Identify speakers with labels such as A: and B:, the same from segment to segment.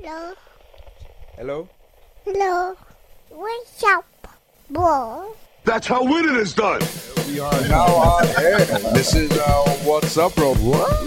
A: Hello.
B: Hello?
A: Hello. What's up, boy?
C: That's how winning is done.
B: We are now on air. This is uh, What's Up, Bro. What?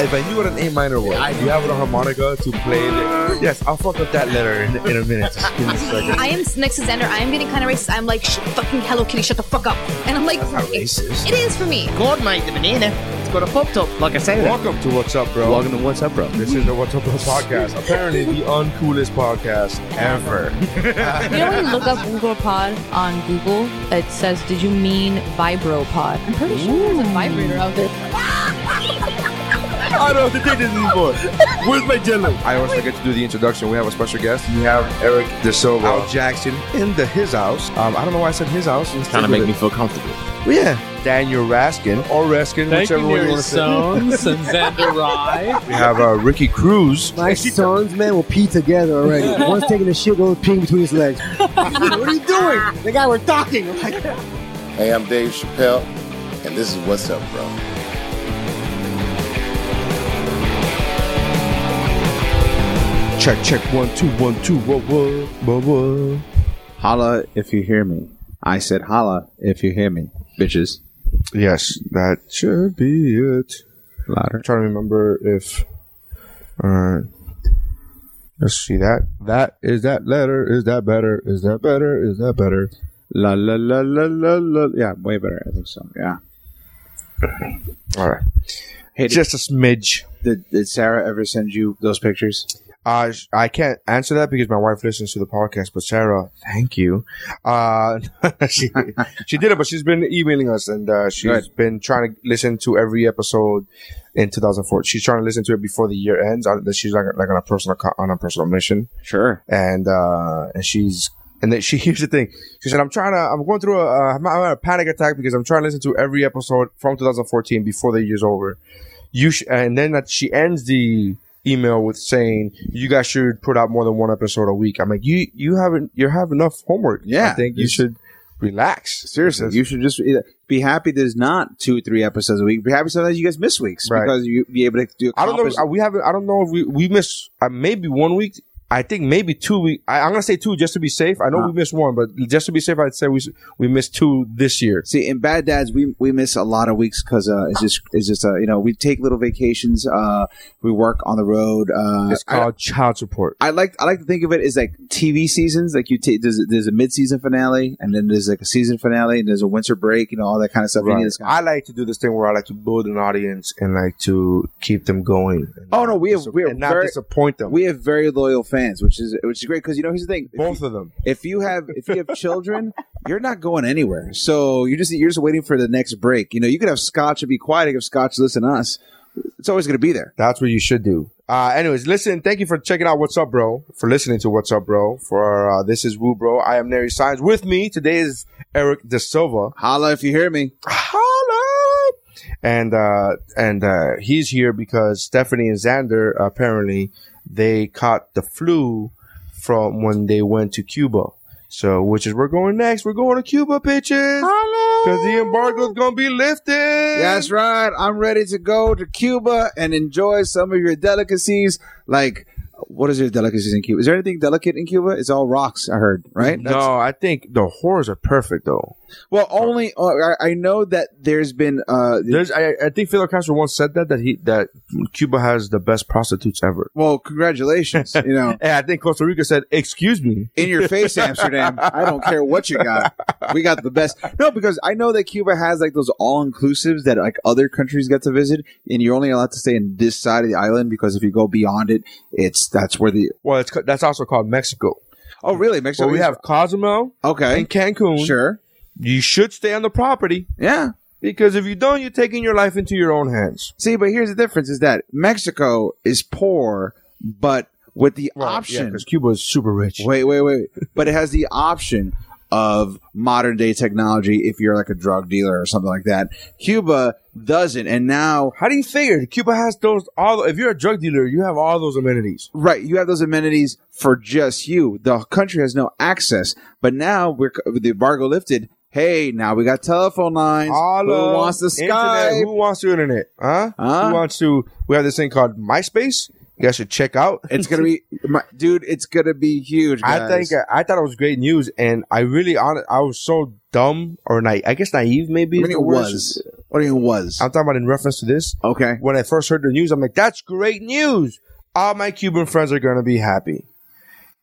B: If I knew what an A minor was, you have a harmonica to play it. Yes, I'll fuck up that letter in, in a minute. Just give me a second.
D: I am next to Xander. I am getting kind of racist. I'm like, "Sh- fucking Hello Kitty, shut the fuck up. And I'm like,
B: not racist.
D: It is for me.
E: God made the banana. It's got a pop top, like I say. that.
B: Welcome to What's Up, Bro.
E: Welcome to What's Up, Bro.
B: This is the What's Up, Bro podcast. Apparently, the uncoolest podcast ever.
F: You know when you look up Pod on Google, it says, "Did you mean vibropod?" I'm pretty sure there's a vibrator out there.
B: I don't have to take this anymore. Where's my jello? I always forget to do the introduction. We have a special guest. We have Eric DeSilva. Al Jackson in the his house. Um, I don't know why I said his house. It's
E: Kind of make me feel comfortable.
B: Well, yeah. Daniel Raskin or Raskin,
G: Thank
B: whichever
G: you,
B: one you
G: Mary
B: want to say.
G: Sones and Xander Rye.
B: We have uh, Ricky Cruz.
H: My sons, man, will pee together already. One's taking a shit, goes peeing between his legs. what are you doing? The guy we're talking. I'm like,
I: Hey, I'm Dave Chappelle, and this is What's Up, Bro.
B: Check, check. One, two, one, two. Whoa, whoa, whoa, whoa.
E: Holla if you hear me. I said holla if you hear me, bitches.
B: Yes, that should be it. I'm
E: Louder.
B: trying to remember if. Uh, let's see that. That is that letter. Is that better? Is that better? Is that better?
E: La la la la la la. Yeah, way better. I think so. Yeah.
B: All right.
E: Hey, did,
B: Just a smidge.
E: did, did Sarah ever send you those pictures?
B: Uh, sh- I can't answer that because my wife listens to the podcast. But Sarah, thank you. Uh, she, she did it, but she's been emailing us, and uh, she's
E: Good.
B: been trying to listen to every episode in 2004. She's trying to listen to it before the year ends. On, that she's like like on a personal co- on a personal mission.
E: Sure.
B: and uh, and she's and then she here's the thing. She said, "I'm trying to. I'm going through a. Uh, I'm having a panic attack because I'm trying to listen to every episode from 2014 before the year's over. You sh-, and then that she ends the email with saying you guys should put out more than one episode a week. I'm like, you you haven't you have enough homework.
E: Yeah.
B: I think you
E: It's-
B: should relax.
E: Seriously, you should just either- be happy there's not two, three episodes a week. Be happy sometimes you guys miss weeks
B: Right.
E: because you be able to do.
B: I don't know.
E: accomplish-
B: uh, We haven't. I don't know if we we missed uh, maybe one week. I think maybe two. We I, I'm gonna say two just to be safe. I know
E: Huh.
B: we missed one, but just to be safe, I'd say we s- we missed two this year.
E: See, in Bad Dads, we we miss a lot of weeks because uh, it's just it's just uh, you know we take little vacations. Uh, we work on the road. Uh,
B: It's called child support.
E: I like I like to think of it as like TV seasons. Like you, take there's, there's a mid season finale, and then there's like a season finale, and there's a winter break, you know, all that kind of stuff. You need this kind of-
B: I like to do this thing where I like to build an audience and like to keep them going. And
E: Oh, no, we have-
B: dis-
E: we are
B: and not
E: very-
B: disappoint them.
E: we have very loyal fans, which is which is great because you know here's the thing:
B: both of them.
E: if you have if you have children, you're not going anywhere. So you're just you're just waiting for the next break. You know, you could have Scotch and be quiet. You could have Scotch listen to us. It's always going to be there.
B: That's what you should do. Uh, anyways, listen. Thank you for checking out What's Up, Bro. For listening to What's Up, Bro. For uh, this is Woo, Bro. I am Nary Signs. With me today is Eric De Silva.
E: Holla if you hear me.
B: Holla! And uh, and uh, he's here because Stephanie and Xander apparently they caught the flu from when they went to Cuba. So, which is we're going next. We're going to Cuba, bitches, because the embargo's gonna be lifted.
E: That's right. I'm ready to go to Cuba and enjoy some of your delicacies. Like, what is your delicacies in Cuba? Is there anything delicate in Cuba? It's all rocks. I heard. Right? That's-
B: No, I think the whores are perfect though.
E: Well, only uh, I I know that there's been uh.
B: There's, I, I think Fidel Castro once said that that he that Cuba has the best prostitutes ever.
E: well, congratulations. You know.
B: And I think Costa Rica said, "Excuse me."
E: in your face, Amsterdam. I don't care what you got. We got the best. No, because I know that Cuba has like those all inclusives that like other countries get to visit, and you're only allowed to stay in this side of the island because if you go beyond it, it's that's where the
B: Well, it's, ca- that's also called Mexico.
E: oh really Mexico.
B: So we
E: is-
B: have Cozumel
E: okay,
B: and Cancun.
E: sure,
B: You should stay on the property
E: yeah.
B: because if you don't, you're taking your life into your own hands.
E: See, but here's the difference: is that Mexico is poor, but with the option
B: because Cuba is super rich.
E: Wait, wait, wait. but it has the option of modern day technology if you're like a drug dealer or something like that. Cuba doesn't. And now,
B: How do you figure? Cuba has those all. If you're a drug dealer, you have all those amenities.
E: right, you have those amenities for just you. The country has no access. But now we're with the embargo lifted. Hey, now we got telephone lines.
B: All
E: Who
B: of
E: wants the
B: internet.
E: sky?
B: Who wants the internet? Huh?
E: Huh?
B: Who wants to? We have this thing called MySpace. You guys should check out.
E: It's gonna be, my, dude. It's gonna be huge.
B: I think uh, I thought it was great news, and I really on I was so dumb or naive. I guess naive maybe.
E: I
B: is
E: mean,
B: the
E: it
B: word.
E: was. What do you mean it was?
B: I'm talking about in reference to this.
E: Okay.
B: When I first heard the news, I'm like, "That's great news! All my Cuban friends are gonna be happy."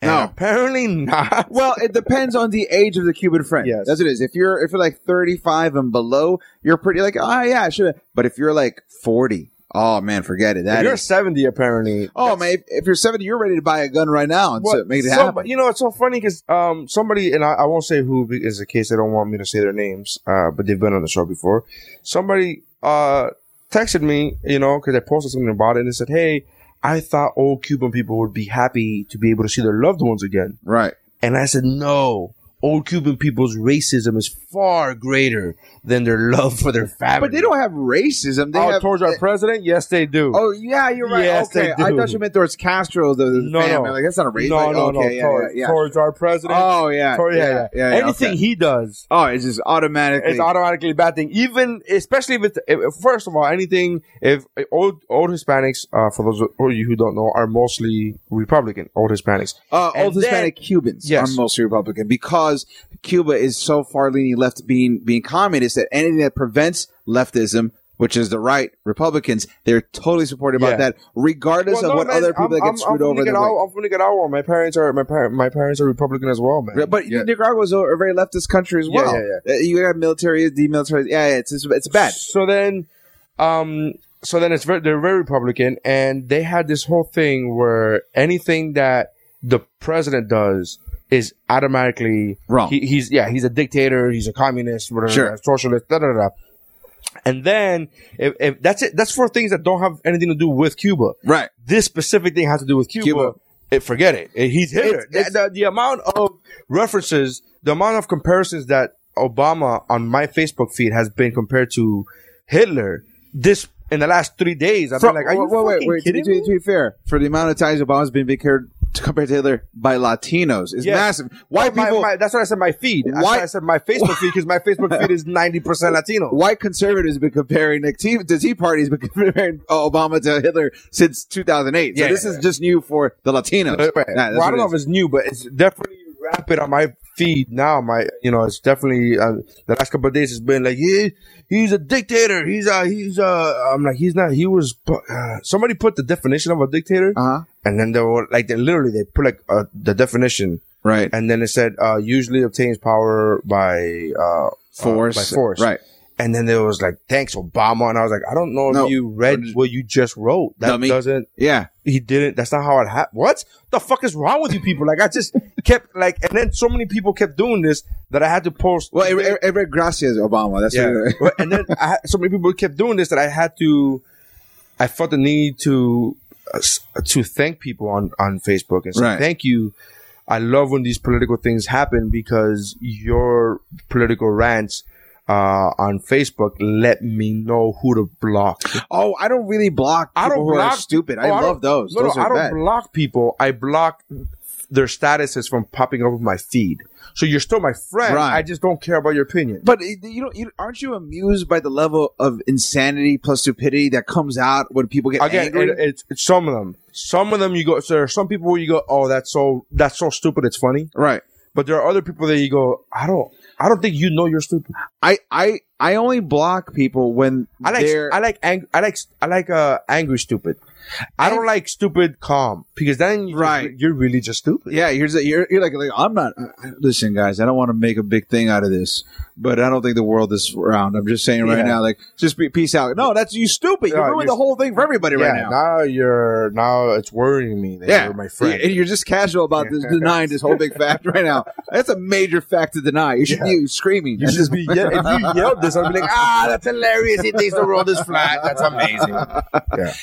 B: And
E: No.
B: apparently not.
E: Well, it depends on the age of the Cuban friend.
B: Yes.
E: That's what it is. If you're if you're like 35 and below, you're pretty like, oh yeah, I should. But if you're like 40, oh man, forget it.
B: If
E: That
B: you're
E: is.
B: 70 apparently.
E: Oh man, if, if you're 70, you're ready to buy a gun right now and
B: What-
E: so make it
B: some-
E: happen.
B: You know, it's so funny because um, somebody, and I, I won't say who be- is the case, they don't want me to say their names, uh, but they've been on the show before. Somebody uh, texted me, you know, because I posted something about it and they said, hey, I thought all Cuban people would be happy to be able to see their loved ones again.
E: Right.
B: And I said, no. Old Cuban people's racism is far greater than their love for their family.
E: But they don't have racism. They
B: oh,
E: have.
B: towards our president? Yes, they do.
E: oh yeah, you're right.
B: Yes,
E: okay,
B: they
E: I
B: do.
E: thought you meant towards Castro. The, the
B: No,
E: family.
B: no.
E: Like that's not a race.
B: no,
E: like,
B: no, no.
E: okay, yeah,
B: towards,
E: yeah, yeah.
B: towards our president.
E: Oh yeah,
B: Towards-
E: yeah, yeah, yeah,
B: Anything
E: okay.
B: he does,
E: Oh, it's just automatically.
B: It's automatically a bad thing. Even especially if it's if, first of all, anything if old old Hispanics, uh, for those of you who don't know, are mostly Republican. Old Hispanics.
E: Uh,
B: And
E: all the Hispanic Cubans
B: Yes.
E: are mostly Republican because Cuba is so far leaning left, being being communist that anything that prevents leftism, which is the right Republicans, they're totally supportive about
B: Yeah.
E: that, regardless
B: Well,
E: of
B: no,
E: what
B: man,
E: other people
B: I'm-
E: that
B: I'm-
E: get screwed
B: I'm
E: over.
B: From
E: their way.
B: Nicaragua, I'm from Nicaragua. My parents are my parents my parents are Republican as well, man.
E: But Nicaragua is a a very leftist country as
B: Yeah,
E: well.
B: yeah,
E: Uh, You have military, demilitarized. Yeah, yeah, it's it's, it's bad.
B: So then, um, so then it's very, they're very Republican, and they had this whole thing where anything that the president does is automatically
E: Wrong.
B: He, he's yeah, he's a dictator, he's a communist, whatever,
E: Sure.
B: socialist, da da da. And then if, if that's it, that's for things that don't have anything to do with Cuba.
E: Right.
B: This specific thing has to do with Cuba.
E: Cuba. Eh,
B: It, forget it. It- He's
E: It's-
B: Hitler.
E: it's-
B: the, the- the amount of references, the amount of comparisons that Obama on my Facebook feed has been compared to Hitler. This in the last three days, I've
E: So-
B: been like, "Are you
E: wait, wait,
B: fucking
E: wait, to be-
B: kidding
E: to, be-
B: me?"
E: to be fair, for the amount of times Obama's been compared compared to Hitler by Latinos is
B: Yes.
E: massive. White
B: My-
E: people.
B: my- that's what I said. My feed. That's
E: Why-
B: why I said my Facebook feed because my Facebook feed is ninety percent Latino.
E: white conservatives have been comparing the Tea, the tea Party has been comparing Obama to Hitler since 2008. So
B: Yeah,
E: this
B: yeah,
E: is
B: yeah.
E: just new for the Latinos.
B: Uh, right.
E: Yeah,
B: well,
E: that's
B: I
E: what
B: don't
E: it
B: know if
E: is.
B: it's new, but it's definitely rapid on my feed now. My, you know, it's definitely uh, the last couple of days. It's been like he, he's a dictator. He's uh, he's uh, I'm like he's not. He was uh, somebody put the definition of a dictator,
E: Uh-huh.
B: and then they were like they literally they put like uh, the definition,
E: Right.
B: and then it said uh, usually obtains power by uh,
E: Force.
B: uh, by force,
E: Right.
B: And then there was like, thanks Obama, and I was like, I don't know if
E: No.
B: you read what you just wrote. That
E: Dummy.
B: doesn't
E: Yeah.
B: he didn't. That's not how it happened. What the fuck is wrong with you people? Like I just kept like, and then so many people kept doing this that I had to post.
E: Well, Ever- Ever- Everett Gracias Obama. That's
B: yeah.
E: what it-
B: Well, and then I had, so many people kept doing this that I had to. I felt the need to uh, s- to thank people on on Facebook and say
E: Right.
B: thank you. I love when these political things happen because your political rants uh, on Facebook let me know who to block.
E: Oh, I don't really block people
B: I don't
E: who
B: block
E: are stupid. I
B: oh,
E: love
B: don't-
E: those.
B: No, no,
E: those
B: I
E: are
B: don't
E: bad.
B: block people. I block their statuses from popping up with my feed. So you're still my friend.
E: Right.
B: I just don't care about your opinion.
E: But it- you know, you, aren't you amused by the level of insanity plus stupidity that comes out when people get
B: again,
E: angry?
B: it- it's, it's some of them. Some of them you go. So there are some people where you go, oh, that's so that's so stupid. It's funny.
E: right.
B: But there are other people that you go, I don't. I don't think you know you're stupid.
E: I, I I only block people when
B: I like
E: they're
B: I like ang- I like I like uh angry stupid. I don't like stupid calm because then you
E: Right.
B: you're really just stupid.
E: Yeah, here's a, you're, you're like, like I'm not. I- I- Listen, guys, I don't want to make a big thing out of this, but I don't think the world is round. I'm just saying right
B: Yeah.
E: now, like, just be, peace out. No, that's you, stupid. You
B: Yeah,
E: ruined
B: you're-
E: the whole thing for everybody right now.
B: you're now it's worrying me that
E: yeah,
B: you're my friend.
E: and you're just casual about this, denying this whole big fact right now. That's a major fact to deny. You should be screaming.
B: You should just be ye- if you yelled this, I'd be like, ah, that's hilarious. He thinks the world is flat. That's amazing.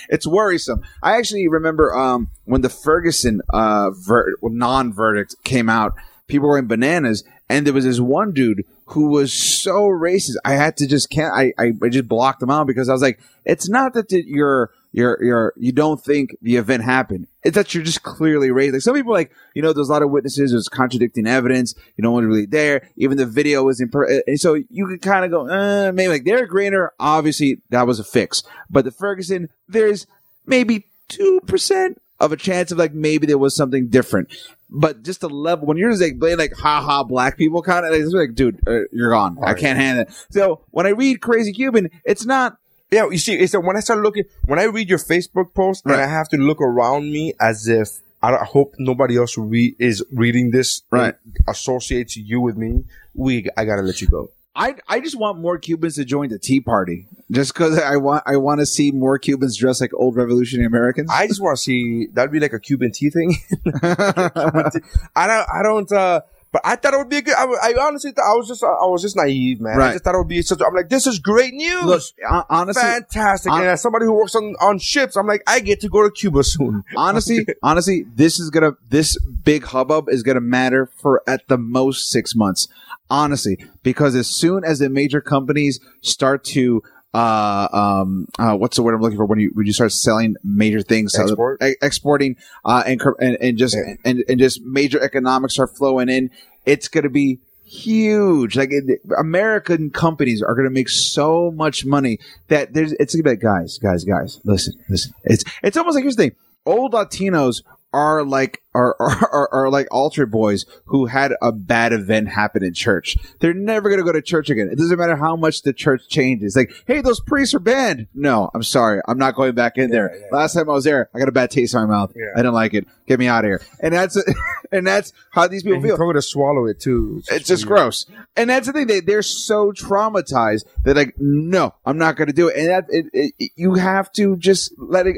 E: it's worrisome. I actually remember um, when the Ferguson uh, ver- non verdict came out, people were in bananas, and there was this one dude who was so racist. I had to just can't. I, I, I just blocked him out because I was like, it's not that that you're. You're, you're, you don't think the event happened. It's that you're just clearly racist. Like some people, are like you know, there's a lot of witnesses. There's contradicting evidence. You don't want to really there. Even the video was imper- and so you could kind of go, uh, maybe like Derek Grainer. Obviously, that was a fix. But the Ferguson, there's maybe 2% of a chance of like maybe there was something different. But just the level when you're just like playing like ha ha black people kind of like, it's like dude uh, you're gone I can't handle it. So when I read Crazy Cuban, it's not
B: Yeah, you see, it's that when I start looking, when I read your Facebook post, and
E: Right.
B: I have to look around me as if I, don't- I hope nobody else re- is reading this, and
E: Right.
B: Associates you with me. We, I gotta let you go.
E: I I just want more Cubans to join the Tea Party just because I want I want to see more Cubans dressed like old revolutionary Americans.
B: I just want to see that'd be like a Cuban tea thing. I don't, I don't. uh But I thought it would be a good. I, wa- I honestly, thought, I was just, I was just naive, man. I
E: Right.
B: just thought it would be such. I'm like, this is great news.
E: Look, hon- honestly,
B: Fantastic.
E: I-
B: and as somebody who works on, on ships, I'm like, I get to go to Cuba soon.
E: honestly, honestly, this is gonna this big hubbub is gonna matter for at the most six months. Honestly, because as soon as the major companies start to uh um uh what's the word I'm looking for when you when you start selling major things so-
B: Export?
E: e- exporting uh and cur- and, and just and, and just major economics are flowing in it's going to be huge like it, american companies are going to make so much money that there's it's gonna be like guys guys guys listen listen it's it's almost like here's the thing old latinos are like are are, are, are like altar boys who had a bad event happen in church. They're never gonna go to church again. It doesn't matter how much the church changes. Like, hey, those priests are banned. No, I'm sorry, I'm not going back in there. Last time I was there, I got a bad taste in my mouth. I didn't like it. Get me out of here. And that's and that's how these people
B: And
E: feel
B: you probably to swallow it too.
E: it's just gross. And that's the thing; they they're so traumatized. They're like, no, I'm not going to do it. And that it, it, it- you have to just let it.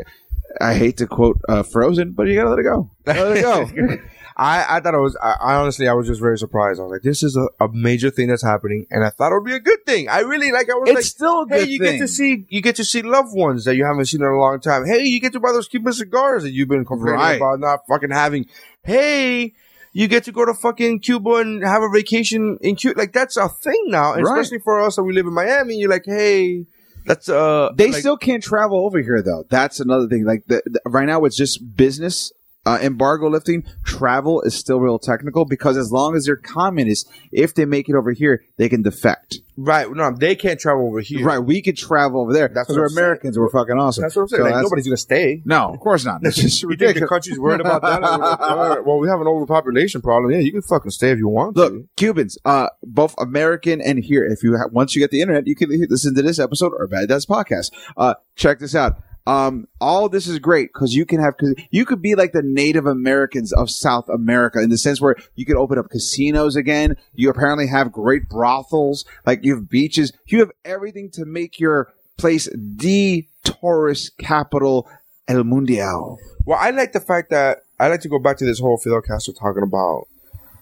E: I hate to quote uh, Frozen, but you got to let it go. Let it go.
B: I, I thought it was. I, I honestly, I was just very surprised. I was like, this is a, a major thing that's happening, and I thought it would be a good thing. I really like. I was
E: it's
B: like,
E: still a good
B: hey, you
E: thing.
B: get to see you get to see loved ones that you haven't seen in a long time. Hey, you get to buy those Cuban cigars that you've been complaining
E: Right.
B: about not fucking having. Hey, you get to go to fucking Cuba and have a vacation in Cuba. Like that's a thing now, and
E: Right.
B: especially for us that we live in Miami. You're like, hey, that's uh,
E: They
B: like,
E: still can't travel over here though. That's another thing. Like the, the- right now, it's just business uh, embargo lifting. Travel is still real technical because as long as they're communists, if they make it over here, they can defect.
B: right. No, they can't travel over here.
E: Right? We could travel over there
B: That's what
E: because we're
B: I'm saying.
E: Americans. We're fucking awesome.
B: That's what I'm saying.
E: So
B: like,
E: that's-
B: nobody's gonna stay.
E: No, of course not. It's just
B: You think the
E: ridiculous.
B: country's worried about that? well, we have an overpopulation problem. Yeah, you can fucking stay if you want.
E: Look,
B: to.
E: Cubans, uh, both American and here. If you ha- once you get the internet, you can listen to this episode or Bad Dad's podcast. Uh, check this out. Um, all this is great because you can have cause you could be like the Native Americans of South America in the sense where you could open up casinos again. You apparently have great brothels, like you have beaches. You have everything to make your place the tourist capital el mundial.
B: Well, I like the fact that I like to go back to this whole Fidel Castro talking about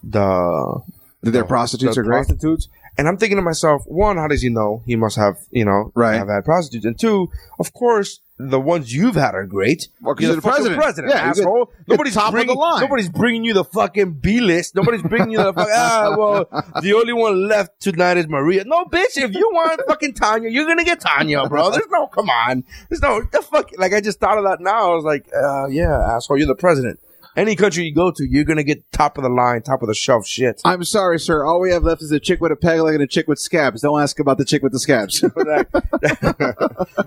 B: the
E: Their
B: the-
E: prostitutes
B: Oh, the
E: are great.
B: prostitutes. And I'm thinking to myself, one, how does he know? He must have, you know,
E: Right.
B: have had prostitutes. And two, of course, the ones you've had are great.
E: Well, 'cause
B: You're
E: you're the
B: fucking
E: president.
B: president,
E: Yeah, you get-
B: asshole.
E: you're
B: Nobody's
E: top of the
B: bringing,
E: line.
B: Nobody's bringing you the fucking B list. Nobody's bringing you the fuck. Ah, well, the only one left tonight is Maria. No, bitch. If you want fucking Tanya, you're gonna get Tanya, bro. There's no, come on. There's no the fuck. Like I just thought of that now. I was like, uh, yeah, asshole. You're the president. Any country you go to, you're gonna get top of the line, top of the shelf shit.
E: I'm sorry, sir. All we have left is a chick with a peg leg and a chick with scabs. Don't ask about the chick with the scabs.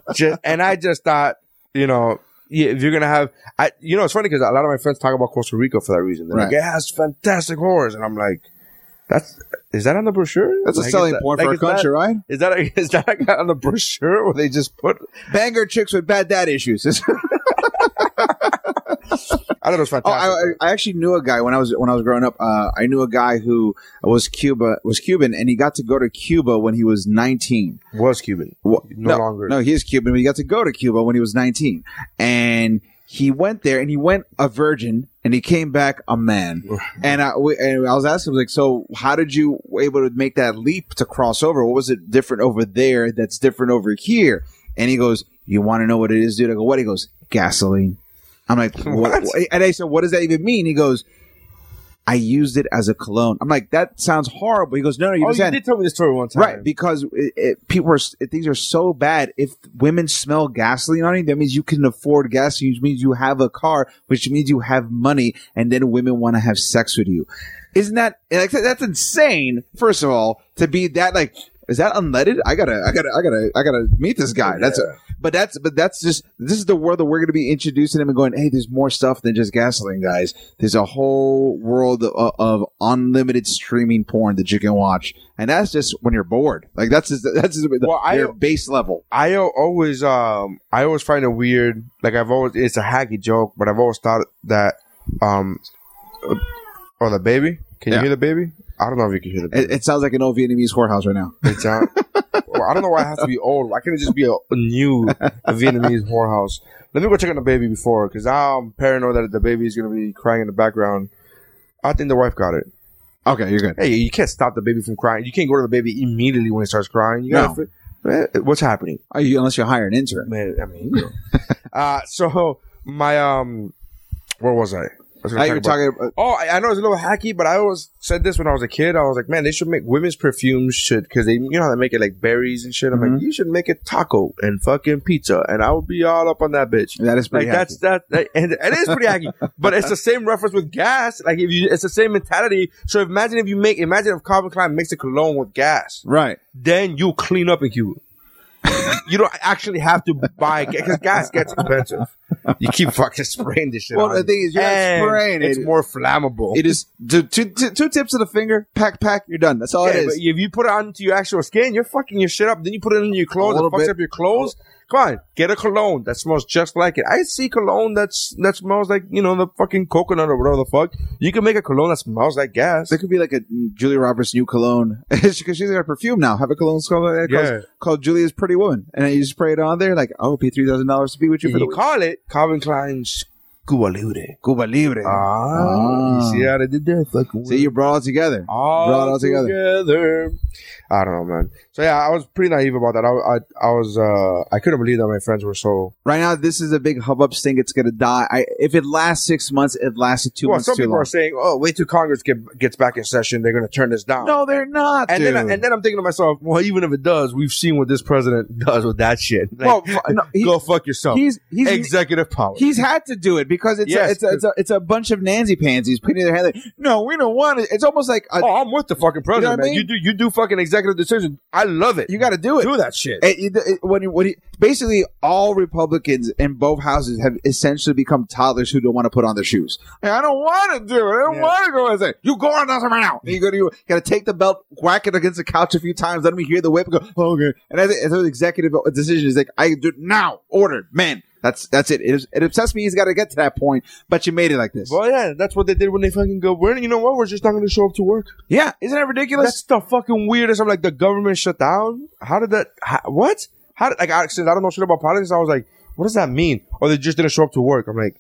B: just and I just thought, you know, yeah, if you're gonna have, I, you know, it's funny because a lot of my friends talk about Costa Rica for that reason. They're like,
E: Right.
B: it has fantastic horrors, and I'm like, that's is that on the brochure?
E: That's a
B: Like, is
E: selling
B: that-
E: point
B: like,
E: for a
B: is that-
E: country, right?
B: Is that a, is that a, on the brochure where they just put?
E: Banger chicks with bad dad issues. oh,
B: I thought it was fantastic.
E: I, I I actually knew a guy when I was when I was growing up. Uh, I knew a guy who was Cuba was Cuban, and he got to go to Cuba when he was 19.
B: was Cuban,
E: Wha-
B: no, longer.
E: No, he is Cuban, but he got to go to Cuba when he was 19. And he went there and he went a virgin and he came back a man. and, I, we, and I was asking him, like, so how did you were able to make that leap to cross over? What was it different over there that's different over here? And he goes, You want to know what it is, dude? I go, What? He goes, Gasoline. I'm like, what? And I said, What does that even mean? He goes, I used it as a cologne. I'm like, That sounds horrible. He goes, No, no, you
B: oh, you
E: understand.
B: did tell me this story one time,
E: Right, because it, it, people are it, things are so bad. If women smell gasoline on you, that means you can afford gasoline, which means you have a car, which means you have money, and then women want to have sex with you. Isn't that like, that's insane? First of all, to be that like Is that unleaded? I gotta, I gotta, I gotta, I gotta meet this guy. That's, a, but that's, but that's just this is the world that we're gonna be introducing him and going. Hey, there's more stuff than just gasoline, guys. There's a whole world of, of unlimited streaming porn that you can watch, and that's just when you're bored. Like that's just, that's just
B: Well, I-
E: their base level.
B: I al- always um I always find it weird. Like I've always it's a hacky joke, but I've always thought that um oh the baby. Can you
E: Yeah.
B: hear the baby? I don't know if you can hear the
E: It,
B: baby.
E: it sounds like an old Vietnamese whorehouse right now.
B: It's out. well, I don't know why it has to be old. Why can't it just be a, a new Vietnamese whorehouse? Let me go check on the baby before, because I'm paranoid that the baby is gonna be crying in the background. I think the wife got it.
E: Okay, you're good.
B: Hey, you can't stop the baby from crying. You can't go to the baby immediately when it starts crying. You gotta fi- Eh, What's happening?
E: Are Oh, you, unless you hire an intern.
B: Man, I mean, you know. uh, so my um, where was I? I was gonna
E: Now
B: talk
E: you're
B: about-
E: talking. About,
B: Oh, I, I know it's a little hacky, but I always said this when I was a kid. I was like, man, they should make women's perfume shit because they, you know, how they make it like berries and shit. I'm like,
E: Mm-hmm.
B: you should make it taco and fucking pizza, and I would be all up on that bitch.
E: That is pretty
B: like that's that, that- and it is pretty hacky, but it's the same reference with gas. Like if you, it's the same mentality. So imagine if you make, imagine if Calvin Klein makes a cologne with gas,
E: right.
B: then you clean up in Cuba. you don't actually have to buy because gas gets expensive. You keep fucking spraying this shit.
E: Well,
B: on
E: the
B: it.
E: thing is, you're not
B: And
E: spraying
B: It's
E: it.
B: more flammable.
E: It is two, two, two, two tips of the finger. Pack, pack. You're done. That's all
B: Yeah,
E: it
B: but
E: is.
B: if you put it onto your actual skin, you're fucking your shit up. Then you put it in your clothes,
E: A
B: it
E: little
B: fucks
E: bit.
B: up your clothes. Come on, get a cologne that smells just like it. I see cologne that's that smells like you know the fucking coconut or whatever the fuck. You can make a cologne that smells like gas.
E: There could be like a Julia Roberts new cologne because she's got perfume now. Have a cologne called,
B: Yeah.
E: called Julia's Pretty Woman, and then you spray it on there. Like, oh, pay three thousand dollars to be with you
B: If
E: for the
B: you
E: week.
B: call it Calvin Klein's Cuba Libre.
E: Cuba Libre.
B: Ah,
E: Ah.
B: you see how they did that? Fucking
E: See, you brought it all together.
B: all,
E: Brought it all
B: together.
E: together.
B: I don't know, man. So yeah, I was pretty naive about that. I I, I was uh I couldn't believe that my friends were so
E: Right now, this is a big hubbub thing. It's gonna die. I, if it lasts six months, it lasted two
B: well,
E: months
B: some
E: too
B: people
E: long.
B: are saying, "Oh, wait till Congress get, gets back in session, they're going to turn this down."
E: no, they're not.
B: and then I,
E: dude.
B: and then I'm thinking to myself, "Well, even if it does, we've seen what this president does with that shit. Like,
E: Well, fu- no, he-
B: go fuck yourself.
E: he's he's
B: Executive power.
E: He's had to do it because it's
B: Yes,
E: a, it's, a, it's, a, it's a bunch of Nancy pansies putting their hand like, no, we don't want it. It's almost like a,
B: oh, I'm with the fucking
E: know
B: president,
E: what I
B: man.
E: mean?
B: You do you do fucking executive decision. I love it.
E: you got to do it.
B: do that shit.
E: It- it- it- when you- when you- basically all Republicans in both houses have essentially become toddlers who don't want to put on their shoes. Hey, I don't want to do it. I don't
B: Yeah.
E: want to go outside. You go on outside right now. And You go to you got to take the belt, whack it against the couch a few times, let me hear the whip, and go oh, okay. And as, as an executive uh, decision is like, I do it now, ordered, man. That's that's it. It, is, it obsessed me. He's got to get to that point, but you made it like this.
B: well, yeah, that's what they did when they fucking go. We're, you know what? We're just not going to show up to work.
E: Yeah, isn't that ridiculous?
B: That's the fucking weirdest. I'm like, the government shut down. How did that? How, what? How did like? I, since I don't know shit about politics, I was like, what does that mean? Or they just didn't show up to work. I'm like,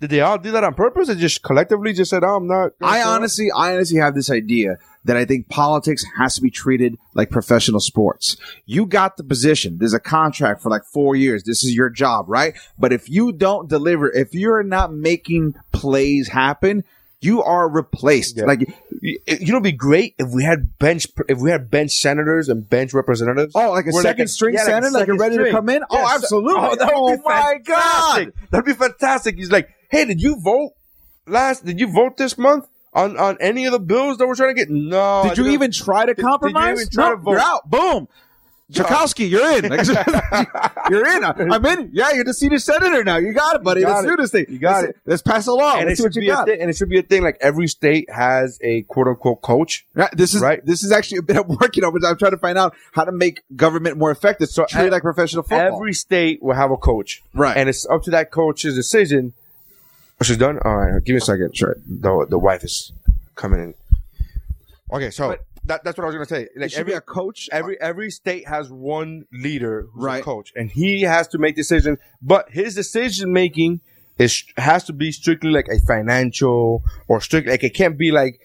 B: did they all do that on purpose? They just collectively just said, oh, I'm not. gonna
E: I
B: show up?
E: honestly, I honestly have this idea that I think politics has to be treated like professional sports. You got the position. There's a contract for like four years. This is your job, right? But if you don't deliver, if you're not making plays happen, you are replaced.
B: Yeah.
E: Like,
B: You you know, it'd be great if we had bench if we had bench senators and bench representatives.
E: oh, like a
B: We're
E: second string
B: yeah,
E: senator, like,
B: second
E: you're ready to
B: string.
E: come in.
B: Yes.
E: Oh, absolutely.
B: Oh, that would be
E: my
B: fantastic.
E: god.
B: That'd be fantastic. He's like, hey, did you vote last? Did you vote this month on on any of the bills that we're trying to get? No. I
E: Did you
B: didn't.
E: even try to
B: you even
E: compromise?
B: try to
E: Nope,
B: vote?
E: You're out. Boom. Joukowsky, you're in. Like, you're in. I'm in. Yeah, you're the senior senator now. You got it, buddy.
B: got
E: Let's
B: it.
E: do this thing.
B: You got
E: let's,
B: it.
E: Let's pass a law.
B: and it
E: Let's see
B: should
E: what
B: be
E: you
B: a
E: got.
B: thing. And it should be a thing. Like every state has a quote unquote coach.
E: Right, This is
B: Right.
E: this is actually a bit of work, you know, but I'm trying to find out how to make government more effective. So treat it
B: ev-
E: like professional football.
B: Every state will have a coach,
E: Right.
B: And it's up to that coach's decision. Oh, she's done. All right, give me a second. Sure. The the wife is coming in. Okay, so that, that's what I was gonna say.
E: it
B: Like
E: should
B: every
E: be a coach.
B: every every state has one leader who's
E: Right.
B: a coach and he has to make decisions but his decision making is has to be strictly like a financial or strict like it can't be like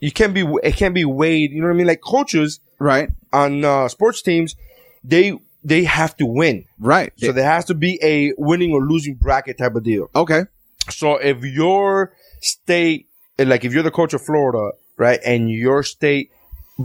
B: you can't be it can't be weighed you know what i mean like coaches
E: right,
B: on uh, sports teams they they have to win
E: right.
B: so there has to be a winning or losing bracket type of deal
E: okay,
B: so if your state, like if you're the coach of Florida, right, and your state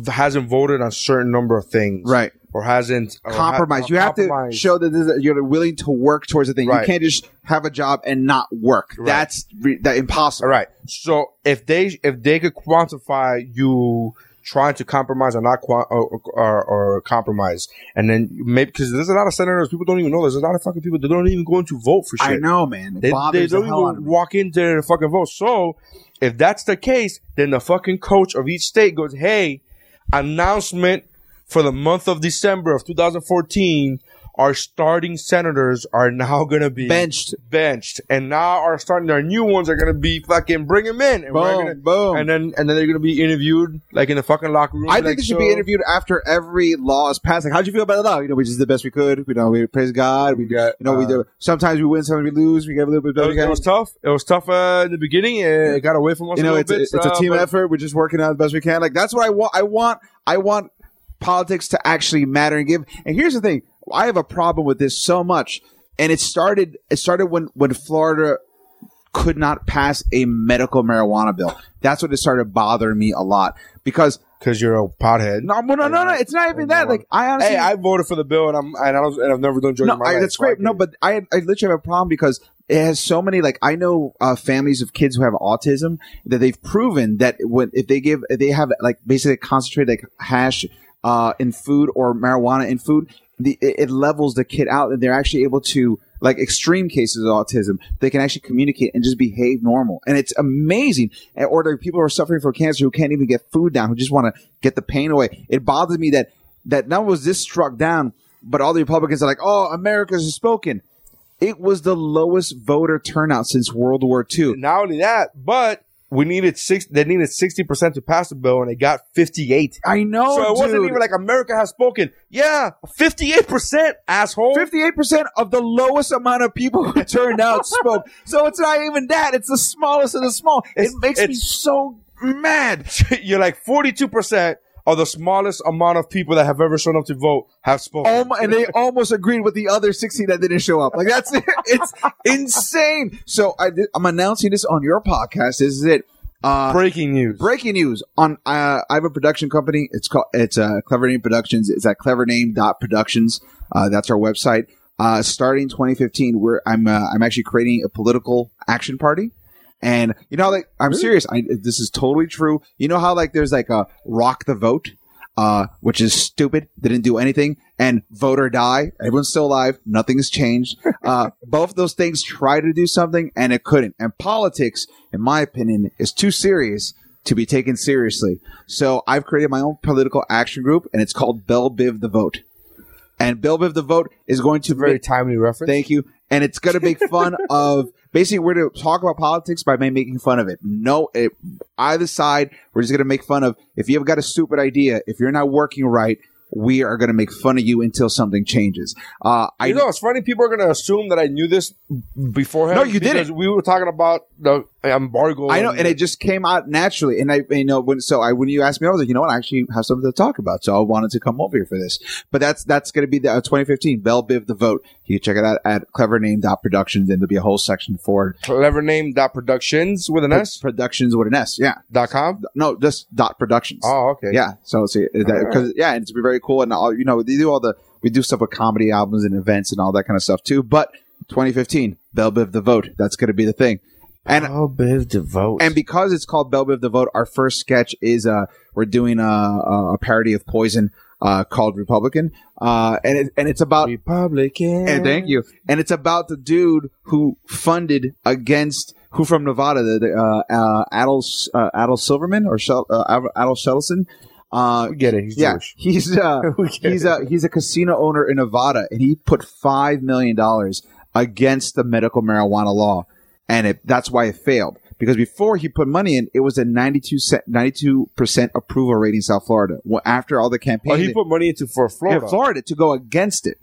B: hasn't voted on certain number of things,
E: Right.
B: or hasn't or Oh, ha-
E: compromise.
B: or
E: You have to
B: compromised.
E: show that this is- you're willing to work towards a thing. You
B: Right.
E: can't just have a job and not work. That's re- that impossible.
B: All right. So if they if they could quantify you trying to compromise or not qua- or, or, or compromise. And then maybe because there's a lot of senators, people don't even know. There's a lot of fucking people that don't even go into vote for shit.
E: I know, man. It
B: They, they
E: bothers
B: don't
E: the hell out
B: even
E: of me.
B: walk in there to fucking vote. So if that's the case, then the fucking coach of each state goes, "Hey, announcement for the month of December of 2014." Our starting senators are now going to be
E: Benched.
B: benched, and now our starting our new ones are going to be fucking bring them in, and we're
E: Boom,
B: gonna-
E: boom.
B: and then and then they're going to be interviewed like in the fucking locker room.
E: I think
B: like,
E: they should
B: so-
E: be interviewed after every law is passed. Like, how'd you feel about the law? You know, we just did the best we could. We know we praise God. We
B: got,
E: you know we
B: uh,
E: do. Sometimes we win, sometimes we lose. We get a little bit
B: It
E: better.
B: was, it was
E: guys.
B: tough. It was tough uh, in the beginning. and It got away from us.
E: You
B: a
E: know,
B: little
E: it's
B: bit,
E: it's a
B: uh,
E: team
B: but-
E: effort. We're just working out the best we can. Like that's what I want. I want. I want politics to actually matter and give. And here's the thing: I have a problem with this so much, and it started. It started when when Florida could not pass a medical marijuana bill. That's what it started bothering me a lot because
B: because you're a pothead.
E: no, no, no, no, no. It's not even that. Like I honestly,
B: hey, I voted for the bill, and I'm and, I was, and I've never done drugs.
E: no,
B: in my
E: I,
B: life,
E: that's
B: so I
E: great. No,
B: can't-
E: but I, I literally have a problem because it has so many. Like I know uh, families of kids who have autism that they've proven that when if they give if they have like basically concentrated like hash uh, in food or marijuana in food, the, it, it levels the kid out, and they're actually able to like extreme cases of autism, they can actually communicate and just behave normal. And it's amazing. And- Or there are people who are suffering from cancer who can't even get food down, who just want to get the pain away. It bothers me that that not only was this struck down, but all the Republicans are like, oh, America's spoken. It was the lowest voter turnout since World War II.
B: not only that, but we needed six. They needed sixty percent to pass the bill, and they got fifty-eight.
E: I know.
B: so it wasn't even like America has spoken. Yeah, fifty-eight percent, asshole.
E: 58% of the lowest amount of people who turned out spoke. So it's not even that. It's the smallest of the small.
B: It's-
E: it makes me
B: it's-
E: so mad.
B: You're like forty-two percent are the smallest amount of people that have ever shown up to vote have spoken.
E: Almo- and they almost agreed with the other 16 that didn't show up. Like that's it's insane. So I did, I'm announcing this on your podcast. This is it. Uh,
B: Breaking news.
E: breaking news on uh, I have a production company. It's called it's uh, Clever Name Productions. It's at clevername.productions. Uh, that's our website. Uh, starting 2015, where I'm uh, I'm actually creating a political action party. And you know, like I'm serious. I, this is totally true. You know how like there's like a rock the vote, uh, which is stupid. They didn't do anything. And vote or die. Everyone's still alive. Nothing's changed. Uh, both those things try to do something and it couldn't. And politics, in my opinion, is too serious to be taken seriously. So I've created my own political action group, and it's called Bell Biv the Vote. And Bell Biv the Vote is going to
B: Very
E: make-
B: timely reference.
E: Thank you. And it's going to make fun of basically we're going to talk about politics by ma- making fun of it. No, it, either side, we're just going to make fun of if you've got a stupid idea, if you're not working right, we are going to make fun of you until something changes. Uh, I
B: you know, it's funny. People are going to assume that I knew this beforehand.
E: No, you
B: because
E: didn't.
B: We were talking about the embargo.
E: I know, and it just came out naturally. And I, you know, when so I when you asked me, I was like, you know what, I actually have something to talk about, so I wanted to come over here for this. But that's that's going to be the uh, 2015 Bell Biv the Vote. You can check it out at clevername.productions, and there'll be a whole section for
B: clever name dot productions with an S
E: productions with an S. Yeah,
B: dot com.
E: no, just dot productions.
B: Oh, okay.
E: Yeah, so see, because yeah, and it's be very cool, and all you know, they do all the we do stuff with comedy albums and events and all that kind of stuff too. But 2015 Bell Biv the Vote, that's going to be the thing. And
B: Oh, Biv DeVoe.
E: And because it's called Bell Biv the Vote, our first sketch is uh we're doing a a a parody of Poison uh called Republican. Uh and it, and it's about
B: Republican.
E: and thank you. And it's about the dude who funded against who from Nevada, the, the uh, uh Adel uh, Adel Silverman or Shel- uh, Adel Shedelson. Uh,
B: We get it. He's
E: yeah,
B: Jewish.
E: he's uh,
B: We get
E: he's
B: it.
E: a he's a casino owner in Nevada, and he put five million dollars against the medical marijuana law, and it, that's why it failed. Because before he put money in, it was a 92 percent approval rating in South Florida. Well, after all the campaign,
B: Oh, he put money into for Florida.
E: in Florida to go against it.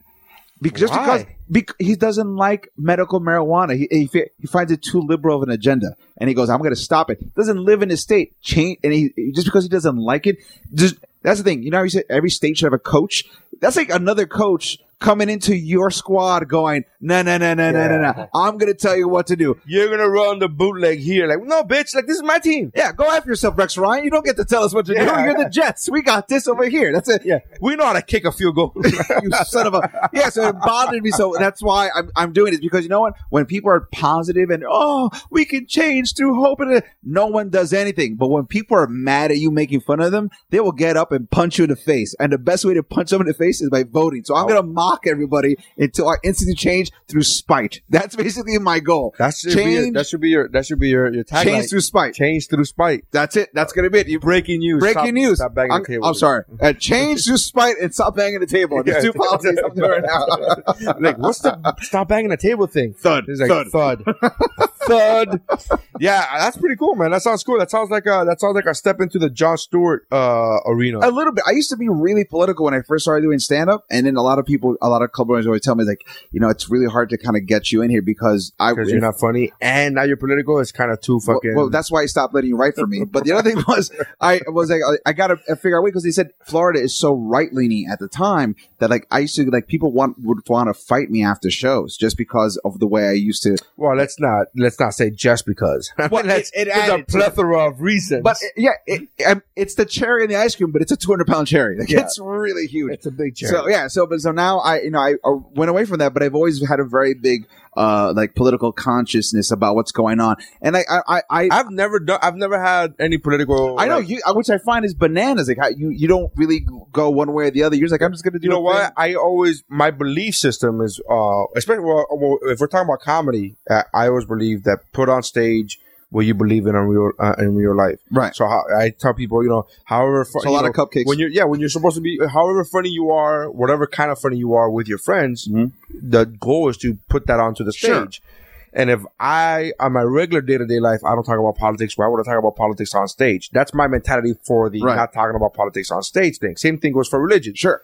E: Be- just because
B: Why?
E: bec- he doesn't like medical marijuana, he, he fi- he finds it too liberal of an agenda, and he goes, "I'm going to stop it." Doesn't live in his state, change, and he just because he doesn't like it, just that's the thing. You know, how you said every state should have a coach. That's like another coach coming into your squad going, no, no, no, no, no, no, no. I'm going to tell you what to do.
B: You're gonna run the bootleg here, like no, bitch. Like this is my team.
E: Yeah, go after yourself, Rex Ryan. You don't get to tell us what to do.
B: Yeah.
E: You're the Jets. We got this over here. That's it. Yeah.
B: We know how to kick a field goal.
E: you son of a yeah. So it bothered me. So that's why I'm I'm doing it because you know what? When people are positive and oh, we can change through hope, and no one does anything. But when people are mad at you, making fun of them, they will get up and punch you in the face. And the best way to punch someone in the face is by voting.
B: Oh.
E: So I'm gonna mock everybody until I instantly change through spite. That's basically my goal.
B: That should be your,
E: change.
B: that should be your that should be your your tagline.
E: change through spite.
B: Change through spite.
E: That's it. That's gonna be it. You
B: Breaking news.
E: Breaking
B: Stop-
E: news.
B: Stop banging
E: I'm,
B: the table.
E: I'm sorry. Uh, change through spite and stop banging the table. Oh, There's two policies I'm doing right now.
B: like what's the stop banging the table thing?
E: Thud,
B: It's like thud, thud. Yeah, that's pretty cool, man. That sounds cool. That sounds like a that sounds like a step into the John Stewart uh, arena.
E: A little bit. I used to be really political when I first started doing stand up, and then a lot of people, a lot of club owners always tell me like, you know, it's really hard to kind of get you in here because I
B: because you're not funny and now you're political. It's kind of too
E: Well,
B: fucking.
E: well, that's why I stopped letting you write for me. But the other thing was, I was like, I- I got to figure out a way because they said Florida is so right leaning at the time that like I used to like people want would want to fight me after shows just because of the way I used to.
B: well, let's not let's not say just because. I mean,
E: Well, it-
B: that's-
E: it
B: there's a
E: added to it.
B: plethora of reasons.
E: But it- yeah, it, um, it's the cherry in the ice cream, but it's a two hundred pound cherry. Like,
B: Yeah.
E: It's really huge.
B: it's a big change.
E: So yeah, so but so now I you know I, I went away from that, but I've always had a very big uh like political consciousness about what's going on, and I I I. I
B: I've never done. I've never had any political.
E: I know
B: like,
E: you, uh, which I find is bananas. Like how you, you don't really go one way or the other. You're just like, I'm just going to do.
B: you know
E: a
B: what?
E: thing.
B: I always my belief system is, uh, especially well, well, if we're talking about comedy, uh, I always believe that put on stage what you believe in in real uh, in real life.
E: Right.
B: So how, I tell people, you know, however fu-
E: It's a
B: you
E: lot
B: know,
E: of cupcakes.
B: When you're yeah, when you're supposed to be, however funny you are, whatever kind of funny you are with your friends, the goal is to put that onto the stage.
E: Mm-hmm. Sure.
B: And if I, on my regular day to day life, I don't talk about politics, why would I talk about politics on stage? That's my mentality for the
E: Right.
B: not talking about politics on stage thing. Same thing goes for religion. Sure.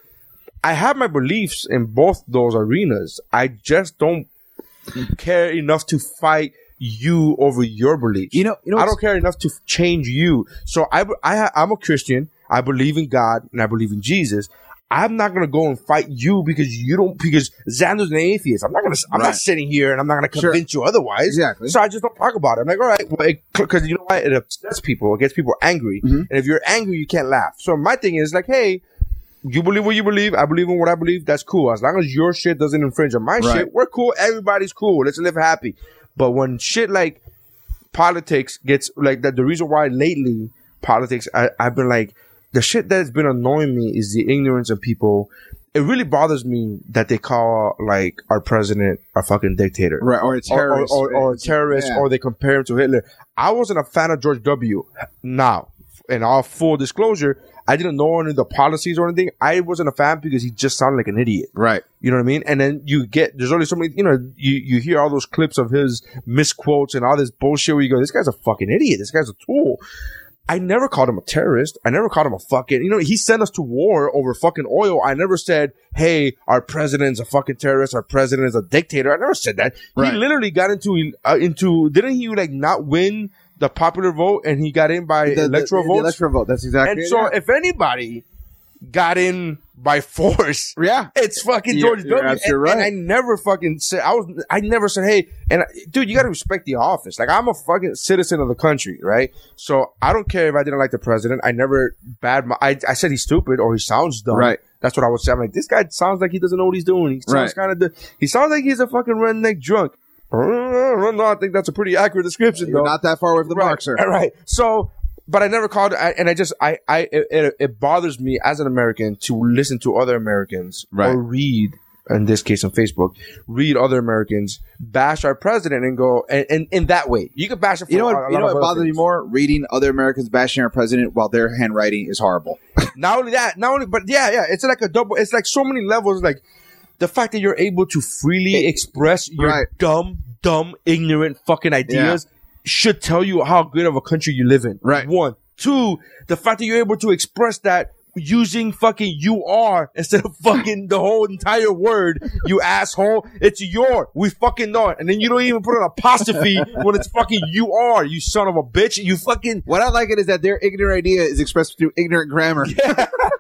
B: I have my beliefs in both those arenas. I just don't care enough to fight you over your beliefs.
E: You know- you know
B: I
E: what's-
B: don't care enough to f- change you. So I, b- I, ha- I'm a Christian. I believe in God and I believe in Jesus. I'm not gonna go and fight you because you don't because Xander's an atheist. I'm not gonna. I'm
E: Right.
B: not sitting here and I'm not gonna
E: Sure.
B: convince you otherwise.
E: Exactly.
B: So I just don't talk about it. I'm like, all right, because you know what? It upsets people. It gets people angry.
E: Mm-hmm.
B: And if you're angry, you can't laugh. So my thing is like, hey, you believe what you believe. I believe in what I believe. That's cool. As long as your shit doesn't infringe on my
E: Right.
B: shit, we're cool. Everybody's cool. Let's live happy. But when shit like politics gets like that, the reason why lately politics, I, I've been like, the shit that's been annoying me is the ignorance of people. It really bothers me that they call like our president a fucking dictator
E: right or a
B: or-
E: terrorist
B: or, or, or, terrorist,
E: Yeah.
B: or they compare him to Hitler. I wasn't a fan of George W. Now, in all full disclosure, I didn't know any of the policies or anything. I wasn't a fan because he just sounded like an idiot.
E: right.
B: You know what I mean? And then you get there's only so many. You know, you you hear all those clips of his misquotes and all this bullshit where you go, this guy's a fucking idiot. This guy's a tool. I never called him a terrorist. I never called him a fucking. You know, he sent us to war over fucking oil. I never said, "Hey, our president's a fucking terrorist. Our president is a dictator." I never said that.
E: Right.
B: He literally got into uh, into. Didn't he like not win the popular vote and he got in by electoral votes?
E: electoral vote. That's exactly.
B: and
E: it,
B: so,
E: yeah.
B: if anybody got in by force,
E: yeah.
B: it's fucking
E: You're-
B: George
E: you're
B: W. And,
E: absolutely
B: and
E: right.
B: I never fucking said I was. I never said, "Hey." And I, dude, you got to respect the office. Like I'm a fucking citizen of the country, right? So I don't care if I didn't like the president. I never bad. My, I I said he's stupid or he sounds dumb.
E: Right.
B: That's what I would say. I'm like, this guy sounds like he doesn't know what he's doing. He sounds
E: Right.
B: kind of. He sounds like he's a fucking redneck drunk. No, I think that's a pretty accurate description.
E: You're
B: though.
E: not that far away from the
B: Right,
E: mark, sir.
B: Right. So, but I never called, I, and I just, I, I, it, it bothers me as an American to listen to other Americans
E: Right.
B: or read, in this case on Facebook, read other Americans bash our president and go, and in and, and that way, you can bash it. For
E: You know
B: a lot
E: what? You know
B: of other
E: what bothers me
B: things.
E: more? Reading other Americans bashing our president while their handwriting is horrible.
B: Not only that, not only, but yeah, yeah, it's like a double. It's like so many levels. Like the fact that you're able to freely express your
E: right.
B: dumb, dumb, ignorant fucking ideas should tell you how good of a country you live in.
E: Right.
B: One, two, the fact that you're able to express that using fucking you are instead of fucking the whole entire word you asshole it's your we fucking know it and then you don't even put an apostrophe when it's fucking you are you son of a bitch you fucking
E: What I like it is that their ignorant idea is expressed through ignorant grammar.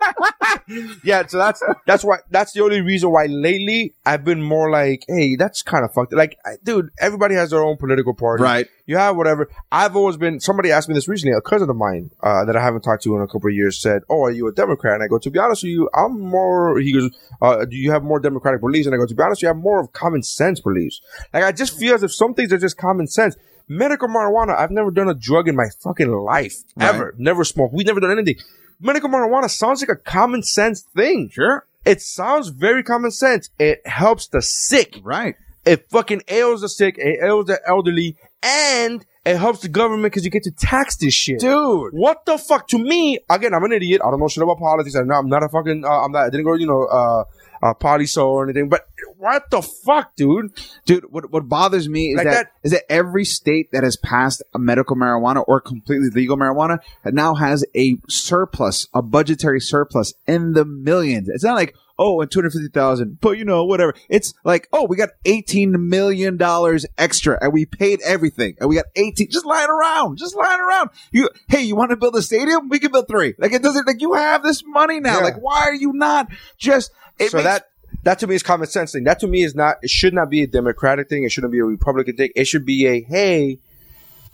B: yeah, so that's that's why that's the only reason why lately I've been more like, hey, that's kind of fucked. Like, I, dude, everybody has their own political party,
E: Right.
B: You have whatever. I've always been. Somebody asked me this recently. A cousin of mine uh, that I haven't talked to in a couple of years said, "Oh, are you a Democrat?" And I go, "To be honest with you, I'm more." He goes, uh, "Do you have more Democratic beliefs?" And I go, "To be honest, you have more of common sense beliefs. Like, I just feel as if some things are just common sense." Medical marijuana. I've never done a drug in my fucking life ever. Never smoked. We've never done anything. Medical marijuana sounds like a common sense thing.
E: Sure.
B: It sounds very common sense. It helps the sick.
E: Right.
B: It fucking ails the sick. It ails the elderly, and it helps the government because you get to tax this shit,
E: Dude.
B: What the fuck? To me, again, I'm an idiot. I don't know shit about politics. I'm not, I'm not a fucking. Uh, I'm not. I didn't go, you know, uh, uh, party so or anything. But what the fuck, dude?
E: Dude, what, what bothers me is
B: Like
E: that is that every state that has passed a medical marijuana or completely legal marijuana now has a surplus, a budgetary surplus in the millions. It's not like oh, and two hundred fifty thousand, but you know whatever. It's like oh, we got eighteen million dollars extra, and we paid everything, and we got eighteen just lying around, just lying around. You hey, you want to build a stadium? We can build three. Like it doesn't like you have this money now.
B: Yeah.
E: Like why are you not just it
B: so
E: makes-
B: that that to me is common sense thing. That to me is not. It should not be a Democratic thing. It shouldn't be a Republican thing. It should be a hey.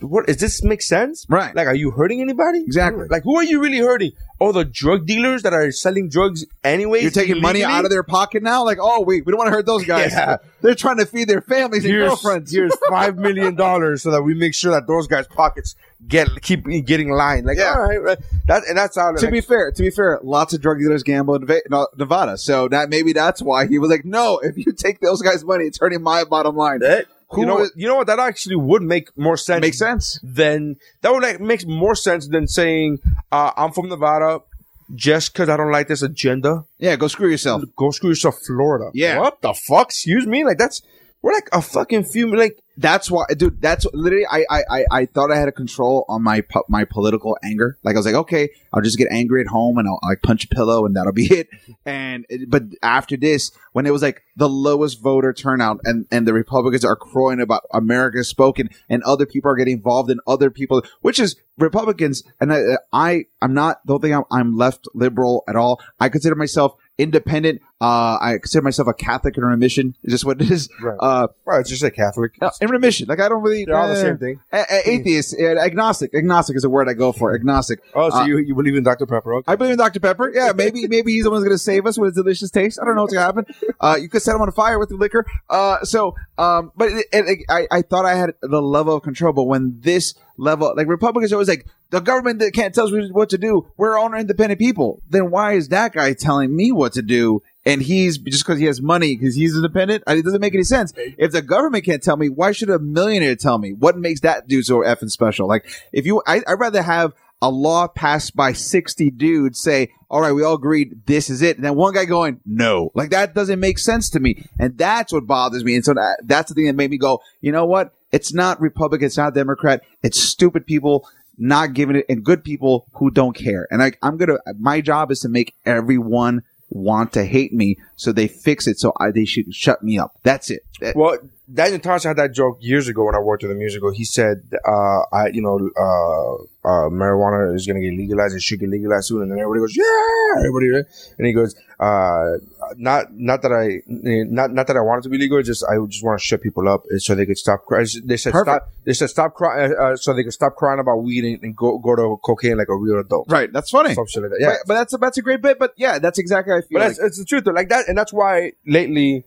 B: What does this make sense?
E: Right.
B: Like, are you hurting anybody?
E: Exactly.
B: Like, who are you really hurting? All the drug dealers that are selling drugs anyway.
E: You're taking money out of their pocket now? Like, oh, wait, we don't want to hurt those guys.
B: Yeah.
E: They're trying to feed their families and
B: Here's,
E: girlfriends.
B: here's five million dollars so that we make sure that those guys' pockets get keep getting lined. Like,
E: Yeah.
B: all right, right. That and that's how.
E: to be fair, to be fair, lots of drug dealers gamble in Va- no- Nevada. So that maybe that's why he was like, no, if you take those guys' money, it's hurting my bottom line. Who
B: you know, what-
E: is-
B: you know what? That actually would make more sense.
E: makes sense.
B: then that would like makes more sense than saying uh, I'm from Nevada just because I don't like this agenda.
E: Yeah, go screw yourself.
B: Go screw yourself, Florida.
E: Yeah.
B: What the fuck? Excuse me. Like that's we're like a fucking few. Like
E: That's why, dude. That's literally. I, I, I, I thought I had a control on my po- my political anger. Like I was like, okay, I'll just get angry at home and I'll like punch a pillow and that'll be it. And but after this, when it was like the lowest voter turnout and and the Republicans are crowing about America spoken and other people are getting involved in other people, which is Republicans. And I, I I'm not. Don't think I'm, I'm left liberal at all. I consider myself independent. Uh, I consider myself a Catholic in remission. Is just what it is.
B: Right.
E: Uh.
B: well, it's just a Catholic.
E: No, in remission. Like I don't really.
B: They're all the
E: uh,
B: same thing.
E: a- a- atheist, uh, agnostic. Agnostic is a word I go for. Agnostic.
B: Oh, so
E: Uh,
B: you you believe in Dr Pepper? Okay.
E: I believe in Dr. Pepper. Yeah, maybe maybe he's the one who's going to save us with his delicious taste. I don't know what's going to happen. Uh, you could set him on fire with the liquor. Uh, so, um, but it, it, it- I, I thought I had the level of control, but when this level, like Republicans are always like, the government that can't tell us what to do. We're owner independent people. Then why is that guy telling me what to do? And he's just because he has money because he's independent. I- It doesn't make any sense. If the government can't tell me, why should a millionaire tell me? What makes that dude so effing special? Like if you, I, I'd rather have a law passed by 60 dudes say, all right, we all agreed this is it. And then one guy going, no, like that doesn't make sense to me. And that's what bothers me. And so that, that's the thing that made me go, you know what? It's not Republican. It's not Democrat. It's stupid people not giving it and good people who don't care. And I, I'm going to, my job is to make everyone want to hate me so they fix it. So I, they should shut me up. That's it. That-
B: Well, Daniel Tosh had that joke years ago when I worked with the musical. He said, uh, "I, you know, uh, uh, marijuana is going to get legalized. It should get legalized soon." And then everybody goes, "Yeah!" Everybody, and he goes, uh, "Not, not that I, not, not that I want it to be legal. Just I just want to shut people up so they could stop crying." They said,
E: Perfect.
B: "Stop." They said, "Stop crying," uh, uh, so they could stop crying about weed and, and go go to cocaine like a real adult.
E: right. That's funny.
B: Some shit like that. Yeah.
E: But, but that's a, that's a great bit. But yeah, that's exactly how I feel.
B: But
E: Like-
B: that's, it's the truth, though. Like that, and that's why lately,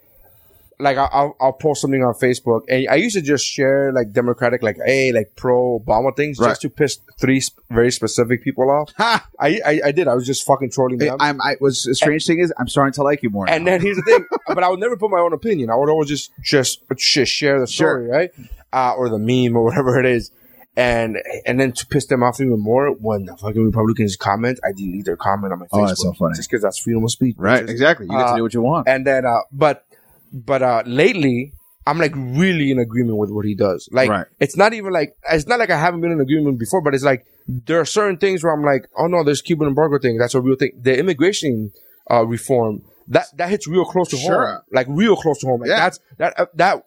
B: like I, I'll, I'll post something on Facebook, and I used to just share like Democratic, like hey, like pro Obama things,
E: Right.
B: just to piss three sp- very specific people off.
E: Ha!
B: I, I, I did. I was just fucking trolling
E: I-
B: them.
E: I'm, I was the strange thing is I'm starting to like you more.
B: and
E: now.
B: then here's the thing, but I would never put my own opinion. I would always just just just share the story, right, uh, or the meme or whatever it is. And and then to piss them off even more, when the fucking Republicans comment, I delete their comment on my Facebook.
E: Oh, that's so funny.
B: Just because that's freedom of speech.
E: right,
B: bitches.
E: exactly. You get
B: uh,
E: to do what you want.
B: And then, uh, but, but, uh, lately, I'm like really in agreement with what he does. Like,
E: Right.
B: it's not even like, it's not like I haven't been in agreement before, but it's like, there are certain things where I'm like, oh no, there's Cuban embargo thing. That's a real thing. The immigration, uh, reform, that, that hits real close to home.
E: Sure.
B: Like real close to home. Like
E: Yeah.
B: that's, that, uh, that,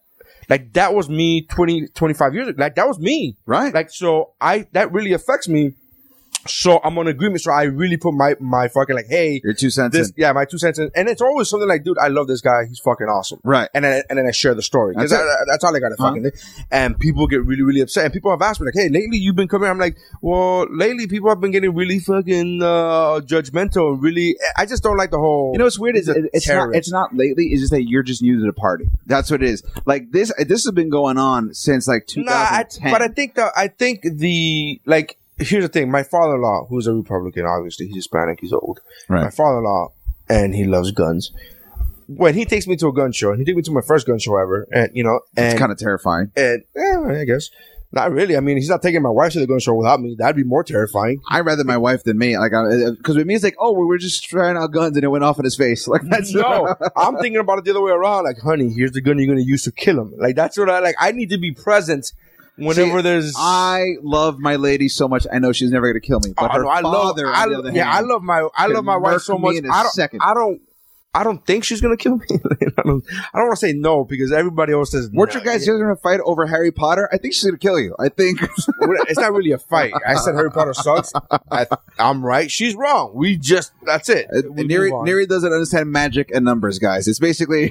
B: like that was me 20, 25 years ago. Like that was me.
E: Right.
B: Like, so I, that really affects me So I'm on agreement. So I really put my my fucking like, hey,
E: Your two cents.
B: this
E: in.
B: yeah, my two cents, in. and it's always something like, dude, I love this guy. He's fucking awesome,
E: Right.
B: And then and then I share the story. 'Cause
E: That's it. Uh-huh.
B: I- I- that's all I got to fucking. do. And people get really really upset. And people have asked me like, hey, lately you've been coming. I'm like, well, lately people have been getting really fucking uh, judgmental. Really, I just don't like the whole.
E: You know what's weird is
B: He's a
E: it- it's not
B: terrorist.
E: it's not lately. It's just that you're just new to the party. That's what it is. Like this this has been going on since like
B: Nah, I,
E: 2010.
B: but I think the I think the like here's the thing. My father-in-law, who's a Republican, obviously he's Hispanic, he's old.
E: Right.
B: My father-in-law, and he loves guns. When he takes me to a gun show, and he took me to my first gun show ever, and you know, and
E: it's kind of terrifying.
B: and eh, I guess not really. I mean, he's not taking my wife to the gun show without me. That'd be more terrifying.
E: I rather my wife than me. Like, because with me, it's like, oh, we were just trying out guns and it went off in his face. Like that's
B: No, I'm thinking about it the other way around. Like, honey, here's the gun you're gonna use to kill him. Like that's what I like. I need to be present whenever
E: See,
B: there's.
E: I love my lady so much. I know she's never going to kill me. But
B: Oh,
E: her
B: no, I love,
E: father,
B: I,
E: on the other
B: yeah, I
E: hand,
B: love my, I
E: could
B: love my wife
E: murk
B: so
E: me
B: much.
E: in a
B: I don't,
E: second.
B: I don't, I don't think she's gonna kill me. I don't, I don't want to say no because everybody else says.
E: Weren't
B: no.
E: you guys going to fight over Harry Potter? I think she's going to kill you. I think.
B: It's not really a fight. I said Harry Potter sucks. I, I'm right. She's wrong. We just that's it. We
E: Uh, Neri,
B: move on.
E: Neri doesn't understand magic and numbers, guys. It's basically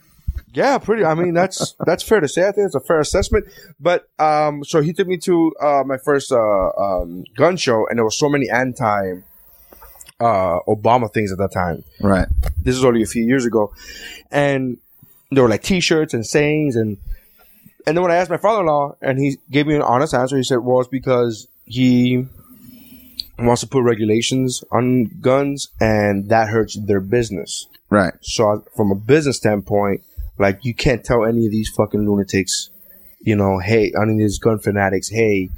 B: Yeah, pretty. I mean, that's that's fair to say. I think it's a fair assessment. But um, so he took me to uh, my first uh, um, gun show, and there were so many anti uh, Obama things at that time.
E: right.
B: this is only a few years ago, and there were like T-shirts and sayings, and and then when I asked my father-in-law, and he gave me an honest answer, he said, "Well, it's because he wants to put regulations on guns, and that hurts their business."
E: Right.
B: So I- from a business standpoint, like you can't tell any of these fucking lunatics, you know, hey, any of these gun fanatics, hey,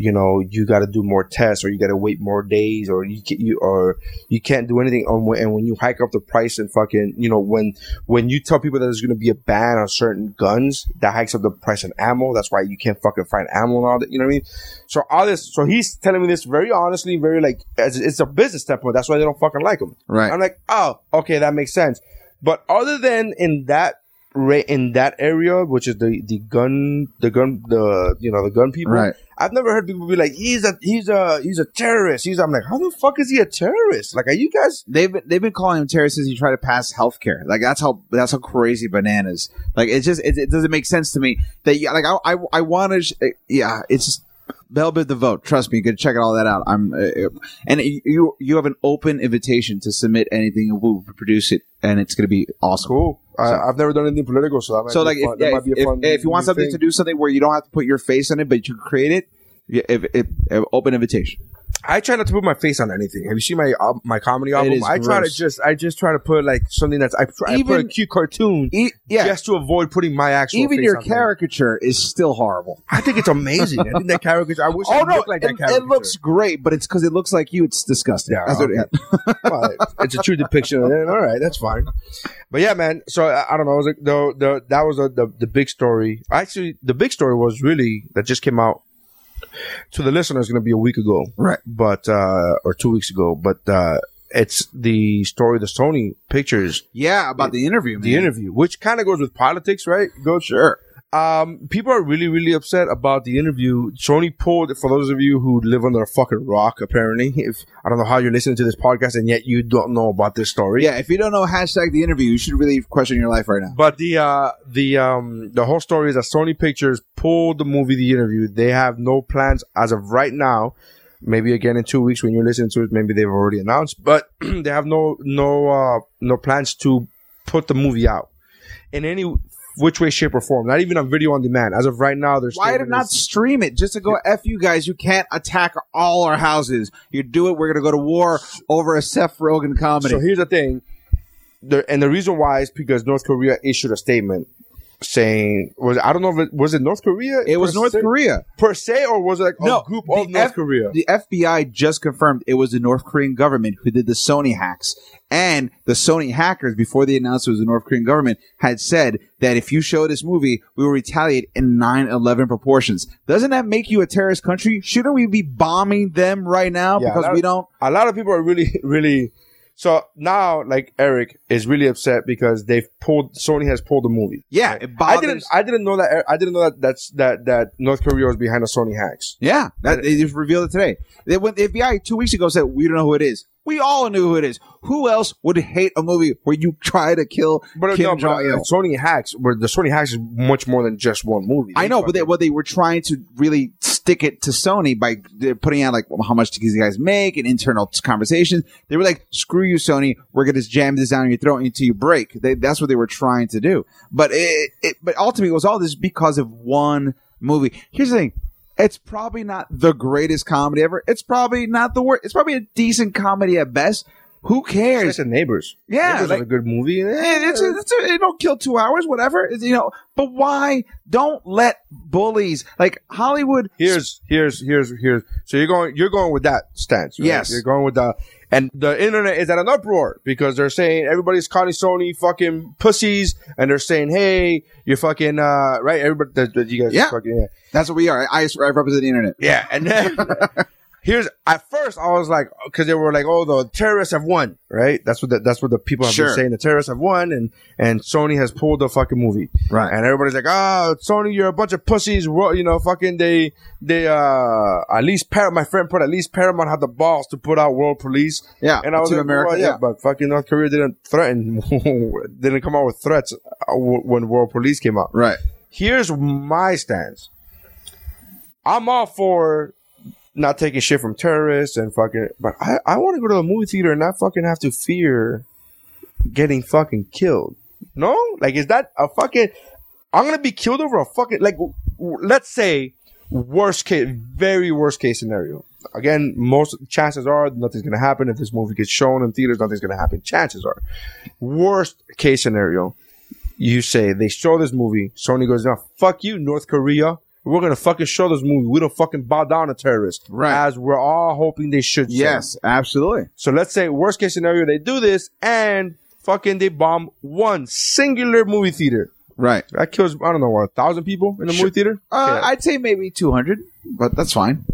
B: you know, you got to do more tests or you got to wait more days or you can, you or you can't do anything on when, and when you hike up the price and fucking, you know, when when you tell people that there's going to be a ban on certain guns, that hikes up the price on ammo. That's why you can't fucking find ammo and all that, you know what I mean? So all this, so he's telling me this very honestly, very like as it's a business standpoint. That's why they don't fucking like him.
E: Right.
B: I'm like, oh, okay, that makes sense. But other than in that ra- in that area, which is the the gun, the gun, the you know the gun people,
E: Right.
B: I've never heard people be like, he's a he's a he's a terrorist. He's I'm like, how the fuck is he a terrorist? Like, are you guys?
E: They've been, they've been calling him terrorist since he tried to pass health care. Like that's how that's how crazy bananas. Like it's just it, it doesn't make sense to me that you, like I I, I want to sh- uh, yeah it's just Bell bid the vote. Trust me, you can check it all that out. I'm uh, uh, and you you have an open invitation to submit anything and we'll produce it and it's gonna be awesome.
B: Cool. I, I've never done anything political, so that might
E: So
B: be
E: like if,
B: fun- that
E: yeah,
B: might
E: if,
B: be a fun
E: if, if you want
B: new
E: something
B: thing.
E: to do something where you don't have to put your face on it but you can create it, yeah, if, if, if open invitation.
B: I try not to put my face on anything. Have you seen my al- my comedy album?
E: is
B: I try to
E: gross.
B: just I just try to put like something that's I, try, I put a
E: Even-
B: cute cartoon
E: E- yeah.
B: just to avoid putting my actual
E: even
B: face
E: your
B: on there.
E: caricature is still horrible.
B: I think it's amazing. I think that caricature. I wish I looked like that
E: Oh, it,
B: caricature.
E: it looks great, but it's because it looks like you. It's disgusting.
B: Yeah,
E: That's what it-
B: Well, it's a true depiction. of it. All right, that's fine. But yeah, man. So I, I don't know. It was like the, the that was the, the the big story. Actually, the big story was really that just came out to the listeners going to be a week ago,
E: Right.
B: But uh, or two weeks ago, but uh, it's the story of the Sony Pictures
E: yeah, about the interview. Man.
B: the interview, which kind of goes with politics, right? Go
E: Sure.
B: Um, people are really, really upset about the interview. Sony pulled for those of you who live under a fucking rock. Apparently, if I don't know how you're listening to this podcast and yet you don't know about this story,
E: Yeah, if you don't know hashtag the interview, you should really question your life right now.
B: But the uh, the um, the whole story is that Sony Pictures pulled the movie The Interview. They have no plans as of right now. Maybe again in two weeks when you're listening to it, maybe they've already announced. But they have no no uh, no plans to put the movie out in any which way, shape, or form. Not even on video on demand. As of right now, there's
E: Why did not stream it just to go f you guys? You can't attack all our houses. You do it, we're gonna go to war over a Seth Rogen comedy.
B: So here's the thing, the, and the reason why is because North Korea issued a statement saying was I don't know if it was it North Korea.
E: it was
B: per
E: North
B: se-
E: Korea.
B: per se, or was it like a
E: No,
B: group
E: the
B: of North
E: F-
B: Korea?
E: The FBI just confirmed it was the North Korean government who did the Sony hacks. And the Sony hackers, before they announced it was the North Korean government, had said that if you show this movie, we will retaliate in 9 11 proportions. Doesn't that make you a terrorist country? Shouldn't we be bombing them right now
B: Yeah,
E: because
B: that-
E: we don't?
B: a lot of people are really really So now, like Eric is really upset because they've pulled Sony has pulled the movie.
E: Yeah, it
B: I
E: bothers.
B: didn't. I didn't know that. I didn't know that. That's that. That North Korea was behind the Sony hacks.
E: yeah, that, they just revealed it today. They went, the FBI two weeks ago said we don't know who it is. We all knew who it is. Who else would hate a movie where you try to kill
B: But uh,
E: Kim
B: no, but,
E: Jong
B: uh,
E: Il?
B: Sony hacks. Where the Sony hacks is much more than just one movie.
E: I know, but they, well, they were trying to really stick it to Sony by they're putting out like how much do these guys make and internal t- conversations. They were like, "Screw you, Sony. We're gonna just jam this down your throat until you break." They, that's what they were trying to do. But it, it, but ultimately, it was all this because of one movie. Here's the thing. It's probably not the greatest comedy ever. It's probably not the worst. It's probably a decent comedy at best. Who cares?
B: It's Neighbors.
E: Yeah,
B: Neighbors
E: like-
B: was a good movie.
E: It, it's, it's, it don't kill two hours, whatever. It's, you know, but why don't let bullies like Hollywood?
B: here's here's here's here's so you're going you're going with that stance right?
E: Yes.
B: you're going with the and the internet is at an uproar because they're saying everybody's calling sony fucking pussies and they're saying hey you're fucking uh right everybody that, that you guys
E: Yeah.
B: fucking yeah
E: That's what we are. I, I represent the internet.
B: yeah and then here's at first i was like because they were like oh the terrorists have won right that's what the, that's what the people have
E: Sure.
B: been saying the terrorists have won and and sony has pulled the fucking movie
E: Right.
B: and everybody's like, "Ah, Sony, you're a bunch of pussies." Well, you know, fucking they, they, uh, at least Paramount, my friend put at least Paramount had the balls to put out World Police.
E: Yeah,
B: and I was
E: Team
B: like,
E: America,
B: well,
E: yeah.
B: yeah, but fucking North Korea didn't threaten, didn't come out with threats uh, w- when World Police came out.
E: Right.
B: Here's my stance. I'm all for not taking shit from terrorists and fucking, but I, I want to go to the movie theater and not fucking have to fear getting fucking killed. No, like is that a fucking? I'm gonna be killed over a fucking like. w- w- Let's say worst case, very worst case scenario. Again, most chances are nothing's gonna happen if this movie gets shown in theaters. Nothing's gonna happen. Chances are, worst case scenario, you say they show this movie. Sony goes, "Now fuck you, North Korea. We're gonna fucking show this movie. We don't fucking bow down to terrorists,
E: Right.
B: As we're all hoping they should. say.
E: Yes, absolutely.
B: So let's say worst case scenario they do this and fucking they bomb one singular movie theater.
E: Right.
B: That kills I don't know what a thousand people in a
E: Sure.
B: movie theater.
E: Uh,
B: Okay.
E: I'd say maybe two hundred, but that's fine.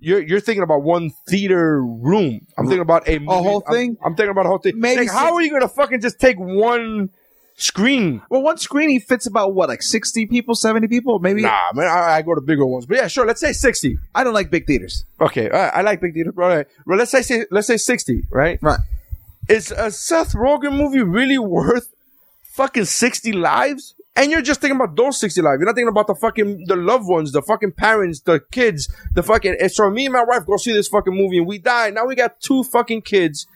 B: you're you're thinking about one theater room. I'm thinking about a, movie,
E: whole
B: I'm-
E: thing?
B: I'm, thinking about a whole thing.
E: Maybe
B: Like,
E: six-
B: how are you gonna fucking just take one screen?
E: Well, one screening fits about what, like sixty people, seventy people, maybe.
B: Nah, man, I, I go to bigger ones. But yeah, sure. Let's say sixty.
E: I don't like big theaters.
B: Okay, I, I like big theater. All right, well, let's say- say let's say sixty. Right?
E: Right.
B: Is a Seth Rogen movie really worth fucking 60 lives? And you're just thinking about those 60 lives. You're not thinking about the fucking the loved ones, the fucking parents, the kids, the fucking and so me and my wife go see this fucking movie and we die. Now we got two fucking kids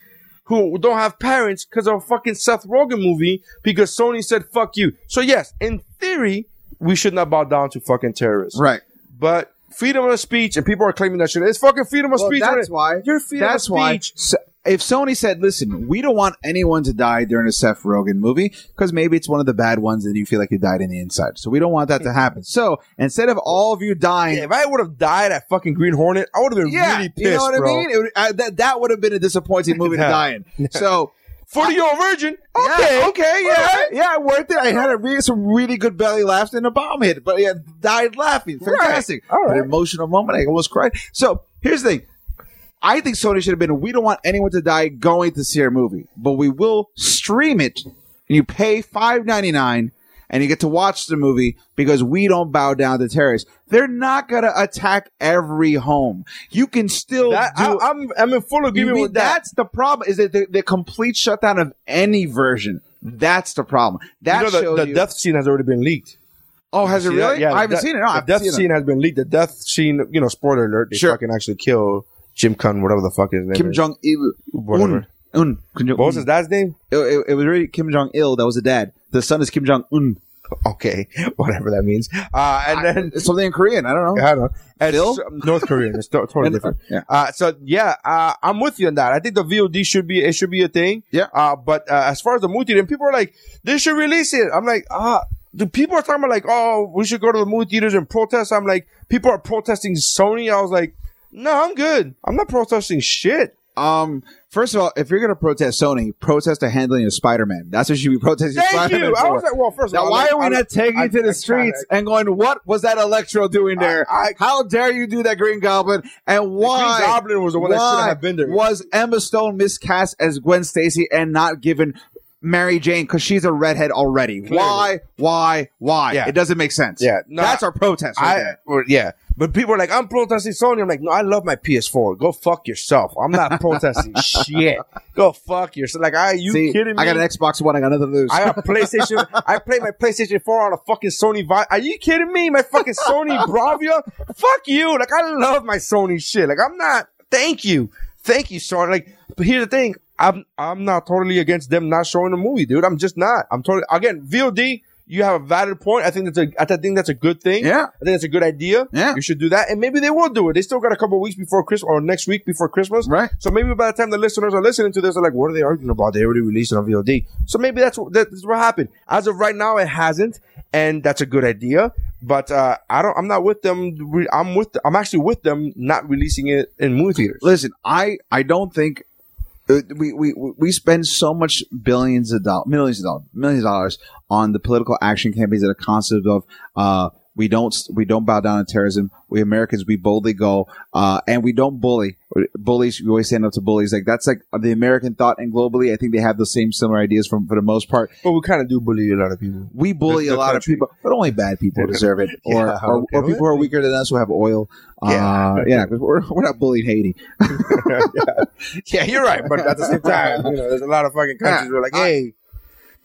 B: who don't have parents because of a fucking Seth Rogen movie because Sony said fuck you. So yes, in theory, we should not bow down to fucking terrorists.
E: Right.
B: But freedom of speech and people are claiming that shit. It's fucking freedom of
E: Well,
B: speech.
E: that's why.
B: Your freedom
E: that's
B: of
E: why.
B: speech.
E: So, if Sony said, "Listen, we don't want anyone to die during a Seth Rogen movie because maybe it's one of the bad ones and you feel like you died in the inside, so we don't want that to happen." So instead of all of you dying,
B: Hmm. If I would have died at fucking Green Hornet, I would have been
E: yeah,
B: really pissed,
E: you know what
B: bro.
E: I mean. It would, I, that that would have been a disappointing movie to
B: Yeah.
E: die in. So.
B: Forty year old virgin.
E: Yeah, okay, yeah, yeah, worth it. I had a really, some really good belly laughs and a bomb hit, but yeah, died laughing. Fantastic.
B: All right.
E: An emotional moment. I almost cried. So here's the thing. I think Sony should have been, we don't want anyone to die going to see our movie, but we will stream it and you pay five ninety nine and you get to watch the movie because we don't bow down to terrorists. They're not gonna attack every home. You can still
B: That-
E: do
B: I, am I'm in full
E: you
B: agreement
E: mean
B: with that.
E: That's the problem. Is that the, the complete shutdown of any version? That's the problem. That
B: you know,
E: shows
B: the, the
E: you-
B: death scene has already been leaked.
E: Oh, has it
B: See that?
E: really? I haven't
B: the-
E: seen it. No, I
B: the
E: haven't
B: death
E: seen it.
B: scene has been leaked. The death scene, you know, spoiler alert, they
E: Sure.
B: fucking actually kill Jim Cun, whatever the fuck his name
E: Kim
B: is.
E: Jong Il.
B: Whatever.
E: Un. Un. Kim Jong-
B: What was his dad's name?
E: It, it- it was really Kim Jong Il. That was the dad. The son is Kim Jong Un.
B: Okay, whatever that means. Uh, and then
E: It's something in Korean. I don't know.
B: I don't know. And
E: Phil?
B: so- um, North Korean. It's to- totally
E: And-
B: different.
E: yeah.
B: Uh, so yeah, uh, I'm with you on that. I think the VOD should be it should be a thing.
E: Yeah.
B: Uh, but uh, as far as the movie, theater, and people are like, they should release it. I'm like, ah, the people are talking about like, oh, we should go to the movie theaters and protest. I'm like, people are protesting Sony. I was like, no, I'm good. I'm not protesting shit.
E: Um, first of all, if you're gonna protest Sony, protest the handling of Spider-Man. That's what you should be protesting.
B: Thank
E: Spider-Man
B: you. I
E: for.
B: was like, well, first of
E: Now,
B: all,
E: why
B: I-
E: are we
B: I-
E: not taking
B: I-
E: you to
B: I-
E: the streets and going, what was that Electro doing there?
B: I-
E: How dare you do that, Green Goblin? And why?
B: Goblin was the one that shouldn't
E: why
B: have been there.
E: Was Emma Stone miscast as Gwen Stacy and not given Mary Jane because she's a redhead already? Why? Why? Why?
B: Yeah.
E: It doesn't make sense.
B: Yeah. No,
E: That's
B: I-
E: our protest. Right
B: I,
E: there.
B: or- yeah. But people are like, I'm protesting Sony. I'm like, no, I love my PS4. Go fuck yourself. I'm not protesting shit. Go fuck yourself. Like, are you
E: See,
B: kidding me?
E: I got an Xbox One. I got nothing to lose.
B: I got PlayStation. I play my PlayStation 4 on a fucking Sony. Vi- Are you kidding me? My fucking Sony Bravia. Fuck you. Like I love my Sony shit. Like I'm not. Thank you. Thank you, Sony. Like, but here's the thing. I'm I'm not totally against them not showing the movie, dude. I'm just not. I'm totally again VOD. You have a valid point. I think that's a. I th- think that's a good thing.
E: Yeah.
B: I think that's a good idea.
E: Yeah.
B: You should do that, and maybe they will do it. They still got a couple weeks before Christmas or next week before Christmas.
E: Right.
B: So maybe by the time the listeners are listening to this, they're like, "What are they arguing about? They already released it on VOD." So maybe that's what that's what happened. As of right now, it hasn't, and that's a good idea. But uh, I don't. I'm not with them. Re- I'm with. I'm actually with them not releasing it in movie theaters.
E: Listen, I I don't think uh, we we we spend so much billions of dollars, millions of dollars, millions of dollars on the political action campaigns and the concept of uh we don't we don't bow down to terrorism. We Americans we boldly go uh and we don't bully bullies. We always stand up to bullies. Like that's like the American thought and globally, I think they have the same similar ideas from for the most part.
B: But we kind of do bully a lot of people.
E: We bully
B: The- the
E: a lot
B: country.
E: of people, but only bad people deserve it, or
B: Yeah,
E: or,
B: okay.
E: or people who are weaker than us who have oil.
B: Yeah.
E: uh, yeah. We're, we're not bullying Haiti.
B: Yeah, you're right. But at the same time, you know, there's a lot of fucking countries where like, hey,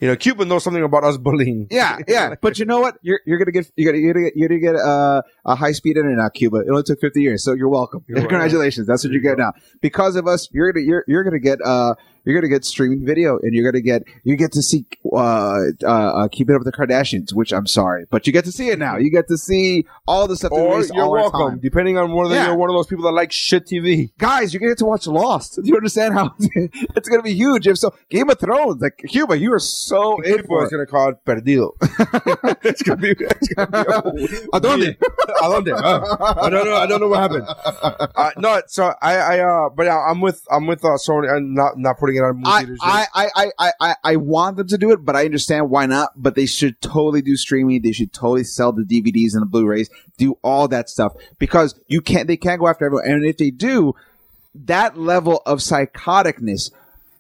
B: you know, Cuba knows something about us bullying.
E: Yeah, yeah. But you know what? You're you're gonna get you're gonna you're gonna get, you're gonna get uh, a high speed internet out of Cuba. It only took 50 years, so you're welcome. Congratulations. That's what you get now. Because of us, you're gonna you're you're gonna get uh you're gonna get streaming video, and you're gonna get you get to see uh, uh, uh Keep It Up with the Kardashians, which I'm sorry, but you get to see it now. You get to see all the stuff. that
B: Or
E: we saw
B: you're
E: all our
B: welcome,
E: time.
B: depending on whether
E: Yeah.
B: you're one of those people that like shit TV.
E: guys. You're gonna get to watch Lost. Do you understand how it's gonna be huge? If so, Game of Thrones, like Cuba, you are so in
B: People
E: for
B: is
E: it.
B: gonna call it perdido. it's gonna be. It's gonna be
E: ¿A dónde?
B: I don't know. I don't know. I don't know what happened. Uh, no, so I, I, uh, but yeah, I'm with, I'm with uh, Sony and not, not putting it on movie
E: I,
B: theaters.
E: I, I, I- I, I, I want them to do it, but I understand why not. But they should totally do streaming. They should totally sell the DVDs and the Blu-rays. Do all that stuff because you can't. They can't go after everyone. And if they do, that level of psychoticness,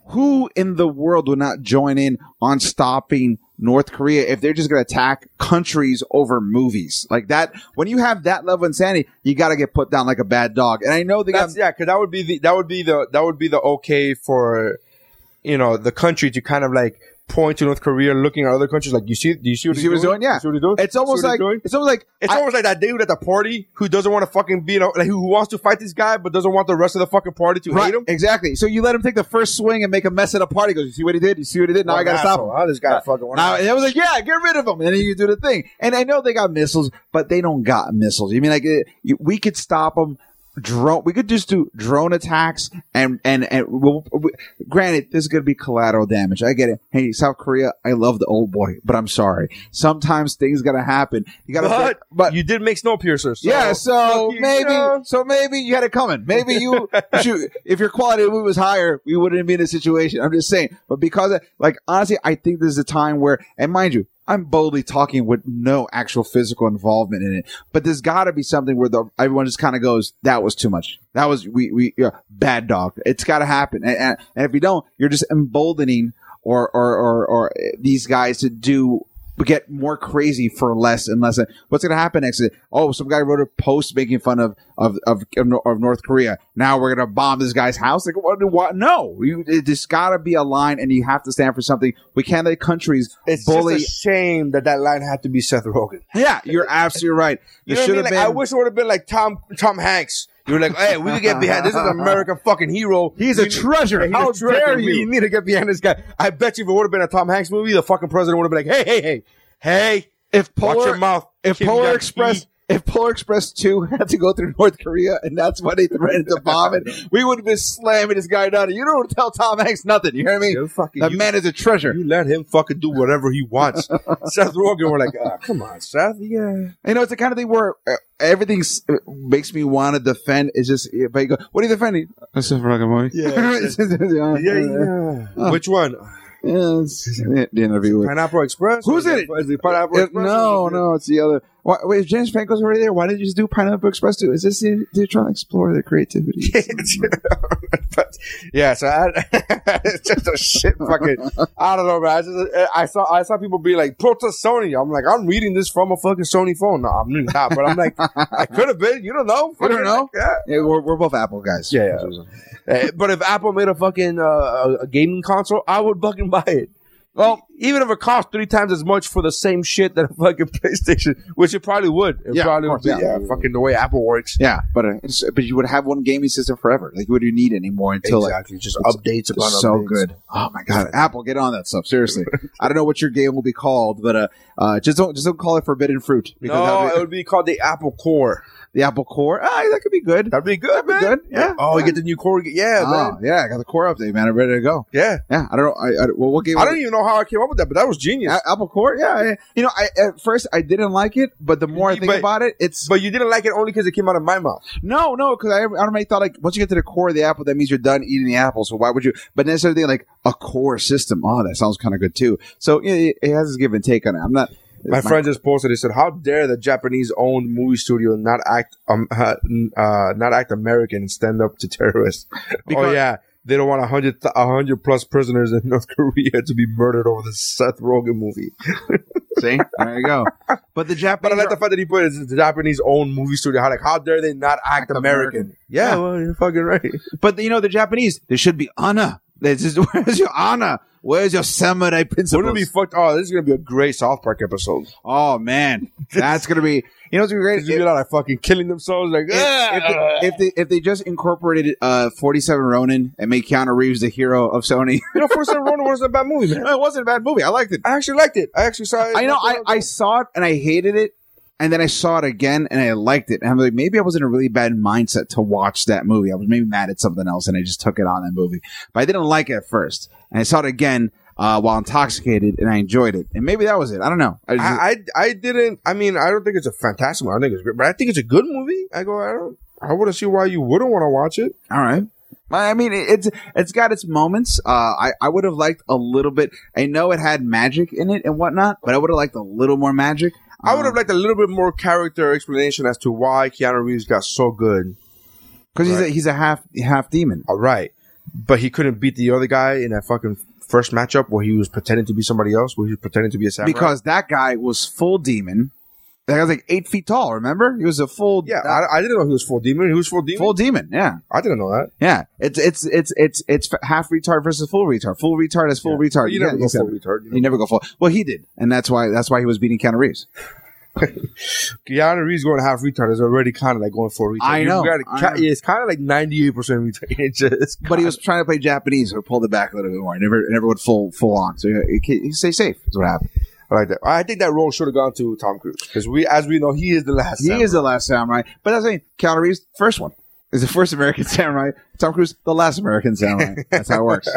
E: who in the world would not join in on stopping North Korea if they're just going to attack countries over movies like that? When you have that level of insanity, you got to get put down like a bad dog. And I know they got
B: That's, yeah, because that would be the, that would be the, that would be the okay for, you know, the country to kind of like point to North Korea, looking at other countries, like you see, do you see what
E: You
B: he's
E: see what he's doing? Yeah.
B: You see what he's doing?
E: It's
B: You see
E: almost
B: what he's
E: like
B: doing?
E: it's almost like
B: It's
E: I-
B: almost like that dude at the party who doesn't want to fucking be, you know, like who wants to fight this guy but doesn't want the rest of the fucking party to hate him.
E: Exactly. So you let him take the first swing and make a mess at a party. He goes, you see what he did? You see what he did? Now I gotta stop him.
B: I just gotta fucking.
E: Now, and I was like, yeah, get rid of him. And then you do the thing. And I know they got missiles, but they don't got missiles. You mean like it, you- we could stop them? Drone. We could just do drone attacks, and and and. We'll, we, granted, there's going to be collateral damage. I get it. Hey, South Korea, I love the old boy, but I'm sorry. Sometimes things got to happen. You got
B: But,
E: to. But
B: you did make snow piercers.
E: yeah, so
B: fuck you,
E: maybe,
B: yeah.
E: so maybe you had it coming. Maybe you, shoot, if your quality of movie was higher, we wouldn't be in this situation. I'm just saying, but because, of, like, honestly, I think this is a time where, and mind you, I'm boldly talking with no actual physical involvement in it, but there's got to be something where the everyone just kind of goes, "That was too much. That was we we yeah, bad dog." It's got to happen, and, and and if you don't, you're just emboldening or or or, or uh, these guys to do get more crazy for less and less. What's going to happen next? is, Oh, some guy wrote a post making fun of of of, of Nor- of North Korea. Now we're going to bomb this guy's house. Like what? what? No, you it just got to be a line, and you have to stand for something. We can't let countries
B: It's
E: bully.
B: just a shame that that line had to be Seth Rogen.
E: yeah, you're absolutely right.
B: You
E: It
B: know what I
E: should
B: mean?
E: have
B: Like,
E: been.
B: I wish it would have been like Tom Tom Hanks. You were like, hey, we can get behind. This is an American fucking hero.
E: He's
B: We
E: a
B: need-
E: treasure.
B: Yeah, he's
E: How
B: a treasure.
E: dare
B: We
E: you?
B: need to get behind this guy. I bet you if it would have been a Tom Hanks movie, the fucking president would have been like, hey, hey, hey, hey.
E: if
B: Watch your
E: Polar
B: mouth.
E: if
B: Kim
E: Polar
B: Jong-un.
E: Express if Polar Express 2 had to go through North Korea and that's why they threatened to bomb it, we would have been slamming this guy down. You don't tell Tom Hanks nothing. You hear me?
B: You fucking-
E: That
B: you-
E: man is a treasure.
B: You let him fucking do whatever he wants. Seth Rogen, we're like, ah, come on, Seth. Yeah.
E: You know, it's the kind of thing where uh, everything s- makes me want to defend. It's just, but you go, what are you defending? That's a fucking movie.
B: Yeah.
E: It's just- yeah,
B: Yeah, yeah. Which one?
E: Yeah, it's- yeah, the interview with.
B: Pineapple Express?
E: Who's in it?
B: Is it Pineapple
E: Yeah,
B: Express?
E: no, no, it's the other. Why, wait, if James Franco's already there. Why did you just do Pineapple Express too? Is this the, they're trying to explore their creativity?
B: but yeah, so I, it's just a shit fucking. I don't know, man. I, just, I saw I saw people be like, "Protest Sony." I'm like, I'm reading this from a fucking Sony phone. No, I'm really not, but I'm like, I could have been. You don't know.
E: I don't know.
B: Yeah.
E: yeah, we're, we're both Apple guys.
B: Yeah, Uh, but if Apple made a fucking uh, a- a gaming console, I would fucking buy it. Well, even if it cost three times as much for the same shit that a fucking PlayStation, which it probably would. It
E: Yeah, of
B: probably
E: course,
B: would be,
E: yeah.
B: yeah. fucking the way Apple works.
E: Yeah, but uh, it's, but you would have one gaming system forever. Like, what do you need anymore until like
B: exactly. Just
E: it's-
B: updates upon
E: It's so
B: updates.
E: good. Oh my god, Apple, get on that stuff. Seriously, I don't know what your game will be called, but uh, uh just don't just don't call it Forbidden Fruit because
B: No,
E: that'd
B: it
E: be-
B: would be called the Apple Core.
E: the Apple Core. Ah, that could be good.
B: That'd be good, man.
E: good, yeah.
B: Oh, you get the new core. Yeah,
E: Ah,
B: man.
E: yeah, I got the Core update, man. I'm ready to go.
B: Yeah.
E: Yeah, I don't know. I, I well, what game?
B: I
E: was
B: don't even know how I came up with that, but that was
E: it?
B: genius.
E: A- Apple Core. Yeah, I, you know, I at first I didn't like it, but the more I think
B: But-
E: about it, it's
B: but you didn't like it only because it came out of my mouth.
E: No, no, because I, I automatically thought like once you get to the core of the apple, that means you're done eating the apple. So why would you? But then I started thinking like a core system. Oh, that sounds kind of good too. So yeah, it, it has its give and take on it. I'm not.
B: My, friend just posted. He said, "How dare the Japanese-owned movie studio not act um uh, n- uh, not act American and stand up to terrorists?" oh
E: Because-
B: yeah, they don't want a hundred th- a hundred plus prisoners in North Korea to be murdered over the Seth Rogen movie.
E: See, there you go. But the
B: But I
E: Japanese.
B: like the fact that he put it, it's the Japanese-owned movie studio. How like how dare they not act, American? Yeah, well you're fucking right.
E: but you know the Japanese. There should be honor. This is where's your honor? Where's your samurai principles?
B: Wouldn't it be fucked? Oh, this is gonna be a great South Park episode.
E: oh man, that's gonna be. You know what's gonna be great?
B: These people are like fucking killing themselves. Like,
E: if,
B: "Ah."
E: if, they, if they if they just incorporated uh 47 Ronin and made Keanu Reeves the hero of Sony,
B: you know, Force Ronin wasn't a bad movie, man.
E: it wasn't a bad movie. I liked it.
B: I actually liked it. I actually saw it.
E: I know I, I saw it and I hated it, and then I saw it again and I liked it. And I'm like, maybe I was in a really bad mindset to watch that movie. I was maybe mad at something else, and I just took it on that movie. But I didn't like it at first, and I saw it again uh, while intoxicated, and I enjoyed it. And maybe that was it. I don't know. I just,
B: I, I I didn't. I mean, I don't think it's a fantastic movie. I think it's great, but I think it's a good movie. I go, I don't. I wouldn't see why you wouldn't want to watch it.
E: all right. I I mean, it- it's it's got its moments. Uh, I I would have liked a little bit. I know it had magic in it and whatnot, but I would have liked a little more magic.
B: I would have
E: Mm.
B: liked a little bit more character explanation as to why Keanu Reeves got so good.
E: because he's a, he's a half half demon.
B: All right, but he couldn't beat the other guy in that fucking first matchup where he was pretending to be somebody else, where he was pretending to be a samurai.
E: because that guy was full demon. That guy was like eight feet tall. Remember, he was a full uh,
B: yeah, I, I didn't know he was full demon. He was full demon.
E: full demon. Yeah,
B: I didn't know that.
E: yeah. It's it's it's it's it's half retard versus full retard. Full retard is full retard.
B: But you never
E: can't-
B: go full
E: can't-
B: retard. You
E: You
B: know?
E: never go full. Well, he did, and that's why that's why he was beating Keanu Reeves.
B: Keanu Reeves going half retard is already kind of like going full retard.
E: I
B: You
E: know,
B: gotta-
E: I
B: ca-
E: know.
B: It's kind of like ninety eight percent retard. It's just-
E: But he was trying to play Japanese, so pulled it back a little bit more. He never he never went full full on. So he, he, he stay safe. Is what happened.
B: I like that. I think that role should have gone to Tom Cruise because we, as we know, he is the last.
E: He is the last samurai. But that's saying Keanu Reeves, first one. Is the first American samurai. Tom Cruise, the last American samurai. That's how it works.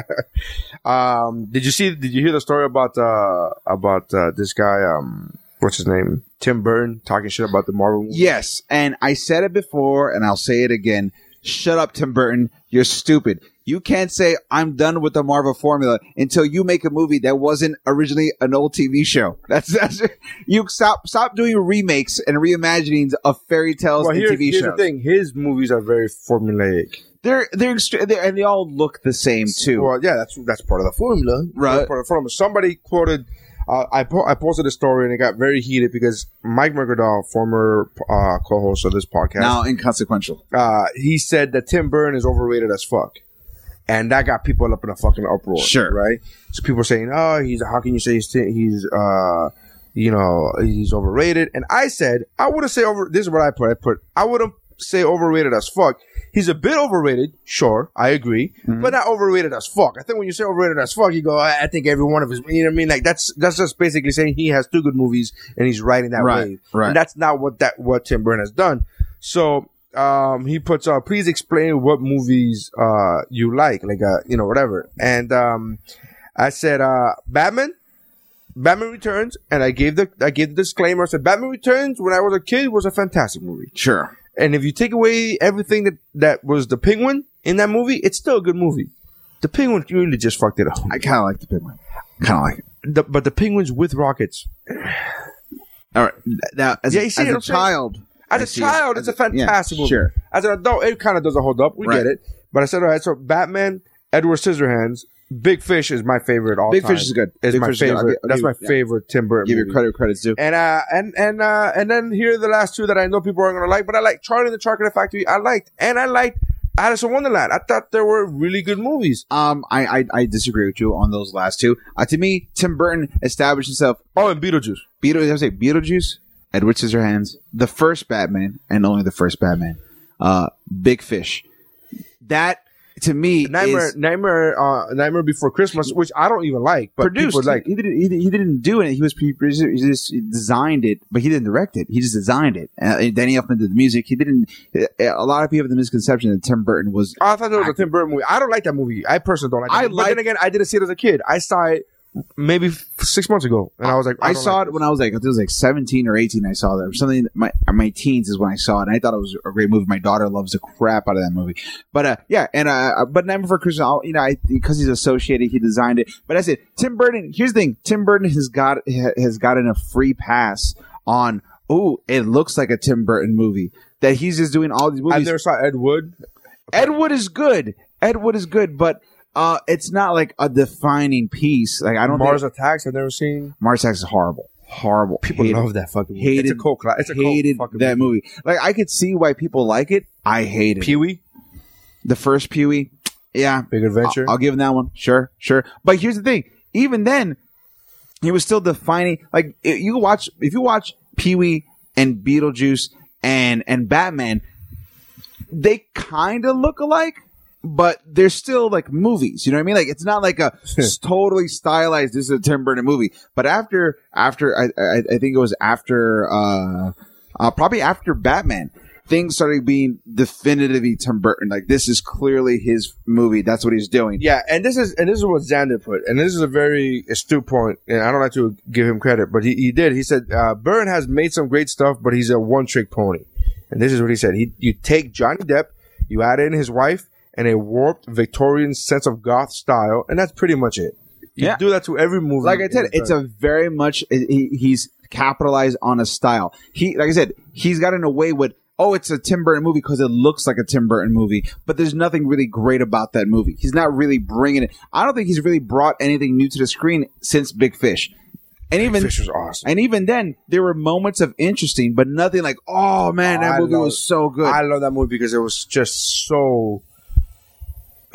B: Um, did you see? Did you hear the story about uh about uh, this guy? Um, what's his name? Tim Burton talking shit about the Marvel. Movie.
E: Yes, and I said it before, and I'll say it again. Shut up, Tim Burton. You're stupid. You can't say I'm done with the Marvel formula until you make a movie that wasn't originally an old TV show. That's, that's you stop stop doing remakes and reimaginings of fairy tales
B: Well,
E: and
B: here's,
E: TV
B: here's
E: shows.
B: the thing: his movies are very formulaic.
E: They're they're, extre- they're and they all look the same too.
B: Well, yeah, that's that's part of the formula,
E: Right.
B: That's part of the formula. Somebody quoted. Uh, I po- I posted a story and it got very heated because Mike Mercadal, former uh, co-host of this podcast,
E: now inconsequential.
B: uh, he said that Tim Burton is overrated as fuck. And that got people up in a fucking uproar.
E: Sure.
B: Right? So people saying, oh, he's, how can you say he's, he's, uh, you know, he's overrated? And I said, I wouldn't say over, this is what I put. I put, I wouldn't say overrated as fuck. He's a bit overrated, sure, I agree, but not overrated as fuck. I think when you say overrated as fuck, you go, I, I think every one of his, you know what I mean? Like that's that's just basically saying he has two good movies and he's riding that
E: Right,
B: wave.
E: right.
B: And that's not what that what Tim Burton has done. So um, he puts uh, please explain what movies uh you like, like uh you know whatever. And um, I said uh Batman, Batman Returns, and I gave the I gave the disclaimer. I said Batman Returns when I was a kid was a fantastic movie.
E: Sure.
B: And if you take away everything that that was the Penguin in that movie, it's still a good movie. The Penguin really just fucked it up.
E: I kind of like the big one. Kind of like it.
B: The- but the Penguins with rockets.
E: All right. Now, as,
B: Yeah,
E: a,
B: you see
E: as
B: what
E: a
B: I'm saying?
E: child,
B: As
E: I
B: a
E: see
B: child,
E: it.
B: it's
E: As
B: a fantastic
E: yeah,
B: movie.
E: Sure.
B: As an adult, it kind of doesn't hold up. We
E: Right.
B: get it. But I said, all right, so Batman, Edward Scissorhands, Big Fish is my favorite all
E: Big
B: time.
E: Fish is good.
B: Is
E: Big
B: my
E: Fish is good. I'll
B: favorite.
E: gi- I'll
B: That's
E: give
B: my
E: you- yeah.
B: favorite Tim Burton.
E: Give your
B: movie.
E: credit where credit's due.
B: And uh and and uh and then here are the last two that I know people aren't gonna like, but I like Charlie and the Chocolate Factory. I liked and I liked Alice in Wonderland. I thought there were really good movies.
E: Um, I, I I disagree with you on those last two. Uh, to me, Tim Burton established himself.
B: Oh, and Beetlejuice.
E: Beetlejuice, I would say Beetlejuice, Edward Scissorhands, the first Batman, and only the first Batman. Uh, Big Fish. That to me
B: Nightmare,
E: is
B: Nightmare, uh, Nightmare Before Christmas, which I don't even like, but
E: produced.
B: people like.
E: he, didn't, he, didn't- he didn't do it. He was he just designed it, but he didn't direct it. He just designed it. Uh, and Danny Elfman did the music. He didn't. uh, A lot of people have the misconception that Tim Burton was
B: I thought it was a Tim Burton movie. I don't like that movie. I personally don't like. That
E: I
B: movie. but then
E: like-
B: again, I didn't see it as a kid. I saw it maybe f- six months ago, and I, was like,
E: I, saw it when I was like, I think it was like 17 or 18. I saw that or something. My my teens is when I saw it, and I thought it was a great movie. My daughter loves the crap out of that movie. But uh, yeah, and uh, but Nightmare Before Christmas, I'll, you know, I, because he's associated, he designed it. But I said, Tim Burton. Here's the thing: Tim Burton has got ha- has gotten a free pass on. Oh, it looks like a Tim Burton movie that he's just doing all these
B: I
E: movies.
B: never saw Ed Wood.
E: Ed Wood is good. Ed Wood is good, but. Uh, it's not like a defining piece. Like I don't
B: Mars
E: think
B: Attacks. I've never seen.
E: Mars Attacks is horrible, horrible.
B: People
E: Hate it
B: love that fucking. Movie.
E: hated
B: it's a cult. cla- It's a
E: hated
B: cult fucking
E: that movie. Like I could see why people like it. I hate it.
B: Pee Wee,
E: the first Pee Wee, yeah,
B: Big Adventure.
E: I'll, I'll give him that one. Sure, sure. But here's the thing. Even then, he was still defining. Like i- you watch, if you watch Pee Wee and Beetlejuice and and Batman, they kind of look alike. But they're still like movies, you know what I mean? Like it's not like a s- totally stylized. This is a Tim Burton movie. But after, after I, I, I think it was after, uh, uh, probably after Batman, things started being definitively Tim Burton. Like this is clearly his movie. That's what he's doing.
B: Yeah, and this is and this is what Xander put, and this is a very astute point, and I don't like to give him credit, but he, he did. He said uh, Byrne has made some great stuff, but he's a one trick pony, and this is what he said. He you take Johnny Depp, you add in his wife, and a warped Victorian sense of goth style, and that's pretty much it. You
E: Yeah.
B: do that to every movie.
E: like I said, it's a very much he, he's capitalized on a style. He, like I said, he's gotten away with. Oh, it's a Tim Burton movie because it looks like a Tim Burton movie, but there's nothing really great about that movie. He's not really bringing it. I don't think he's really brought anything new to the screen since Big Fish. And even
B: Fish was awesome.
E: and even then, there were moments of interesting, but nothing like, oh man, that
B: I
E: movie
B: love-
E: was so good.
B: I love that movie because it was just so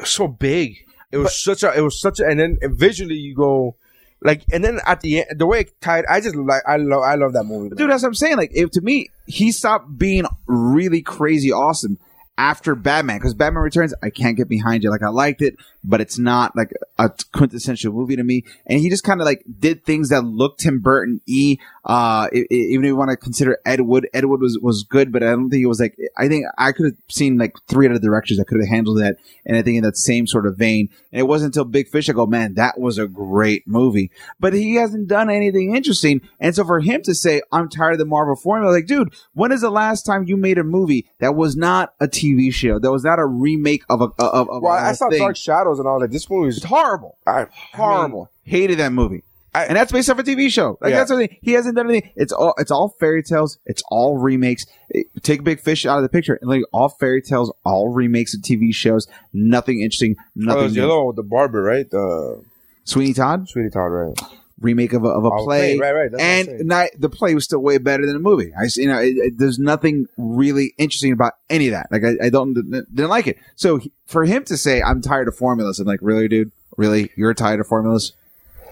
B: so big. It was such a it was such a and then visually you go like and then at the end the way it tied I just like I love I love that movie.
E: But dude, that's what I'm saying. Like, if to me, he stopped being really crazy awesome after Batman because Batman Returns, I can't get behind you. Like, I liked it, but it's not like a quintessential movie to me. And he just kind of like did things that looked Tim Burton e. Uh, i- i- even if you want to consider Ed Wood, Ed Wood was was good, but I don't think it was like I think I could have seen like three other directors that could have handled that. And I think in that same sort of vein. And it wasn't until Big Fish I go, man, that was a great movie but he hasn't done anything interesting. And so for him to say, I'm tired of the Marvel formula, like, dude, when is the last time you made a movie that was not a TV show, that was not a remake of a of, of
B: Well,
E: a
B: I saw
E: thing?
B: Dark Shadows and all that. This movie is
E: It's horrible,
B: I,
E: horrible. Hated that movie.
B: I-
E: and that's based off a TV show. Like
B: Yeah.
E: that's what he, he hasn't done anything. It's all it's all fairy tales. It's all remakes. It- take Big Fish out of the picture. And like all fairy tales, all remakes of TV shows. Nothing interesting.
B: Oh,
E: Nothing.
B: it was
E: new.
B: the other one with the barber, right? The
E: Sweeney Todd
B: Sweetie Todd, right?
E: remake of a, of a
B: Oh,
E: play,
B: right, right, that's what I'm
E: and
B: saying.
E: not, the play was still way better than the movie. I, s- you know, it, it- there's nothing really interesting about any of that. Like, I, I don't didn't like it. So he- for him to say, "I'm tired of formulas," I'm like, "Really, dude? Really? You're tired of formulas?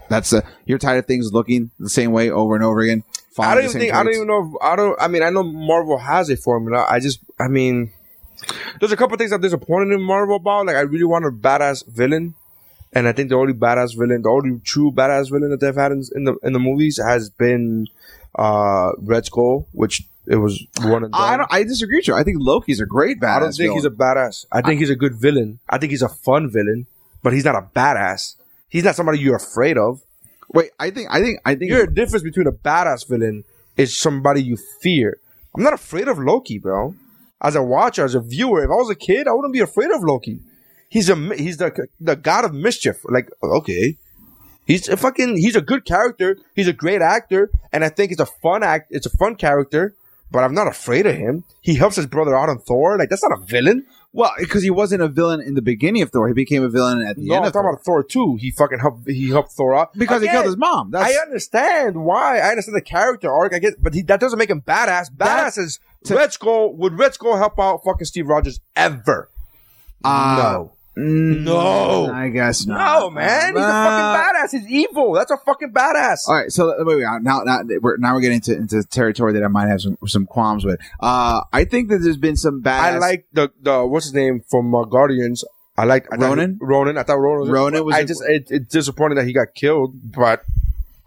E: That's a you're tired of things looking the same way over and over again." following
B: I don't
E: the
B: even
E: same
B: think. I don't
E: traits.
B: even know. If, I don't. I mean, I know Marvel has a formula. I just. I mean, there's a couple things I'm disappointed in Marvel about. Like, I really want a badass villain, and I think the only badass villain, the only true badass villain that they've had in, in the in the movies has been uh Red Skull, which it was one and done.
E: I, don't, I disagree with you. I think Loki's a great badass.
B: I don't think he's a badass. I think he's a good villain. I think he's a fun villain, but he's not a badass. He's not somebody you're afraid of.
E: Wait, I think I think I think
B: Your difference between a badass villain is somebody you fear. I'm not afraid of Loki, bro. As a watcher, as a viewer, if I was a kid, I wouldn't be afraid of Loki. He's a mi- he's the the god of mischief. Like okay, he's a fucking he's a good character. He's a great actor, and I think it's a fun act. It's a fun character, but I'm not afraid of him. He helps his brother out on Thor. Like that's not a villain.
E: well because he wasn't a villain in the beginning of Thor. He became a villain at the
B: No,
E: end
B: I'm
E: of
B: talking
E: Thor
B: about Thor too. He fucking helped. He helped Thor out
E: because he killed
B: Again,
E: his mom. That's
B: I understand why. I understand the character arc. I get, but he, that doesn't make him badass. Badass is Red Skull. Would Red Skull help out fucking Steve Rogers ever?
E: uh,
B: no, no,
E: I guess not.
B: man. He's
E: Uh,
B: a fucking badass. He's evil. That's a fucking badass.
E: All right, so wait, wait, now, now we're now we're getting into, into territory that I might have some some qualms with. Uh, I think that there's been some bad.
B: I like the the what's his name from uh, Guardians. I like
E: Ronan?
B: Ronan. I thought Ronan. Was
E: Ronan was
B: I
E: in-
B: just it, it disappointed that he got killed, but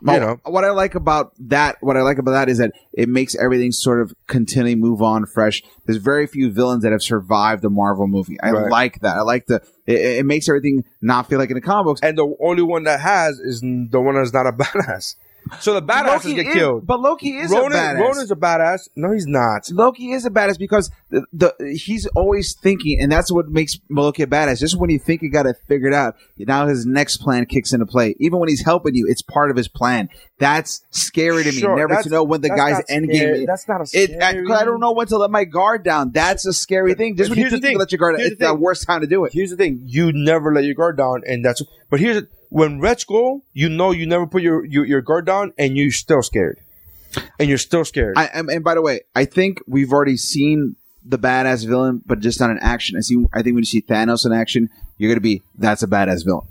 E: Oh,
B: you know.
E: what I like about that. What I like about that is that it makes everything sort of continually move on fresh. There's very few villains that have survived the Marvel movie. I
B: Right.
E: like that. I like the. It, it makes everything not feel like in the comic books.
B: And the only one that has is the one that's not a badass. So the badasses
E: Loki
B: get
E: is-
B: killed.
E: but Loki is
B: Ronan,
E: a badass.
B: Ronan's a badass. No, he's not.
E: Loki is a badass because the, the he's always thinking, and that's what makes Loki a badass. Just when you think you got it figured out, now his next plan kicks into play. Even when he's helping you, it's part of his plan. That's scary to me.
B: Sure,
E: Never to
B: that's-
E: know when the
B: that's
E: guy's
B: not
E: end
B: scary.
E: game.
B: That's not a
E: It, I, 'cause I don't know when to let my guard down. That's a scary thing. Just
B: But
E: when you
B: here's the
E: think you
B: thing.
E: let your guard down,
B: Here's
E: it's
B: the
E: the
B: thing.
E: worst time to do it.
B: Here's the thing: you never let your guard down, and that's. But here's when Reds go, you know, you never put your your, your guard down, and you're still scared, and you're still scared.
E: I, and, and by the way, I think we've already seen the badass villain, but just not in action. I see. I think when you see Thanos in action, you're gonna be that's a badass villain.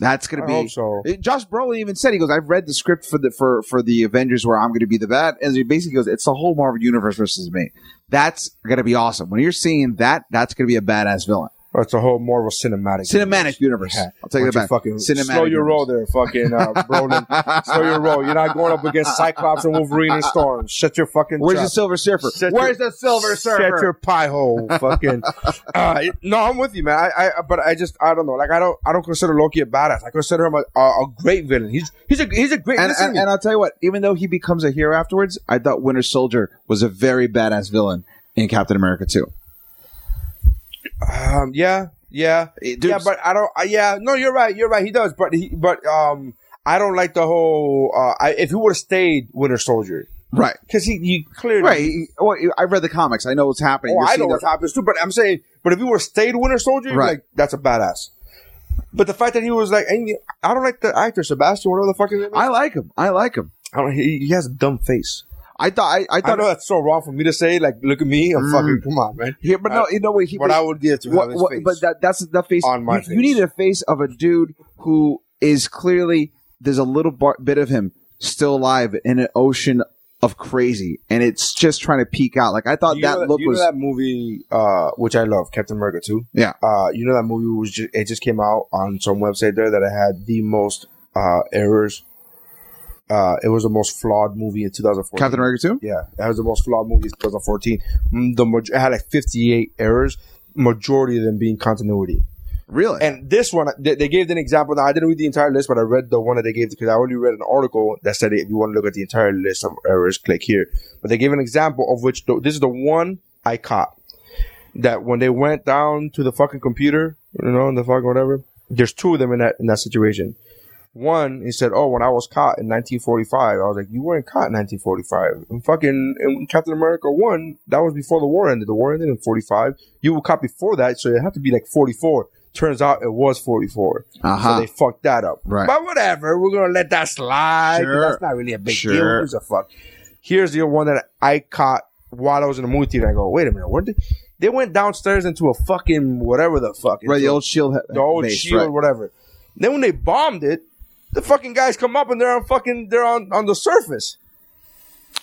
E: That's gonna
B: I
E: be.
B: hope so.
E: It- Josh Brolin even said he goes, "I've read the script for the for for the Avengers where I'm gonna be the bad," and he basically goes, "It's the whole Marvel universe versus me." That's gonna be awesome. When you're seeing that, that's gonna be a badass villain.
B: That's a whole Marvel cinematic.
E: Cinematic universe.
B: Yeah.
E: I'll
B: Why
E: take it
B: don't you
E: back.
B: Fucking
E: Cinematic.
B: slow your
E: universe.
B: roll there, fucking uh, Brolin. slow your roll. You're not going up against Cyclops and Wolverine and Storm. Shut your fucking.
E: Where's
B: trap.
E: the Silver Surfer?
B: Shut
E: Where's
B: your-
E: the Silver Surfer?
B: Shut your pie hole, fucking. uh, no, I'm with you, man. I, I, but I just, I don't know. Like, I don't, I don't consider Loki a badass. I consider him a, a, a great villain. He's, he's a, he's a great.
E: and,
B: listen to
E: and,
B: me.
E: and I'll tell you what, even though he becomes a hero afterwards, I thought Winter Soldier was a very badass villain in Captain America 2.
B: Um, yeah, yeah,
E: It-
B: yeah.
E: there's-
B: But I don't. Uh, yeah, no, you're right. You're right. He does, but he, but um, I don't like the whole. Uh, I, if he would have stayed Winter Soldier,
E: Right.
B: because he, you clearly.
E: Right. He- Well, I've read the comics. I know what's happening.
B: Oh,
E: You're
B: I know
E: seeing
B: what
E: the-
B: happens too, but I'm saying, but if he would have stayed Winter Soldier, you'd be
E: Right.
B: like that's a badass. But the fact that he was like, and I don't like the actor Sebastian, whatever the fuck his name is.
E: I like him. I like him.
B: I don't, he, he has a dumb face.
E: I thought. I, I
B: I
E: thought.
B: know that's so wrong for me to say. Like, look at me. I'm fucking. Come on, man.
E: Yeah, but no, you know what? Mm. He,
B: But I would give to
E: what-
B: have his
E: what-
B: face.
E: But that, that's the face.
B: On my
E: you, you
B: face.
E: need a face of a dude who is clearly there's a little bar, bit of him still alive in an ocean of crazy, and it's just trying to peek out. Like I thought
B: You know
E: that look
B: you know
E: was.
B: that movie, uh, which I love, Captain America too.
E: Yeah.
B: Uh, you know that movie was just, it just came out on some website there that it had the most uh, errors. Uh, it was the most flawed movie in 2014.
E: Captain America too.
B: Yeah, that was the most flawed movie in 2014. Mm, The maj- it had like 58 errors, majority of them being continuity.
E: Really?
B: And this one, they, they gave an example. Now I didn't read the entire list, but I read the one that they gave because I only read an article that said if you want to look at the entire list of errors, click here. But they gave an example of which the, this is the one I caught that when they went down to the fucking computer, you know, and the fucking whatever. There's two of them in that in that situation. One, he said, "Oh, when I was caught in 1945, I was like, you weren't caught in 1945. And fucking in Captain America one, that was before the war ended. The war ended in 45. You were caught before that, so it had to be like 44. Turns out it was 44.
E: Uh-huh.
B: So they fucked that up.
E: Right.
B: But whatever, we're gonna let that slide. 'cause
E: Sure.
B: That's not really a big
E: Sure.
B: deal. Who gives a fuck? Here's the one that I caught while I was in the movie theater. I go, wait a minute, what? Did, they went downstairs into a fucking whatever the fuck.
E: Right, the
B: into a-
E: old shield. he-
B: the old
E: base,
B: shield,
E: right.
B: whatever. Then when they bombed it, the fucking guys come up and they're on fucking they're on on the surface.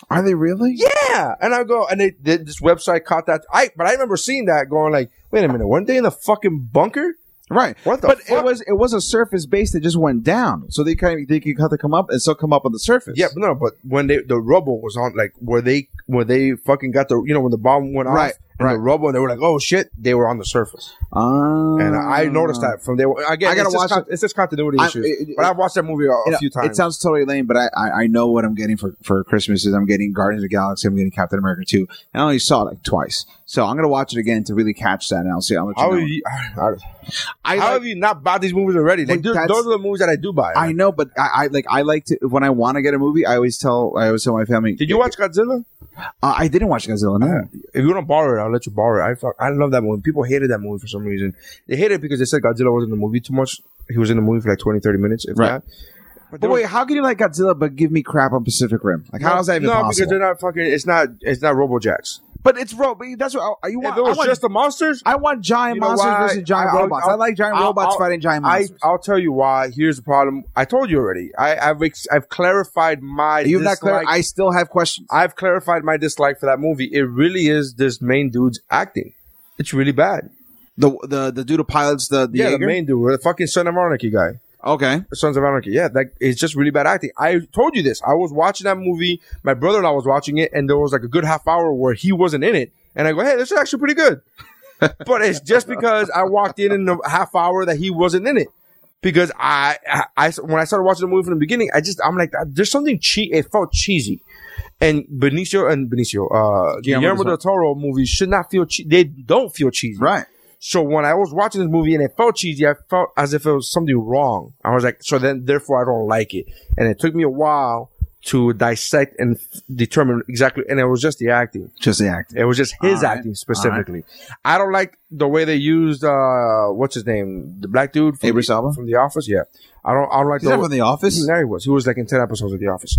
E: Are they really?
B: Yeah, and I go, and they, they- this website caught that. I but I remember seeing that, going like, wait a minute, weren't they in the fucking bunker?
E: Right.
B: What the
E: but
B: fuck?
E: it was it was a surface base that just went down. So they kind of they could have to come up and still come up on the surface.
B: Yeah, but no, but when they the rubble was on, like where they where they fucking got the you know when the bomb went
E: Right,
B: off and
E: right.
B: the rubble and they were like, oh shit, they were on the surface,
E: Ah.
B: and I noticed that from there. Again,
E: I gotta
B: it's just
E: watch
B: con- it's just continuity
E: I-
B: issues,
E: it- it-
B: but I've watched that movie a, a
E: You know,
B: few times.
E: It sounds totally lame, but I, I, I know what I'm getting for, for Christmas is I'm getting Guardians of the Galaxy, I'm getting Captain America 2. And I only saw it like twice. So I'm gonna watch it again to really catch that and I'll see how much
B: how
E: you
B: have
E: know.
B: you, how
E: I,
B: have
E: like,
B: you not bought these movies already? Like,
E: But
B: dude,
E: that's-
B: those are the movies that I do buy.
E: I know, but I, I like I like to when I want to get a movie, I always tell I always tell my family
B: Did you watch Godzilla?
E: uh, I didn't watch Godzilla. No.
B: If you want to borrow it, I'll let you borrow it. I fuck, I love that movie. People hated that movie for some reason. They hated it because they said Godzilla was in the movie too much. He was in the movie for like 20, 30 minutes, if
E: Right.
B: that. But,
E: But
B: there was-
E: wait, how can you like Godzilla but give me crap on Pacific Rim? Like, how is that even
B: no, because
E: possible?
B: they're not fucking. It's not. It's not RoboJacks.
E: but it's ro- but That's what I, you
B: If
E: want.
B: it
E: I
B: was
E: want,
B: just the monsters,
E: I want giant
B: You know
E: monsters
B: why?
E: versus giant
B: I'll-
E: robots. i
B: I'll-
E: like giant
B: I'll-
E: robots
B: I'll-
E: fighting giant
B: I,
E: monsters.
B: I'll tell you why. Here's the problem. I told you already. I, I've ex- I've clarified my.
E: You've not clear.
B: dislike-
E: I still have questions.
B: I've clarified my dislike for that movie. It really is this main dude's acting. It's really bad.
E: The the the dude who pilots the the,
B: yeah,
E: Jaeger?
B: the main dude, the fucking Son of Anarchy guy.
E: Okay,
B: Sons of Anarchy. Yeah, like it's just really bad acting. I told you this. I was watching that movie. My brother and I was watching it, and there was like a good half hour where he wasn't in it. And I go, hey, this is actually pretty good. but it's just because I walked in in the half hour that he wasn't in it. Because I, I, I- when I started watching the movie from the beginning, I just, I'm like, there's something cheap. It felt cheesy. And Benicio and Benicio, uh,
E: Guillermo
B: Guillermo del
E: del
B: Toro movies should not feel, che- they don't feel cheesy.
E: right.
B: So when I was watching this movie and it felt cheesy, I felt as if it was something wrong. I was like, so then therefore I don't like it. And it took me a while to dissect and f- determine exactly. And it was just the acting.
E: Just the acting.
B: It was just his
E: All right.
B: acting specifically. I don't like the way they used uh what's his name, the black dude from,
E: Idris
B: the,
E: Elba?
B: from the Office. Yeah, I don't. I don't like
E: He's not from The Office?
B: There he was. He was like in ten episodes of The Office.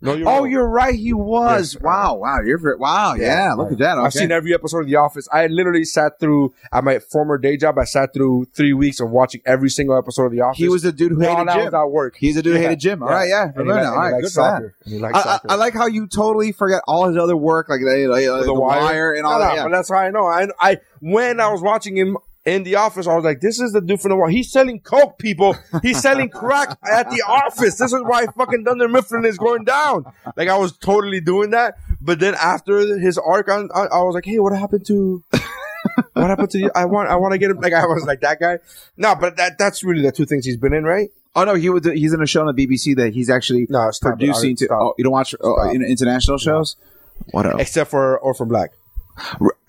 B: No, you're
E: Oh,
B: wrong.
E: you're right. He was.
B: Yes.
E: Wow. Wow. You're ver- wow. Yeah. look at that. Okay.
B: I've seen every episode of The Office. I literally sat through at my former day job. I sat through three weeks of watching every single episode of The Office.
E: He was the dude who
B: while
E: hated
B: I
E: Jim.
B: was at work.
E: He's the dude who hated Jim. All right. Yeah.
B: And he
E: Remember
B: li-
E: now.
B: and
E: All
B: he
E: right.
B: likes
E: Good for that.
B: soccer. And he likes
E: I,
B: soccer.
E: I, I like how you totally forget all his other work, like, like, like, like
B: The,
E: the, wire. and all
B: No,
E: that.
B: no,
E: yeah.
B: But that's how I know. I, I when I was watching him in the office, I was like, "This is the dude from the wire. He's selling coke, people. He's selling crack at the office. This is why fucking Dunder Mifflin is going down." Like I was totally doing that. But then after his arc, on, I, I was like, "Hey, what happened to?" what happened to you? I want, I want to get him. Like I was like that guy. No, but that, that's really the two things he's been in, right?
E: Oh no, he was. He's in a show on the BBC that he's actually
B: No, stop it.
E: producing.
B: Alright,
E: to
B: stop.
E: oh, you don't watch uh,
B: Stop.
E: in- international shows. What else?
B: Except for Orphan Black.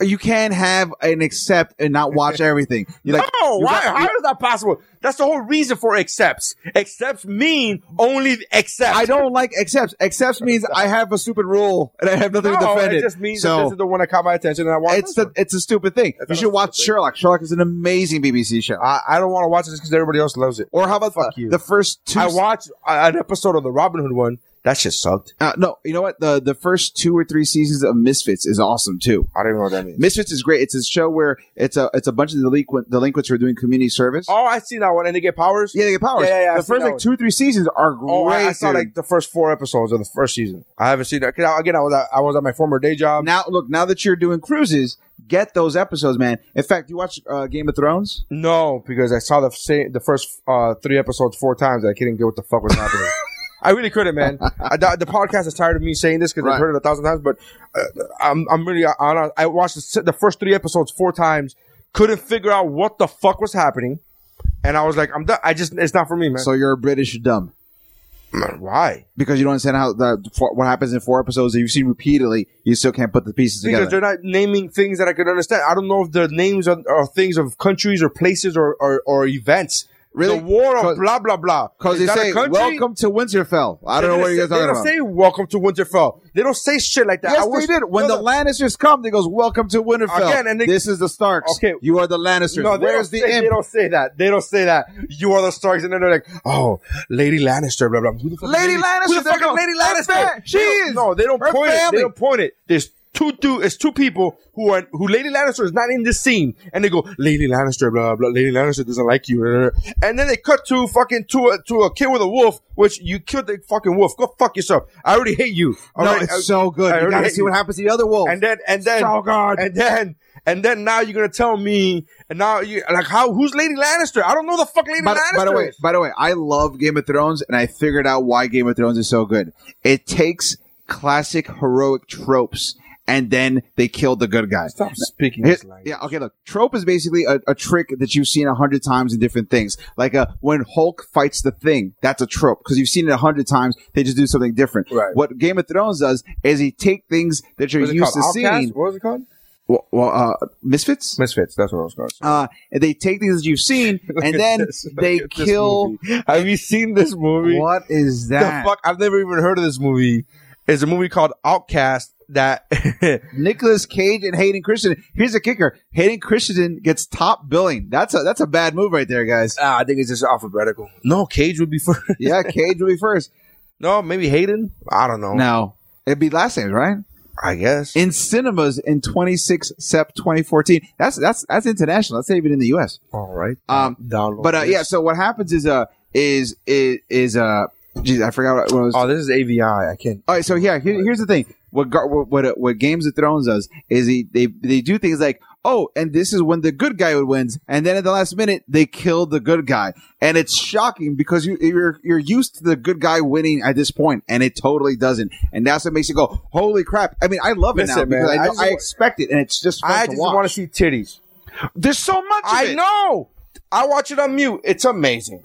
E: You can't have an accept and not watch everything. You're like,
B: no,
E: you
B: why?
E: got-
B: How is that possible? That's the whole reason for accepts. Accepts mean only accepts.
E: I don't like accepts. Accepts means I have a stupid rule and I have nothing to
B: No,
E: defend it.
B: it just means that
E: so
B: this is the one that caught my attention, and I want.
E: it's the it's a stupid thing.
B: That's
E: You
B: not
E: should
B: a
E: watch
B: stupid thing.
E: Sherlock. Sherlock is an amazing BBC show.
B: I, I don't want to watch this because everybody else loves it.
E: or how about the,
B: Fuck you.
E: the first two?
B: I watched uh, an episode of the Robin Hood one. That shit sucked.
E: uh, no, you know what? The the first two or three seasons of Misfits is awesome too.
B: I don't even know what that means.
E: Misfits is great. It's a show where it's a it's a bunch of delinquent delinquents who are doing community service.
B: Oh, I seen that one, and they get powers.
E: Yeah, they get powers.
B: Yeah, yeah, yeah, I
E: the
B: see
E: first
B: that
E: like
B: one.
E: two or three seasons are great.
B: Oh, I, I saw
E: dude.
B: like the first four episodes of the first season. I haven't seen that. 'Cause I- Again, I was at, I was at my former day job.
E: now look, now that you're doing cruises, get those episodes, man. In fact, you watch uh, Game of Thrones?
B: No, because I saw the same, the first uh, three episodes four times. I couldn't get what the fuck was happening. I really couldn't, man. I, the, the podcast is tired of me saying this because
E: Right.
B: I've heard it a thousand times, but uh, I'm I'm really honest. I watched the, se- the first three episodes four times, couldn't figure out what the fuck was happening, and I was like, I'm done. I just it's not for me, man.
E: So you're a British dumb
B: Why?
E: because you don't understand how the for, what happens in four episodes that you've seen repeatedly. You still can't put the pieces
B: Because
E: together.
B: they're not naming things that I could understand. I don't know if the names are, are things of countries or places or or, or events.
E: Really?
B: The war of
E: 'Cause-
B: blah blah blah.
E: Because
B: Is
E: they
B: that a
E: say,
B: country?
E: "Welcome to Winterfell." I don't know what you guys
B: They
E: are
B: don't
E: talking about.
B: say "Welcome to Winterfell." They don't say shit like that.
E: Yes,
B: I wish-
E: they did. When
B: No,
E: the
B: no.
E: Lannisters come, they goes, "Welcome to Winterfell."
B: Again, and they-
E: this is the Starks.
B: Okay.
E: you are the Lannisters.
B: no, they
E: Where's
B: don't
E: the
B: say, They
E: imp?
B: don't say that. They don't say that. You are the Starks, and then they're like, "Oh, Lady Lannister." Blah blah. Who the fuck is
E: Lady Lannister,
B: Who the
E: there
B: fuck
E: you
B: is
E: go.
B: Lady
E: Her
B: Lannister?
E: fa- she
B: They don't-
E: is.
B: No, they don't
E: Her
B: point it. They
E: family.
B: don't point it. There's two two it's two people who are who Lady Lannister is not in this scene, and they go Lady Lannister blah blah Lady Lannister doesn't like you, blah, blah, blah." and then they cut to fucking to a to a kid with a wolf, which you killed the fucking wolf. Go fuck yourself. I already hate you.
E: No,
B: Alright, I-
E: it's so good.
B: I
E: You
B: already
E: gotta
B: hate
E: see what happens to the other wolves.
B: and then and then
E: So good.
B: and then and then now you're gonna tell me and now you like how who's Lady Lannister? I don't know the fuck Lady
E: by,
B: Lannister.
E: by the way,
B: is.
E: by the way, I love Game of Thrones, and I figured out why Game of Thrones is so good. It takes classic heroic tropes, and then they kill the good guy.
B: Stop speaking
E: Here-
B: this language.
E: yeah, okay, look. Trope is basically a, a trick that you've seen a hundred times in different things. Like uh, when Hulk fights the thing, that's a trope because you've seen it a hundred times. They just do something different.
B: Right.
E: What Game of Thrones does is he take things that you're
B: What is it
E: used to
B: called? Outcast?
E: seeing.
B: What was it called?
E: Well, well, uh, Misfits?
B: Misfits. That's what it was called.
E: Uh, and they take things that you've seen
B: Look
E: and
B: at
E: then
B: this. Look
E: they
B: at this
E: kill.
B: movie. Have you seen this movie?
E: What is
B: the
E: that?
B: fuck? I've never even heard of this movie. It's a movie called Outcast that
E: Nicholas Cage and Hayden Christensen. Here's a kicker: Hayden Christensen gets top billing. That's a that's a bad move right there, guys.
B: Ah, I think it's just alphabetical. No, Cage would be first.
E: Yeah, Cage will be first.
B: No, maybe Hayden. I don't know.
E: No, it'd be last names, right?
B: I guess.
E: In cinemas in 26 Sep 2014. That's that's that's international. That's not even in the U.S.
B: All right.
E: Um,
B: Download
E: but uh,
B: this.
E: yeah, so what happens is uh is is is uh geez, I forgot what, what it was.
B: Oh, this is AVI. I can't.
E: All right, so yeah, here, here's the thing. What Gar- what what, uh, what Games of Thrones does is he, they they do things like oh, and this is when the good guy wins, and then at the last minute they kill the good guy, and it's shocking because you you're you're used to the good guy winning at this point, and it totally doesn't, and that's what makes you go holy crap. I mean, I love it now
B: Listen, man,
E: because I,
B: I
E: know,
B: just
E: I,
B: wa-
E: expect it, and it's just fun
B: I
E: to
B: just
E: watch.
B: want to see titties.
E: There's so much. Of
B: I
E: it.
B: know. I watch it on mute. It's amazing.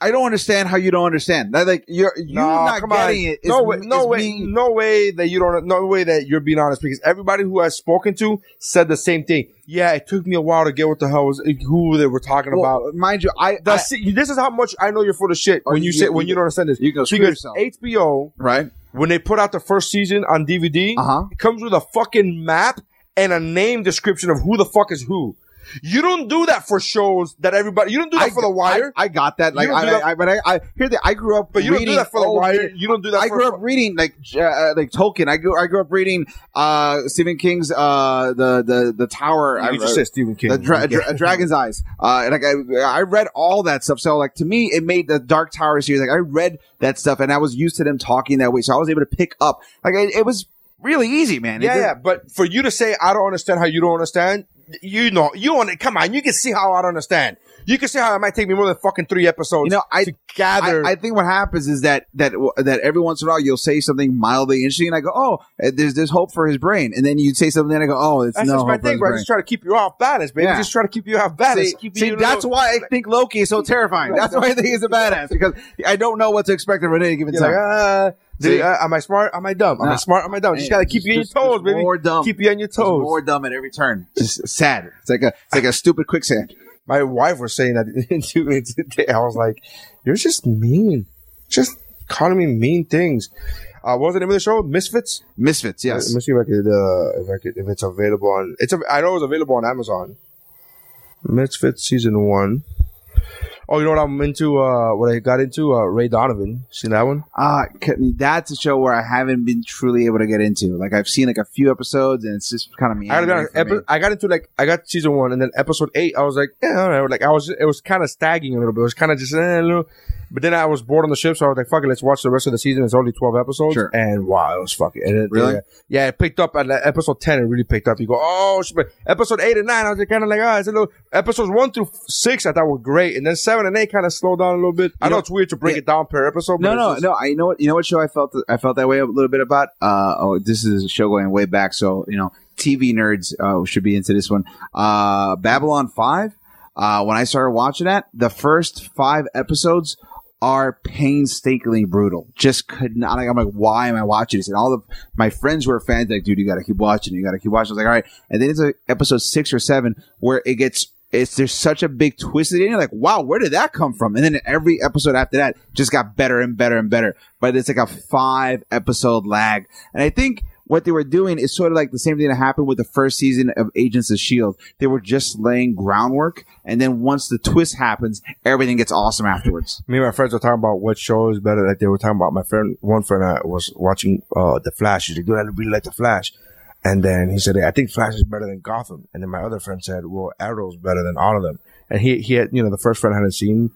E: I don't understand how you don't understand. That, Like you're you
B: Nah,
E: not
B: come on.
E: getting it. is-
B: No way, no
E: is
B: way,
E: me-
B: no way that you don't. No way that you're being honest because everybody who I've spoken to said the same thing. Yeah, it took me a while to get what the hell was who they were talking
E: Well,
B: about.
E: mind you, I,
B: The
E: I
B: se- this is how much I know you're full of shit when
E: you-
B: you, say
E: you-
B: when you don't understand this.
E: you can screw
B: because
E: yourself.
B: HBO
E: right.
B: when they put out the first season on DVD,
E: Uh-huh.
B: it comes with a fucking map and a name description of who the fuck is who. You don't do that for shows that everybody. You don't do that
E: I-
B: for The Wire.
E: I, I got that. Like,
B: don't
E: I,
B: do that-
E: I, but I, I hear that. I grew up,
B: but you don't
E: reading,
B: do that for The
E: old-
B: Wire. You don't do that.
E: I
B: for
E: grew up reading like J- uh, like Tolkien. I grew I grew up reading uh, Stephen King's uh, the the the Tower. I,
B: You just said Stephen King.
E: the dra-
B: Yeah.
E: dra- Dragon's Eyes. Uh, and like I, I read all that stuff. So like to me, it made the Dark Tower series. Like I read that stuff, and I was used to them talking that way, so I was able to pick up. Like it, it was really easy, man. It
B: Yeah,
E: didn't-
B: yeah, but for you to say I don't understand how you don't understand, you know, you on it. Come on, you can see how I don't understand. You can see how it might take me more than fucking three episodes.
E: You know, I-
B: to gather.
E: I, I think what happens is that that that every once in a while you'll say something mildly interesting, and I go, "Oh, there's there's hope for his brain," and then you'd say something, and I go, "Oh, it's
B: that's
E: no
B: just my
E: hope for
B: thing,
E: his
B: bro. I
E: brain."
B: just try to keep you off balance, baby.
E: Yeah.
B: Just try to keep you off balance.
E: See,
B: Keep
E: see,
B: you-
E: that's why I think Loki is so terrifying. That's why I think he's a badass because I don't know what to expect of any given
B: You're like,
E: time.
B: ah,
E: See?
B: dude, uh, am I smart? Am I dumb? Am
E: Nah.
B: I smart? Am I dumb?
E: Hey,
B: Just gotta keep you on your
E: just- just
B: toes, baby.
E: more dumb.
B: Keep you on your
E: He's
B: toes.
E: more dumb at every turn. Just sad. It's like a it's like a stupid quicksand.
B: my wife was saying that to me today. I was like, "You're just mean, just calling me mean things." Uh, what was the name of the show? Misfits.
E: Misfits,
B: Let-
E: yes.
B: Let me see if I could, uh, if I could, if it's available on. It's. av- I know it's available on Amazon. Misfits season one. Oh, you know what I'm into? Uh, what I got into? Uh, Ray Donovan. Seen that one?
E: Ah, c- that's a show where I haven't been truly able to get into. Like I've seen like a few episodes, and it's just kind of
B: I gotta be honest. epi- I got into like I got season one, and then episode eight. I was like, yeah, all right. like I was. It was kind of stagging a little bit. It was kind of just eh, a little. But then I was bored on the ship, so I was like, "Fuck it, let's watch the rest of the season." It's only twelve episodes,
E: Sure.
B: and wow, it was fucking. And it,
E: Really?
B: Yeah, yeah, it picked up at like, episode ten. It really picked up. You go, oh, shit. But episode eight and nine, I was kind of like, ah, it's a little. Episodes one through f- six, I thought were great, and then seven and eight kind of slowed down a little bit. I know,
E: know-
B: it's weird to break
E: yeah.
B: it down per episode.
E: No,
B: but it's
E: no,
B: just-
E: no. I you know what you know what show I felt I felt that way a little bit about. Uh, oh, this is a show going way back, so you know TV nerds uh, should be into this one. Uh, Babylon Five. Uh, when I started watching that, the first five episodes are painstakingly brutal. Just could not. Like, I'm like, why am I watching this? And all of my friends who are fans like, dude, you got to keep watching. it. You got to keep watching. I was like, all right. And then it's like episode six or seven where it gets. It's there's such a big twist, and you're like, wow, where did that come from? And then every episode after that just got better and better and better. But it's like a five episode lag, and I think what they were doing is sort of like the same thing that happened with the first season of Agents of Shield. E They were just laying groundwork, and then once the twist happens, everything gets awesome afterwards.
B: me and my friends were talking about what show is better. Like they were talking about my friend, one friend I was watching uh The Flash. He's like, dude, I really like The Flash. And then he said, "Hey, I think Flash is better than Gotham. And then my other friend said, well, Arrow's better than all of them. And he, he had, you know, the first friend hadn't seen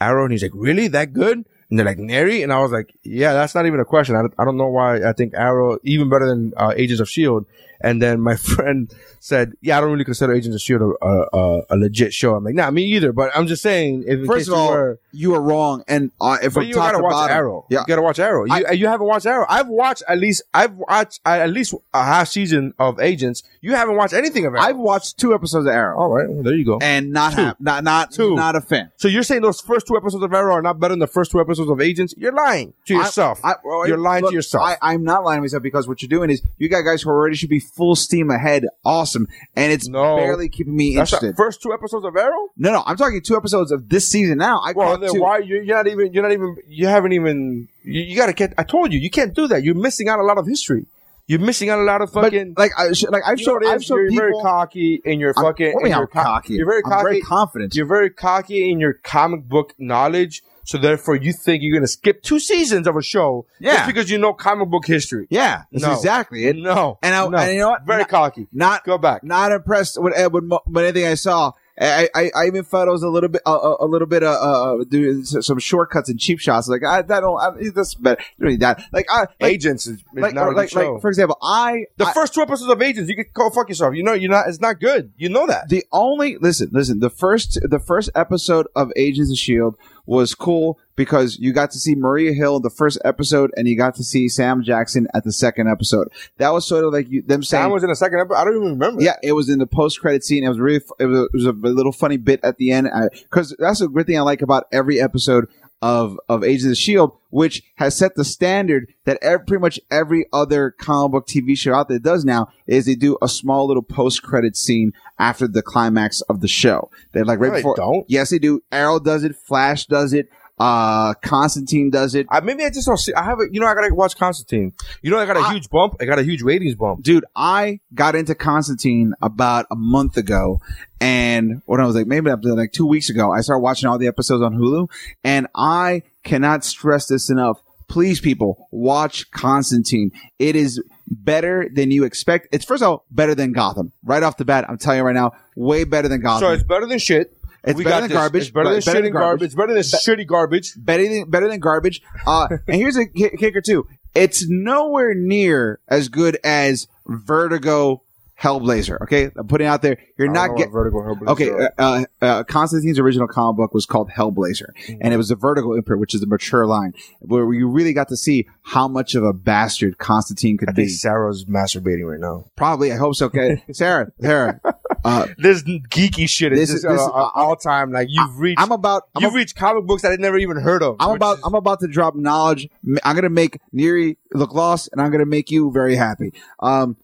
B: Arrow and he's like, really? That good? And they're like, Nary? And I was like, yeah, that's not even a question. I, don't- I don't know why I think Arrow even better than uh, Agents of S.H.I.E.L.D. And then my friend said, yeah, I don't really consider Agents of S.H.I.E.L.D. a, a, a, a legit show. I'm like, nah, me either. But I'm just saying, if in case
E: First of
B: you
E: all,
B: were-
E: you are wrong. And uh, if
B: but
E: we're
B: you
E: talking
B: gotta
E: about
B: watch Arrow.
E: yeah,
B: You gotta watch Arrow. You, uh, you haven't watched Arrow. I've watched at least I've watched uh, at least a half season of Agents. You haven't watched anything of Arrow.
E: I've watched two episodes of Arrow
B: All right, well, there you go.
E: and not hap- not not
B: Two.
E: not a fan.
B: so you're saying those first two episodes of Arrow are not better than the first two episodes of Agents? You're lying to yourself.
E: I- well,
B: you're lying
E: look,
B: to yourself.
E: I, I'm not lying to myself because what you're doing is you got guys who already should be full steam ahead, awesome, and it's
B: No.
E: barely keeping me
B: That's
E: interested.
B: the first two episodes of Arrow.
E: no, no, I'm talking two episodes of this season now. I
B: Well,
E: caught
B: then
E: two.
B: why you, you're not even you're not even you haven't even you, you gotta get. I told you you can't do that. You're missing out a lot of history. You're missing out a lot of
E: But,
B: fucking.
E: like, I, sh- like I've
B: you know what
E: shown,
B: it
E: I've
B: is?
E: shown
B: you're
E: people.
B: very cocky in your
E: I'm-
B: fucking.
E: what do
B: in
E: you
B: your
E: mean I'm
B: co-
E: cocky?
B: You're very
E: I'm
B: cocky.
E: very confident.
B: You're very cocky in your comic book knowledge, so therefore you think you're gonna skip two seasons of a show
E: Yeah.
B: just because you know comic book history.
E: yeah, that's
B: No.
E: exactly it.
B: No,
E: And I-
B: no.
E: and you know what?
B: Very
E: Not-
B: cocky.
E: Not
B: Go back.
E: not impressed with eh, with, mo- with anything I saw. I, I, I even thought it was a little bit a, a, a little bit uh, uh uh, do s- some shortcuts and cheap shots. Like I that don't I, that's better. You don't need that. Like I like
B: Agents is, is
E: like,
B: not a
E: or
B: good
E: like,
B: show.
E: like for example, I
B: the
E: I-
B: first two episodes of Agents, you could go fuck yourself. You know you're not. It's not good. You know that.
E: the only listen listen the first the first episode of Agents of Shield E was cool because you got to see Maria Hill in the first episode and you got to see Sam Jackson at the second episode. That was sort of like you, them saying
B: Sam was in the second episode. I don't even remember.
E: Yeah, it was in the post credit scene. It was really, it was, it was a little funny bit at the end because that's a great thing I like about every episode of of Agents of Shield, E which has set the standard that ev- pretty much every other comic book TV show out there does now. Is they do a small little post credit scene after the climax of the show. They're like right
B: No, they
E: before.
B: don't.
E: Yes, they do. Arrow does it. Flash does it. Uh, Constantine does it.
B: I, maybe I just don't see. I have a, you know, I gotta watch Constantine. You know, I got a huge bump. I got a huge ratings bump.
E: dude, I got into Constantine about a month ago, and when I was like, maybe up to like two weeks ago, I started watching all the episodes on Hulu, and I cannot stress this enough. Please, people, watch Constantine. It is better than you expect. It's first of all better than Gotham. Right off the bat, I'm telling you right now, way better than Gotham.
B: So it's better than shit.
E: It's better than
B: this.
E: garbage,
B: It's better than
E: but better
B: shitty
E: than
B: garbage.
E: garbage.
B: It's better than shitty garbage.
E: better than better than garbage. Uh, and here's a ki- kicker too: it's nowhere near as good as Vertigo Hellblazer. Okay, I'm putting it out there. You're
B: I don't know
E: not
B: what
E: getting.
B: vertical. Hellblazer
E: Okay,
B: is.
E: uh, uh, uh, Constantine's original comic book was called Hellblazer,
B: Mm-hmm.
E: and it was a vertical imprint, which is a mature line, where you really got to see how much of a bastard Constantine could
B: I
E: be.
B: think Sarah's masturbating right now.
E: Probably, I hope so. Okay, Sarah, Sarah, uh,
B: This geeky shit
E: This
B: is
E: is-
B: just
E: this is-
B: all time. Like you've reached,
E: I'm about. I'm
B: you've reached comic books that I never even heard of.
E: I'm
B: which
E: about
B: is-
E: I'm about to drop knowledge. M- I'm gonna make Neri look lost, and I'm gonna make you very happy. Um,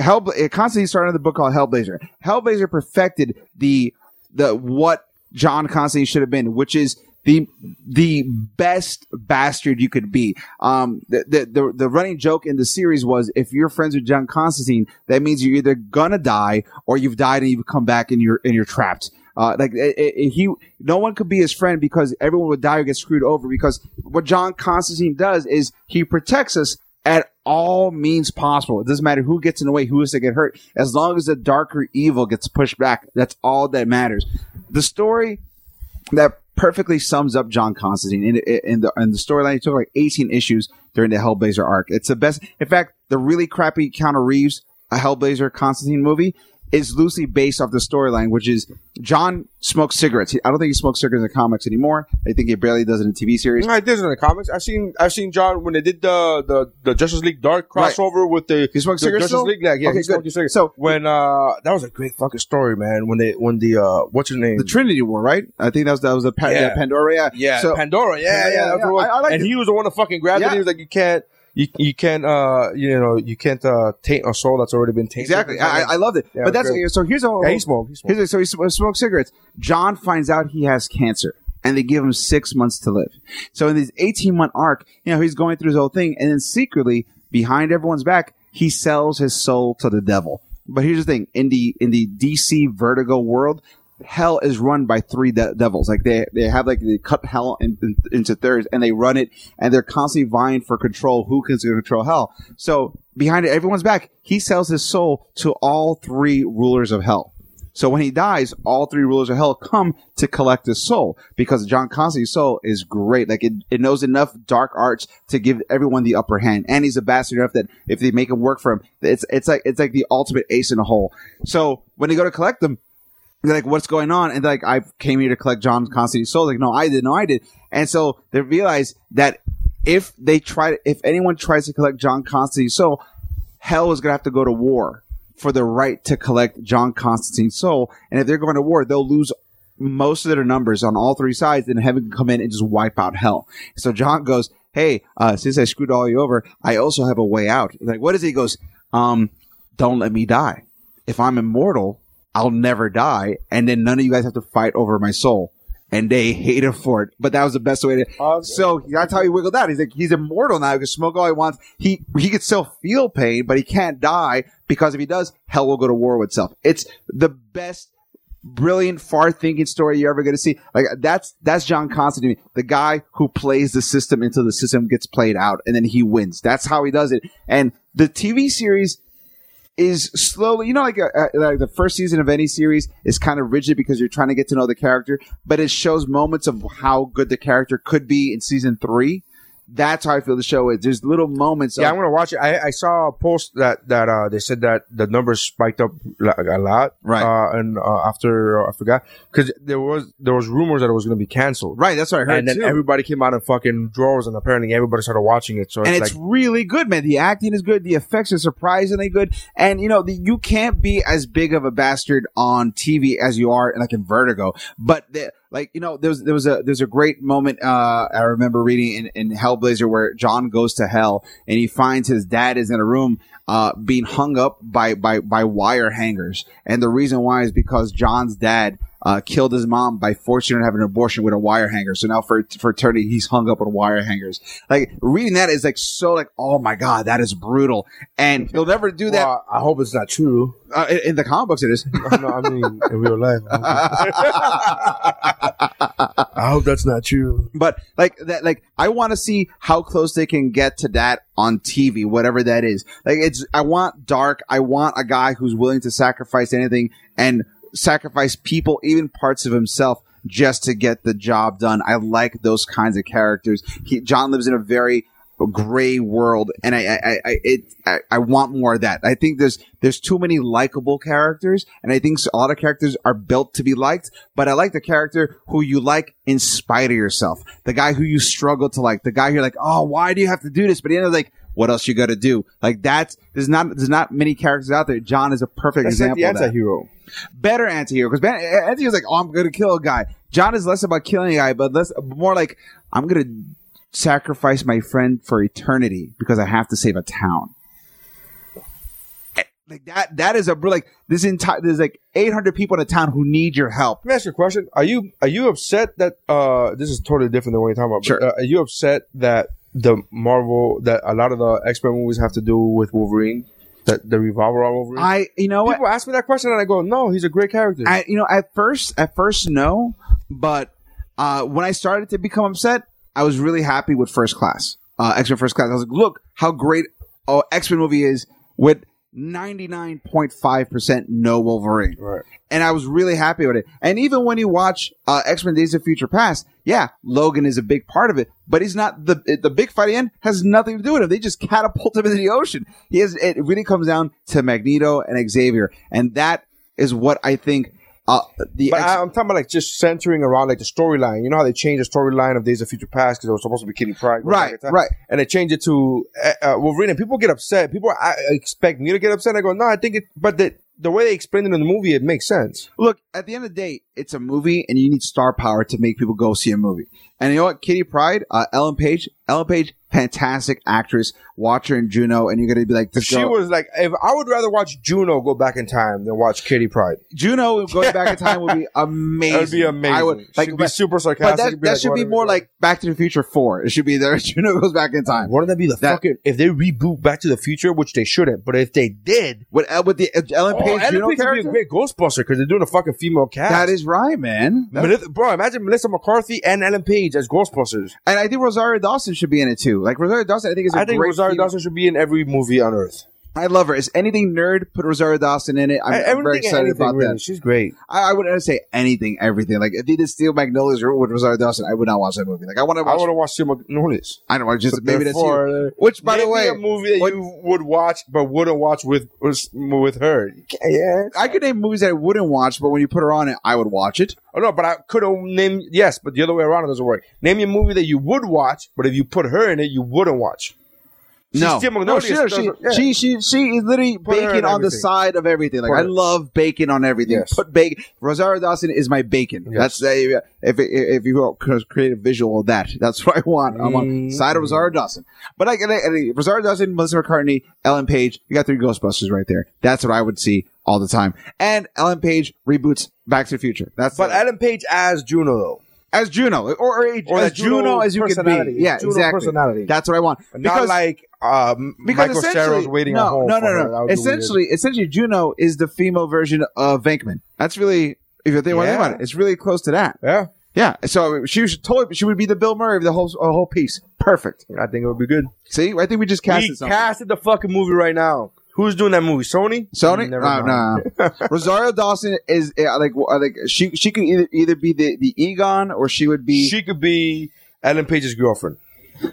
E: Hellbla- uh, Constantine started the book called Hellblazer. Hellblazer perfected the the what John Constantine should have been, which is the the best bastard you could be. Um, the, the the the running joke in the series was if you're friends with John Constantine, that means you're either gonna die or you've died and you've come back and you're and you're trapped. Uh, like it, it, it- he, no one could be his friend because everyone would die or get screwed over. Because what John Constantine does is he protects us at all means possible. It doesn't matter who gets in the way, who is to get hurt. As long as the darker evil gets pushed back, that's all that matters. The story that perfectly sums up John Constantine in, in the in the storyline. It took like 18 issues during the Hellblazer arc. It's the best. In fact, the really crappy Keanu Reeves a Hellblazer Constantine movie is loosely based off the storyline, which is John smokes cigarettes. He- I don't think he smokes cigarettes in the comics anymore. I think he barely does it in TV series.
B: No, I did it in the comics. I've seen I've seen John when they did the the, the Justice League Dark
E: Right.
B: crossover with the,
E: He smoked
B: the
E: cigarettes
B: Justice
E: still?
B: League. Yeah, yeah
E: Okay,
B: he smoked
E: good.
B: cigarettes.
E: So-
B: when uh that was a great fucking story, man. When they when the uh what's her name
E: The Trinity War, right? I think that was that was the pa-
B: Yeah.
E: yeah, Pandora. Yeah,
B: yeah
E: So
B: Pandora yeah yeah,
E: Yeah,
B: that's
E: yeah,
B: what it was.
E: I- I liked
B: and
E: it.
B: he was the one that fucking grabbed it.
E: Yeah.
B: He was like you can't you, you can't uh you know you can't uh taint a soul that's already been tainted.
E: exactly, I, I- I loved it.
B: Yeah,
E: but that's
B: great.
E: so. Here's a whole,
B: yeah, he smoked. He smoked.
E: Here's so he sm- smokes cigarettes. John finds out he has cancer, and they give him six months to live. So in this 18 month arc, you know, he's going through his whole thing, and then secretly behind everyone's back, he sells his soul to the devil. But here's the thing: in the in the DC Vertigo world, hell is run by three de- devils. Like they they have like they cut hell in, in- into thirds and they run it, and they're constantly vying for control. Who can control hell? So behind it, everyone's back. He sells his soul to all three rulers of hell. So when he dies, all three rulers of hell come to collect his soul because John Constantine's soul is great. Like it, it knows enough dark arts to give everyone the upper hand, and he's a bastard enough that if they make him work for him, it's it's like it's like the ultimate ace in the hole. So when they go to collect them, they're like, what's going on? And they're like, I came here to collect John Constantine's soul. Like, no, I did. No, I did. And so they realize that if they try, if anyone tries to collect John Constantine's soul, hell is going to have to go to war for the right to collect John Constantine's soul. And if they're going to war, they'll lose most of their numbers on all three sides and heaven can come in and just wipe out hell. So John goes, Hey, uh, since I screwed all you over, I also have a way out. Like, what is it? He goes, um, don't let me die. If I'm immortal, I'll never die, and then none of you guys have to fight over my soul. And they hate him for it, but that was the best way to. so that's how he wiggled out. He's like, he's immortal now. He can smoke all he wants. He he can still feel pain, but he can't die because if he does, hell will go to war with itself. It's the best, brilliant, far-thinking story you're ever going to see. Like that's that's John Constantine, the guy who plays the system until the system gets played out, and then he wins. That's how he does it. And the TV series is slowly, you know, like uh uh like the first season of any series is kind of rigid because you're trying to get to know the character, but it shows moments of how good the character could be in season three. That's how I feel the show is. There's little moments.
B: Yeah,
E: of,
B: I'm gonna watch it. I, I saw a post that that uh, they said that the numbers spiked up like, a lot,
E: Right.
B: Uh, and uh, after uh, I forgot because there was there was rumors that it was gonna be canceled,
E: right. That's what I heard.
B: And then
E: too.
B: everybody came out in fucking drawers, and apparently everybody started watching it. So it's,
E: and it's
B: like
E: really good, man. The acting is good, the effects are surprisingly good, and you know the, you can't be as big of a bastard on TV as you are, like in Vertigo. But the, like you know, there was there was a there's a great moment uh, I remember reading in, in Hellblazer where John goes to hell and he finds his dad is in a room uh, being hung up by by by wire hangers, and the reason why is because John's dad uh, killed his mom by forcing her to have an abortion with a wire hanger. So now for for eternity, he's hung up on wire hangers. Like reading that is like so like oh my god, that is brutal, and he'll never do that
B: Well, I hope it's not true.
E: uh, in, in the comic books. It is
B: no, I mean in real life. I hope that's not true.
E: but like that like i want to see how close they can get to that on tv whatever that is like it's i want dark i want a guy who's willing to sacrifice anything and sacrifice people even parts of himself just to get the job done i like those kinds of characters he, john lives in a very gray world and I, I, I, I- it, I, I want more of that. I think there's, there's too many likable characters and I think a lot of characters are built to be liked, but I like the character who you like in spite of yourself. The guy who you struggle to like, the guy you're like, Oh, why do you have to do this? But you know, like, what else you got to do? Like that's, there's not, there's not many characters out there. John is a perfect
B: That's like
E: example.
B: the
E: of that
B: anti-hero.
E: better anti-hero because anti-hero's like, oh, I'm gonna kill a guy. John is less about killing a guy, but less more like I'm gonna sacrifice my friend for eternity because I have to save a town. Eh, Like that. That is a br- like this entire. There's like 800 people in a town who need your help.
B: Let me ask you a question. Are you are you upset that uh this is totally different than what you're talking about?
E: Sure.
B: But, uh, are you upset that the Marvel that a lot of the X Men movies have to do with Wolverine, that the revolver on Wolverine?
E: I. You know what?
B: People ask me that question and I go, no, he's a great character.
E: I, you know, at first, at first, no, but uh, when I started to become upset, I was really happy with First Class, uh, X Men First Class. I was like, look how great oh, X Men movie is with ninety nine point five percent no Wolverine,
B: Right.
E: and I was really happy with it. And even when you watch uh, X Men Days of Future Past, yeah, Logan is a big part of it, but he's not the the big fight at the end has nothing to do with him. They just catapult him into the ocean. He is. It really comes down to Magneto and Xavier, and that is what I think. Uh, the
B: but um,
E: X-
B: I, I'm talking about like just centering around like the storyline. You know how they changed the storyline of Days of Future Past because it was supposed to be Kitty Pryde, going back
E: right,
B: in time?
E: right.
B: And they change it to uh, uh, Wolverine, and people get upset. People I, I expect me to get upset. I go, no, I think it. But the the way they explained it in the movie, it makes sense.
E: Look, at the end of the day, it's a movie, and you need star power to make people go see a movie. And you know what? Kitty Pride, uh, Ellen Page, Ellen Page fantastic actress. Watch her in Juno, and you're gonna be like, this
B: She
E: girl-
B: was like, if I would rather watch Juno go back in time than watch Kitty Pride.
E: Juno going back in time would be amazing.
B: That would be amazing.
E: I would like
B: She'd be
E: but-
B: super sarcastic.
E: But that,
B: She'd
E: that
B: like,
E: should be
B: whatever.
E: more like Back to the Future Four. It should be there. Juno goes back in time.
B: Wouldn't that be the
E: That-
B: fucking if they reboot Back to the Future, which they shouldn't, but if they did,
E: With El- uh, with the Ellen
B: oh,
E: Page
B: Ellen Page would
E: Juno
B: be a
E: character.
B: great Ghostbuster because they're doing a fucking female cast.
E: That is right, man. That-
B: Melissa- bro, imagine Melissa McCarthy and Ellen Page as Ghostbusters.
E: and I think Rosario Dawson should be in it too. Like Rosario Dawson, I think is a
B: I think
E: great
B: Rosario
E: female-
B: Dawson should be in every movie on Earth.
E: I love her. Is anything nerd? Put Rosario Dawson in it. I'm,
B: I-
E: I'm
B: everything
E: very
B: and
E: excited
B: anything,
E: about
B: really.
E: that.
B: She's great.
E: I, I would say anything, everything. Like if they did Steel Magnolias with Rosario Dawson, I would not watch that movie. Like I want to
B: I want
E: watch.
B: to watch Steel Magnolias.
E: I, don't know. Just
B: So
E: maybe that's you.
B: therefore,
E: Which, by the
B: uh, maybe
E: way,
B: a movie that
E: what-
B: you would watch but wouldn't watch with with, with her. You can't- Yeah.
E: I could name movies that I wouldn't watch, but when you put her on it, I would watch it.
B: Oh no, but I could have named yes, but the other way around it doesn't work. Name your movie that you would watch, but if you put her in it, you wouldn't watch. She's
E: no,
B: Steel
E: no,
B: Magnolias.
E: she, no, she,
B: Doesn't- yeah.
E: she, she, she is literally
B: Put her in
E: bacon on the
B: everything.
E: side of everything. Like
B: Put
E: I
B: her.
E: love bacon on everything.
B: Yes.
E: Put bacon. Rosario Dawson is my bacon.
B: Yes.
E: That's a, if if you create a visual of that, that's what I want. I'm on
B: Mm.
E: side of Rosario Dawson. But I, I, I Rosario Dawson, Melissa McCartney, Ellen Page. You got three Ghostbusters right there. That's what I would see all the time. And Ellen Page reboots Back to the Future. That's
B: But
E: the-
B: Ellen Page as Juno though.
E: as Juno or, a-
B: Or
E: as
B: a
E: Juno,
B: Juno
E: as you can be.
B: personality.
E: Yeah,
B: Juno
E: exactly.
B: personality.
E: That's what I want.
B: Not like um, Michael Cera's waiting
E: no,
B: on home.
E: No,
B: for
E: no,
B: her.
E: no.
B: That would be weird.
E: Essentially, essentially, Juno is the female version of Venkman. That's really, if you think about
B: Yeah.
E: it, think about it, it's really close to that.
B: yeah,
E: Yeah. So she should totally, she would be the Bill Murray of the whole, uh, whole piece. Perfect.
B: I think it would be good.
E: See, I think we just casted
B: we
E: something.
B: casted the fucking movie right now. Who's doing that movie? Sony?
E: Sony? Uh,
B: Never
E: No,
B: mind.
E: no. no. Rosario Dawson is uh, like, uh, like she she could either either be the, the Egon or she would be
B: She could be Ellen Page's girlfriend.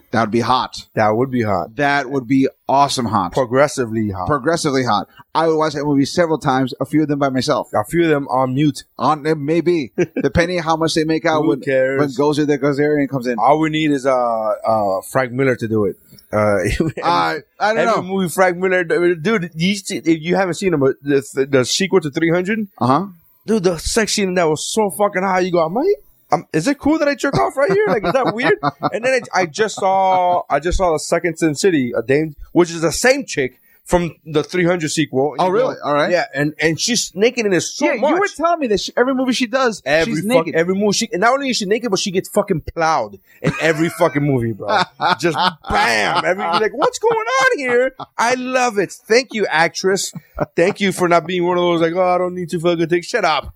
E: that would be hot.
B: That would be hot.
E: That would be awesome hot.
B: Progressively hot.
E: progressively hot. I would watch that movie several times, a few of them by myself.
B: a few of them on mute.
E: On maybe depending how much they make out
B: Who
E: when
B: cares?
E: when Gozer the Gozerian comes in.
B: All we need is uh, uh, Frank Miller to do it. Uh,
E: Uh, I don't
B: every
E: know.
B: movie Frank Miller, dude. You, see- if you haven't seen him, but the, the sequel to 300,
E: Uh huh.
B: dude. The sex scene in that was so fucking high. You go, am I? Um, is it cool that I jerk off right here? Like, is that weird? And then I, I just saw, I just saw the second Sin City, a Dame, which is the same chick from the 300 sequel.
E: Oh,
B: You
E: really?
B: go,
E: All right.
B: Yeah, and and she's naked in it so
E: yeah,
B: much.
E: you were telling me that she, every movie she does,
B: Every
E: she's
B: fuck-
E: naked.
B: every movie, she, and not only is she naked, but she gets fucking plowed in every fucking movie, bro. Just bam! Every you're like, what's going on here? I love it. Thank you, actress. Thank you for not being one of those like, oh, I don't need to fucking take. Shut up.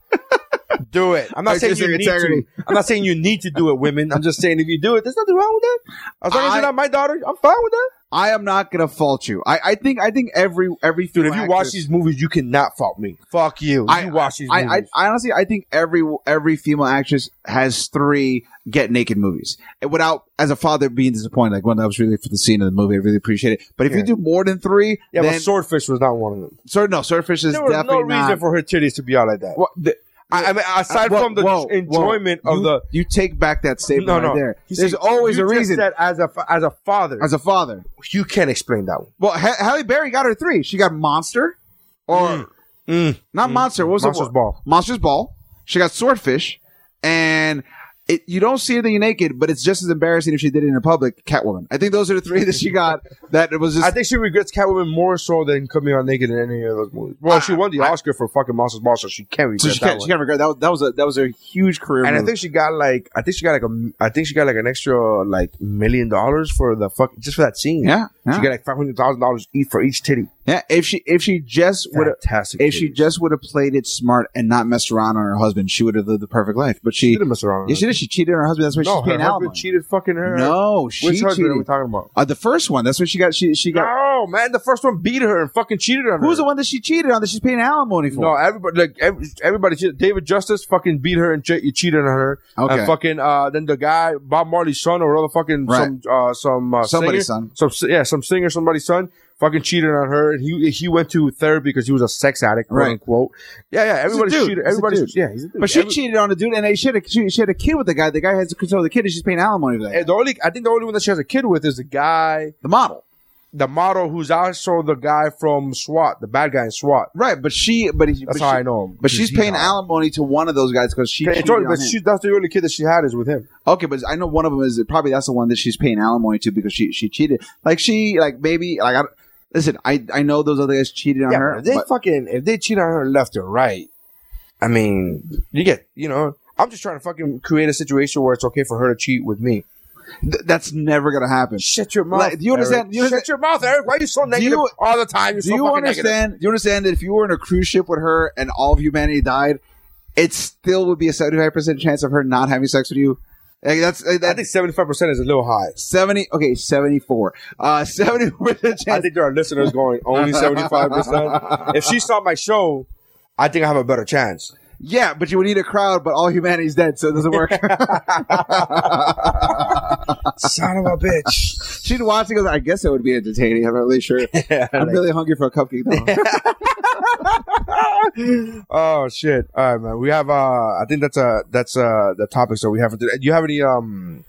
B: Do it. I'm not
E: Like,
B: saying
E: it's
B: you
E: an
B: need
E: integrity.
B: to. I'm not saying you need to do it, women. I'm just saying if you do it, there's nothing wrong with that. As long as
E: I-
B: you're not my daughter, I'm fine with that.
E: I am not gonna fault you. I, I think I think every every
B: Dude, if
E: female
B: you watch
E: actress-
B: these movies, you cannot fault me. Fuck you.
E: I-
B: you watch these
E: I, I,
B: movies.
E: I honestly I think every every female actress has three get naked movies and without as a father being disappointed like when that was really for the scene of the movie I really appreciate it but if you
B: Yeah.
E: do more than three
B: yeah,
E: then
B: but Swordfish was not one of them.
E: Sir, no, Swordfish is
B: There was
E: definitely
B: no reason
E: not.
B: for her titties to be out like that.
E: What- the-
B: I, I mean, aside
E: Whoa,
B: from the
E: whoa, whoa.
B: enjoyment of
E: You-
B: the
E: you take back that statement
B: no,
E: right
B: no,
E: there.
B: He
E: There's
B: said,
E: always
B: you
E: a
B: just
E: reason.
B: said as a fa- as a father,
E: as a father,
B: you can't explain that one.
E: well, ha- Halle Berry got her three. She got Monster, or
B: Mm.
E: not Monster. What was
B: Monster's
E: the
B: Ball.
E: Monster's Ball. She got Swordfish, and it, you don't see anything naked, but it's just as embarrassing if she did it in a public. Catwoman. I think those are the three that she got. That it was just.
B: I think she regrets Catwoman more so than coming out naked in any of those movies. Well, she won the Oscar for fucking Monsters Ball, so she can't regret
E: Ah, so she
B: that
E: can't,
B: one.
E: she can't regret that. was- That was a that was a huge career.
B: and I
E: move.
B: think she got like I think she got like a I think she got like an extra like million dollars for the fuck just for that scene.
E: yeah,
B: she
E: yeah,
B: got like five hundred thousand dollars each for each titty.
E: yeah. If she if she just would have
B: Fantastic.
E: If she just would have played it smart and not messed around on her husband, she would have lived the perfect life. But she,
B: didn't mess around.
E: yeah, she did. She cheated on her husband. That's why
B: no,
E: she's
B: her
E: paying
B: husband
E: alimony.
B: cheated fucking her.
E: No, she
B: which husband
E: cheated.
B: are we talking about?
E: Uh, the first one. That's what she got. She she got.
B: No, man, the first one beat her and fucking cheated on her.
E: Who's the one that she cheated on that she's paying alimony for?
B: No, everybody, like ev- everybody, cheated. David Justice fucking beat her and che- cheated on her.
E: Okay.
B: And fucking uh, then the guy Bob Marley's son or other fucking
E: Right.
B: some uh, some uh,
E: Somebody's
B: singer- Some si- yeah, some singer, somebody's son. Fucking cheated on her, and he he went to therapy because he was a sex addict, quote
E: Right.
B: unquote. Yeah, yeah.
E: He's a
B: Everybody's
E: dude.
B: cheated.
E: He's a
B: Everybody's
E: dude.
B: yeah. He's a dude.
E: but she
B: Every-
E: cheated on a dude, and they- she had a she, she had a kid with the guy. The guy has control of the kid, and she's paying alimony for that.
B: and the only I think the only one that she has a kid with is the guy,
E: the model,
B: the model who's also the guy from SWAT, the bad guy in SWAT.
E: right? But she, but he,
B: That's
E: but
B: how
E: she,
B: I know him.
E: But she's
B: He's
E: paying
B: hot.
E: alimony to one of those guys because she.
B: It's
E: cheated
B: only-
E: on
B: but
E: him.
B: she, that's the only kid that she had is with him.
E: Okay, but I know one of them is probably that's the one that she's paying alimony to because she she cheated. Like she like maybe like I don't- listen. I I know those other guys cheated on
B: Yeah,
E: her.
B: but if they
E: Uh-huh. but-
B: fucking if they cheat on her left or right, I mean, you get you know. I'm just trying to fucking create a situation where it's okay for her to cheat with me.
E: Th- that's never gonna happen.
B: Shut your mouth.
E: Like, do you understand-
B: Eric.
E: do you understand-
B: Shut your mouth, Eric. Why are you so negative
E: you-
B: all the time? You're
E: Do
B: so
E: you
B: fucking
E: understand?
B: negative.
E: Do you understand that if you were in a cruise ship with her and all of humanity died, it still would be a seventy five percent chance of her not having sex with you. Like that's like,
B: I
E: that
B: think 75 percent is a little high.
E: seventy. Okay, seventy four. Uh, seventy percent
B: I
E: chance.
B: think there are listeners going only 75 percent. If she saw my show, I think I have a better chance.
E: Yeah, but you would need a crowd, but all humanity's dead, so it doesn't work.
B: Son of a bitch.
E: She'd watch it. and Goes, I guess it would be entertaining. I'm not really sure. I'm really hungry for a cupcake. Though.
B: Oh shit! All right, man. We have. uh I think that's uh that's uh the topic. So we have. Do you have any? Um.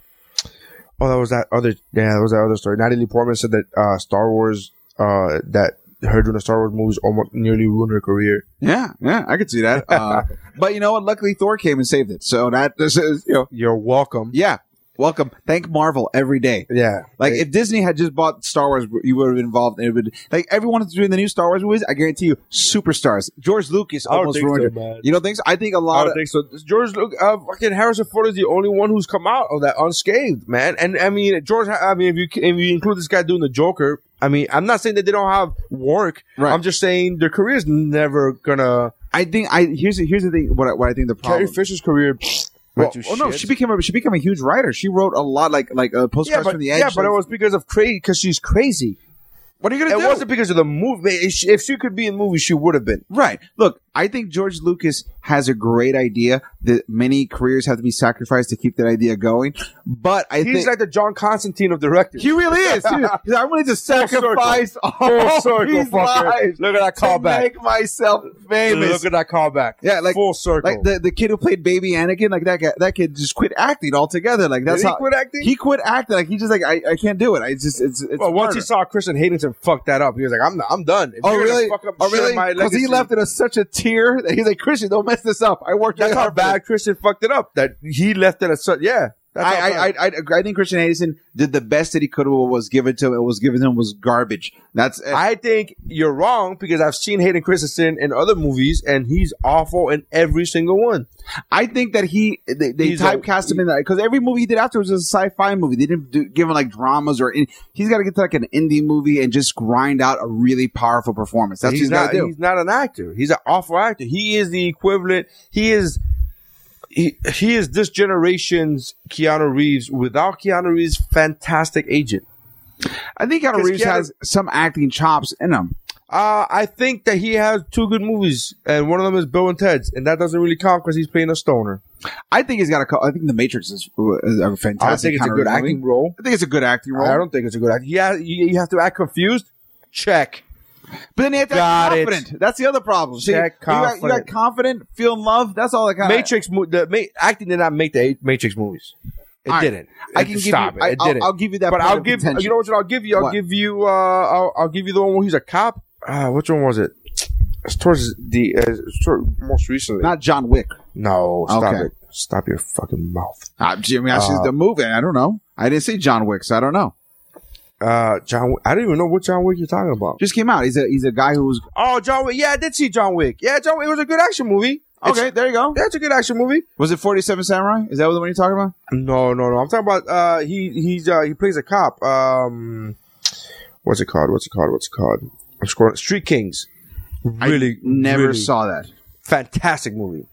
B: Oh, that was that other. Yeah, that was that other story. Natalie Portman said that uh Star Wars. Uh, that her doing the Star Wars movies almost nearly ruined her career.
E: yeah, yeah, I could see that. Uh, but you know what? Luckily, Thor came and saved it. So that this is you know,
B: You're welcome.
E: yeah. Welcome. Thank Marvel every day.
B: Yeah.
E: Like if Disney had just bought Star Wars, you would have been involved. It would like everyone that's doing the new Star Wars movies. I guarantee you, superstars. George Lucas
B: I don't
E: almost
B: think so,
E: ruined
B: man.
E: it. You don't think so? I think a
B: I
E: lot.
B: don't
E: Of,
B: think so. George, look, uh, fucking Harrison Ford is the only one who's come out of that unscathed, man. And I mean, George, I mean, if you if you include this guy doing the Joker, I mean, I'm not saying that they don't have work.
E: Right.
B: I'm just saying their career is never gonna.
E: I think I here's the- here's the thing. What I, what I think the problem.
B: Carrie Fisher's career.
E: Well, oh no, she became a she became a huge writer. She wrote a lot, like like uh,
B: yeah,
E: postcards
B: but
E: from the edge.
B: yeah, but it
E: like-
B: was because of crazy because she's crazy.
E: what are you
B: It
E: gonna do?
B: wasn't because of the movie. If she, if she could be in movies, she would have been.
E: Right. Look, I think George Lucas has a great idea that many careers have to be sacrificed to keep that idea going. But I
B: He's
E: think
B: like the John Constantine of directors.
E: he really is. dude. He's like, I'm willing to sacrifice all
B: Full circle,
E: these
B: fucker.
E: lives
B: Look at that
E: to
B: callback.
E: make myself famous.
B: Look at that callback.
E: Yeah, like-
B: full circle.
E: Like the, the kid who played baby Anakin, like that guy, that kid just quit acting altogether. Like that's
B: Did he
E: how
B: quit acting?
E: He quit acting. Like he just like I, I can't do it. I just it's it's
B: Well, once he
E: murder.
B: saw Christian Haydenson fuck that up, he was like, "I'm I'm done." If
E: Oh
B: you're gonna
E: really?
B: fuck up
E: Oh
B: shit on
E: really?
B: my
E: Because he
B: legacy-
E: left it as such a tear that he's like, Christian, don't mess this up. I worked.
B: That's
E: really
B: how
E: hard for this."
B: bad Christian fucked it up. That he left it as such. Yeah, that's how
E: I, I,
B: bad.
E: I, I, I think Christian Anderson did the best that he could with what was given to him. What was given to him was garbage. That's it.
B: I think you're wrong because I've seen Hayden Christensen in other movies, and he's awful in every single one.
E: I think that he they, they
B: He's a-
E: typecast him in that because every movie he did afterwards was a sci-fi movie. They didn't do, give him like dramas or in, he's got to get to like an indie movie and just grind out a really powerful performance. That's what
B: he's,
E: he's got
B: not.
E: to do.
B: He's not an actor. He's an awful actor. He is the equivalent. He is. He, he is this generation's Keanu Reeves without Keanu Reeves' fantastic agent.
E: I think Keanu
B: 'Cause
E: Reeves
B: Keanu-
E: has some acting chops in him.
B: Uh, I think that he has two good movies, and one of them is Bill and Ted's, and that doesn't really count because he's playing a stoner.
E: I think he's got a. co- I think The Matrix is, is a fantastic.
B: I don't think it's a
E: Keanu
B: good
E: Reeves
B: acting
E: movie.
B: role.
E: I think it's a good acting role.
B: I don't think it's a good acting. Yeah, you, you have to act confused. Check.
E: But then you have to
B: Got
E: act
B: it.
E: confident. That's the other problem. See,
B: Check
E: you, got, you
B: confident.
E: got confident, feel in love. That's all that kind of
B: Matrix mo- the ma- acting did not make the eight Matrix movies. It
E: All right.
B: didn't.
E: I
B: It-
E: can give
B: stop
E: you.
B: it.
E: I,
B: It didn't.
E: I'll, I'll give you that.
B: but
E: point
B: I'll
E: of
B: give
E: contention.
B: you know what I'll give you. I'll
E: What?
B: give you. Uh, I'll, I'll give you the one where he's a cop. Uh, which one was it? It's towards the uh, it's toward- most recently.
E: Not John Wick.
B: no, stop
E: Okay.
B: it. Stop your fucking mouth.
E: Uh, Jimmy, that's just the movie. I don't know. I didn't see John Wick, so I don't know.
B: Uh, John. I don't even know what John Wick you're talking about.
E: Just came out. He's a he's a guy who was
B: Oh, John Wick. Yeah, I did see John Wick. Yeah, John Wick it was a good action movie.
E: okay.
B: It's-
E: there you go.
B: yeah, it's a good action movie.
E: Was it Forty Seven Samurai? Is that what the one you're talking about?
B: No, no, no. I'm talking about uh he he's uh he plays a cop. Um what's it called? What's it called? What's it called? I'm scrolling Street Kings. Really
E: Never
B: really
E: saw that.
B: fantastic movie.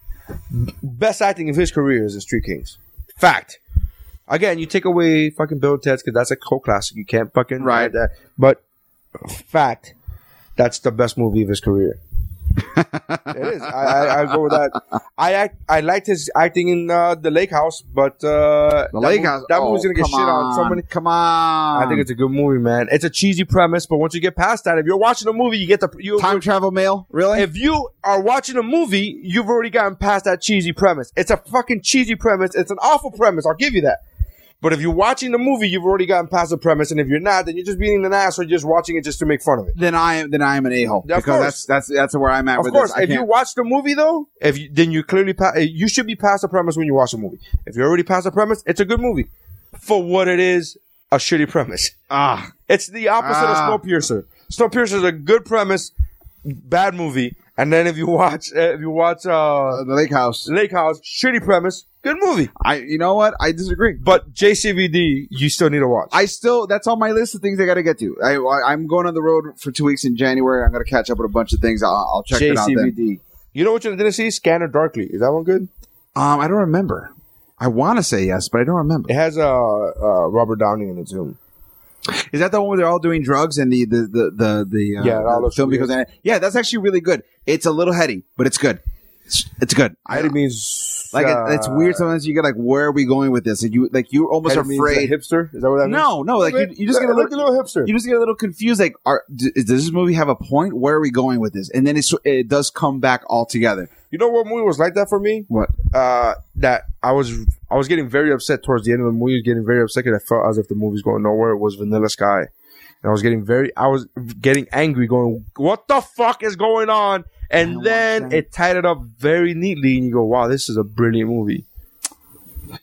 B: Best acting of his career is in Street Kings. Fact. Again, you take away fucking Bill and Ted's because that's a cult classic. You can't fucking
E: Right.
B: add that. But fact, that's the best movie of his career. it is. I, I, I go with that. I act, I liked his acting in uh, the Lake House, but uh,
E: The
B: that
E: Lake
B: movie-
E: House.
B: That
E: oh,
B: movie's gonna get
E: come
B: shit on. So many.
E: Come on.
B: I think it's a good movie, man. It's a cheesy premise, but once you get past that, if you're watching a movie, you get the you
E: time travel mail. Really?
B: if you are watching a movie, you've already gotten past that cheesy premise. It's a fucking cheesy premise. It's an awful premise. I'll give you that. But if you're watching the movie, you've already gotten past the premise, and if you're not, then you're just being an ass or just watching it just to make fun of it.
E: Then I am then I am an a hole
B: Yeah, of
E: because that's
B: course.
E: that's that's where I'm at.
B: Of
E: with
B: course,
E: this. I
B: if you
E: can't-
B: watch the movie though, if you, then you clearly pa- uh, you should be past the premise when you watch the movie. If you're already past the premise, it's a good movie for what it is, a shitty premise.
E: ah
B: It's the opposite
E: Ah.
B: of Snowpiercer. Snowpiercer is a good premise, bad movie, and then if you watch uh, if you watch uh,
E: the lake house,
B: Lake House, shitty premise, good movie.
E: I you know what I disagree.
B: But JCVD, you still need to watch.
E: I still that's on my list of things I got to get to. I, I am going on the road for two weeks in January. I'm going to catch up with a bunch of things. I'll, I'll check it out then.
B: JCVD. You know what you didn't see? Scanner Darkly. Is that one good?
E: Um, I don't remember. I want to say yes, but I don't remember.
B: It has uh, uh Robert Downey in it too.
E: Is that the one where they're all doing drugs and the the the the, the uh,
B: Yeah, it all
E: the
B: looks
E: film
B: weird.
E: because yeah, that's actually really good. It's a little heady, but it's good. It's, it's good. I
B: It means
E: like it, it's weird.
B: uh,
E: Sometimes you get like, where are we going with this? And you like you're almost
B: That uh, means
E: afraid.
B: that hipster? Is that what that means?
E: No, no, like you, you just get a
B: look
E: little
B: a little hipster.
E: you just get a little confused. Like, are, d- does this movie have a point? Where are we going with this? And then it's, it does come back all together.
B: You know what movie was like that for me?
E: What?
B: Uh, that I was I was getting very upset towards the end of the movie. I was getting very upset because I felt as if the movie's going nowhere. It was Vanilla Sky, and I was getting very I was getting angry, going, "What the fuck is going on?" And then it tied it up very neatly, and you go, "Wow, this is a brilliant movie."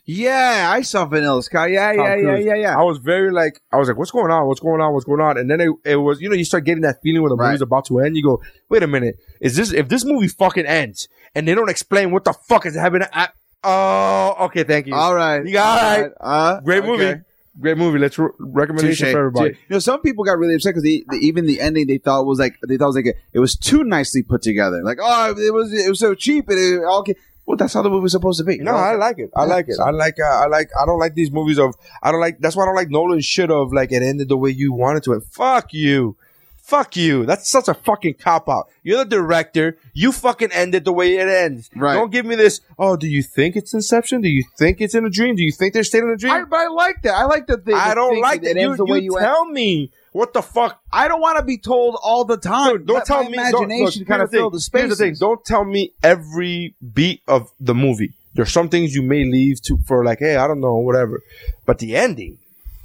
E: Yeah, I saw Vanilla Sky. Yeah,
B: Tom
E: yeah, yeah,
B: Cruise.
E: yeah, yeah.
B: I was very like, I was like, what's going on? What's going on? What's going on? And then it, it was, you know, you start getting that feeling when the
E: Right.
B: movie's about to end. You go, wait a minute, is this if this movie fucking ends and they don't explain what the fuck is happening? I, oh, okay, thank you.
E: All right,
B: You got- all right.
E: Uh,
B: Great
E: okay.
B: movie, great movie. Let's re- recommendation
E: Touche.
B: for everybody.
E: Touche. You know, some people got really upset because the, the, even the ending they thought was like they thought was like a, it was too nicely put together. Like, oh, it was it was so cheap and it all. Came. Well, that's how the movie was supposed to be.
B: No, I like it. I
E: Yeah,
B: like it.
E: so-
B: I like. Uh, I like. I don't like these movies of. I don't like. That's why I don't like Nolan shit of like it ended the way you wanted to. And fuck you, fuck you. That's such a fucking cop out. You're the director. You fucking ended the way it ends.
E: Right.
B: Don't give me this. Oh, do you think it's Inception? Do you think it's in a dream? Do you think they're staying in a dream?
E: I, but I like that. I like that. They,
B: I, don't like
E: that.
B: that. You, you, tell me what the fuck.
E: I don't want to be told all the time.
B: Don't
E: Let
B: tell
E: my
B: me. don't-
E: Imagination
B: look, here's
E: kind of
B: the thing.
E: fill the space.
B: Here's the thing. Don't tell me every beat of the movie. There's some things you may leave to for like, hey, I don't know, whatever. But the ending,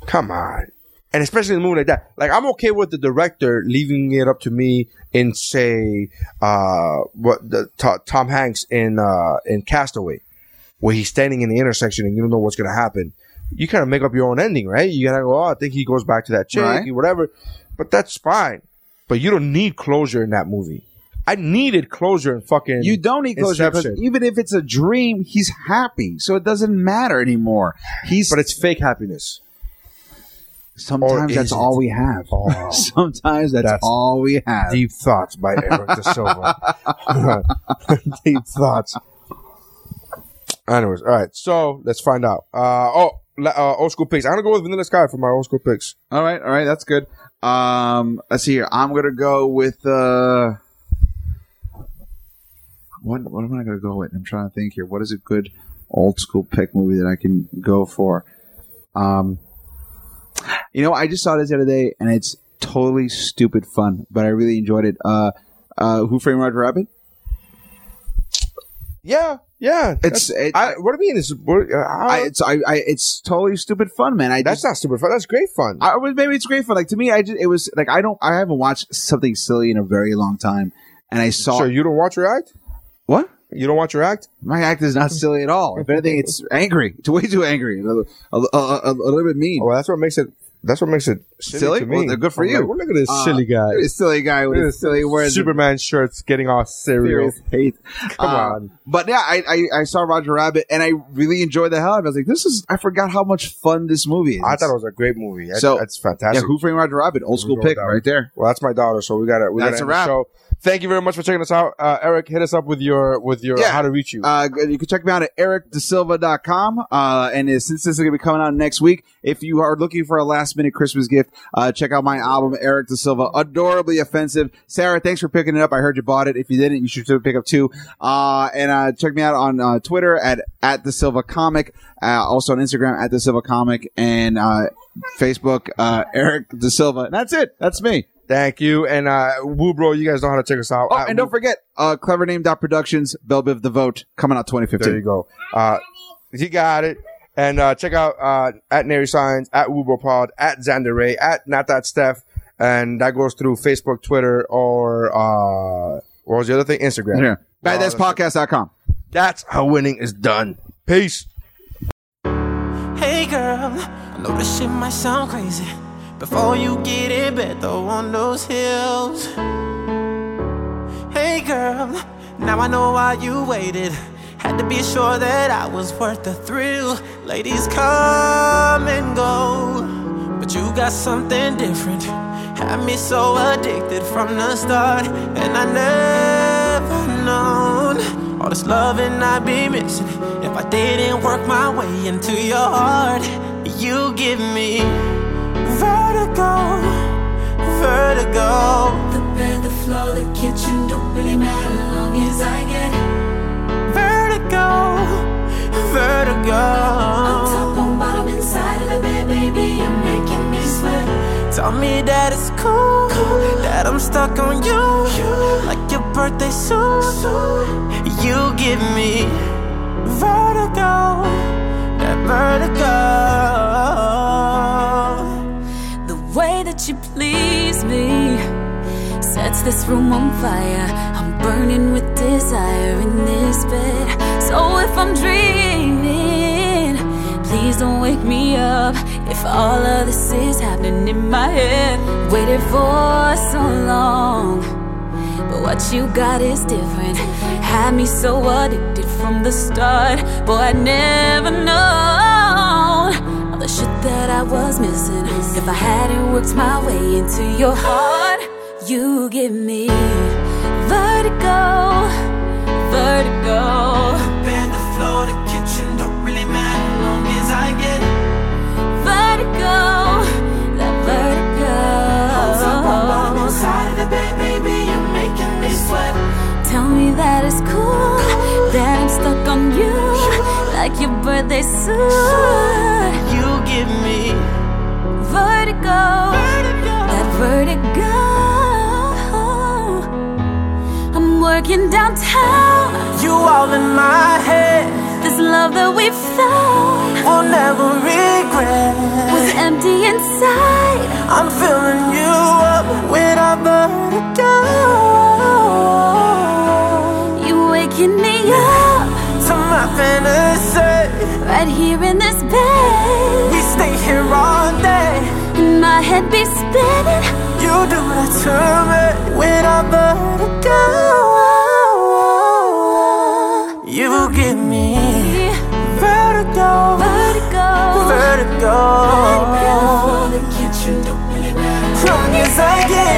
B: come on. And especially in a movie like that. Like I'm okay with the director leaving it up to me in say uh what the to- Tom Hanks in uh in Castaway where he's standing in the intersection and you don't know what's gonna happen. You kind of make up your own ending, right? You gotta go, oh, I think he goes back to that chick,
E: Right.
B: whatever. But that's fine. But you don't need closure in that movie. I needed closure in fucking.
E: You don't need closure because
B: Inception.
E: even if it's a dream, he's happy, so it doesn't matter anymore. He's
B: but it's fake happiness.
E: sometimes
B: or
E: that's
B: is it?
E: all we have.
B: Oh.
E: sometimes that's,
B: That's
E: all we have.
B: Deep thoughts by Eric De Silva. Deep thoughts. Anyways, all right. So let's find out. Uh, oh, la- uh, old school picks. I'm gonna go with Vanilla Sky for my old school picks.
E: All right, all right, that's good. Um, let's see here. I'm gonna go with uh, what what am I gonna go with? I'm trying to think here. What is a good old school pick movie that I can go for? Um, you know, I just saw this the other day, and it's totally stupid fun, but I really enjoyed it. Uh, uh, Who Framed Roger Rabbit?
B: Yeah, yeah.
E: It's it,
B: I, what do you mean? It's, what, uh,
E: I, it's I, I it's totally stupid fun, man. I
B: That's
E: just,
B: not super fun. That's great fun.
E: I was maybe it's great fun. Like to me, I just it was like I don't I haven't watched something silly in a very long time, and I saw
B: so you don't watch your act?
E: what
B: You don't watch your act?
E: my act is not silly at all. If anything, it's angry. It's way too angry. A, little- a, a- a little bit mean.
B: Oh, Well, that's what makes it. That's what makes it silly.
E: Silly?
B: To me.
E: Well, they're good for
B: I'm
E: you.
B: like, well, look at this
E: Uh,
B: silly guy.
E: Look at this silly guy with his silly words.
B: Superman shirts getting all serious.
E: serious hate.
B: Come
E: Uh,
B: on.
E: But yeah, I, I I saw Roger Rabbit and I really enjoyed the hell out of it. I was like, this is I forgot how much fun this movie is.
B: I thought it was a great movie. That's,
E: So-
B: that's
E: yeah.
B: fantastic.
E: Who framed Roger Rabbit? Old school
B: We'll go
E: pick
B: with that
E: right there.
B: well, that's my daughter, so we got to we got
E: That's
B: to
E: a wrap.
B: So thank you very much for checking us out, uh, Eric. Hit us up with your with your
E: Yeah.
B: how to reach you.
E: Uh, you can check me out at ericdesilva.com. Uh, and uh, since this is going to be coming out next week, if you are looking for a last minute Christmas gift, uh, check out my album, Eric De Silva, Adorably Offensive. Sarah, thanks for picking it up. I heard you bought it. If you didn't, you should pick up two. Uh, and uh, check me out on uh, Twitter at, at The Silva Comic, uh, also on Instagram at The Silva Comic, and uh, Facebook, uh, Eric De Silva. And that's it. That's me.
B: thank you, and uh, Woo Bro, you guys know how to check us out.
E: Oh,
B: At
E: and don't
B: Woo-
E: forget, uh, clevername.productions, Bell Biv the Vote, coming out
B: there you
E: 2015.
B: go. Uh, you got it. And uh, check out uh, at Nary Signs, at WuboPod, at Xander Ray, at Not That Steph. And that goes through Facebook, Twitter, or uh, what was the other thing? Instagram.
E: Yeah. Badasspodcast.com.
B: That's how winning is done. Peace.
J: Hey girl, I know this shit might sound crazy. Before you get in bed, though, on those hills. Hey girl, now I know why you waited. Had to be sure that I was worth the thrill. Ladies come and go, but you got something different. Had me so addicted from the start, and I never known all this loving I'd be missing if I didn't work my way into your heart. You give me vertigo, vertigo. vertigo, vertigo. Tell me that it's cool, that I'm stuck on you, like your birthday soon. You give me vertigo, that vertigo.
K: The way that you please me sets this room on fire. I'm burning with desire in this bed. So if I'm dreaming, please don't wake me up. If all of this is happening in my head, waited for so long. But what you got is different. Had me so addicted from the start. Boy, I never known all the shit that I was missing. If I hadn't worked my way into your heart, you give me vertigo, vertigo.
J: Bend the floor, the kitchen don't really matter long as I get
K: Vertigo, that vertigo.
J: inside of the bed, baby. You're making me sweat.
K: Tell me that it's cool that I'm stuck on you like your birthday suit.
J: You give me
K: Vertigo, that vertigo. I'm working downtown.
J: you all in my head.
K: This love that we found
J: Will never regret.
K: was empty inside.
J: I'm filling you up with a vertigo.
K: You waking me up
J: To my fantasy,
K: right here in this bed.
J: we stay here all day.
K: And my head be spinning.
J: You do that to me with a vertigo. You give me vertigo.
K: Vertigo.
J: Vertigo. Strong as I get. Oh,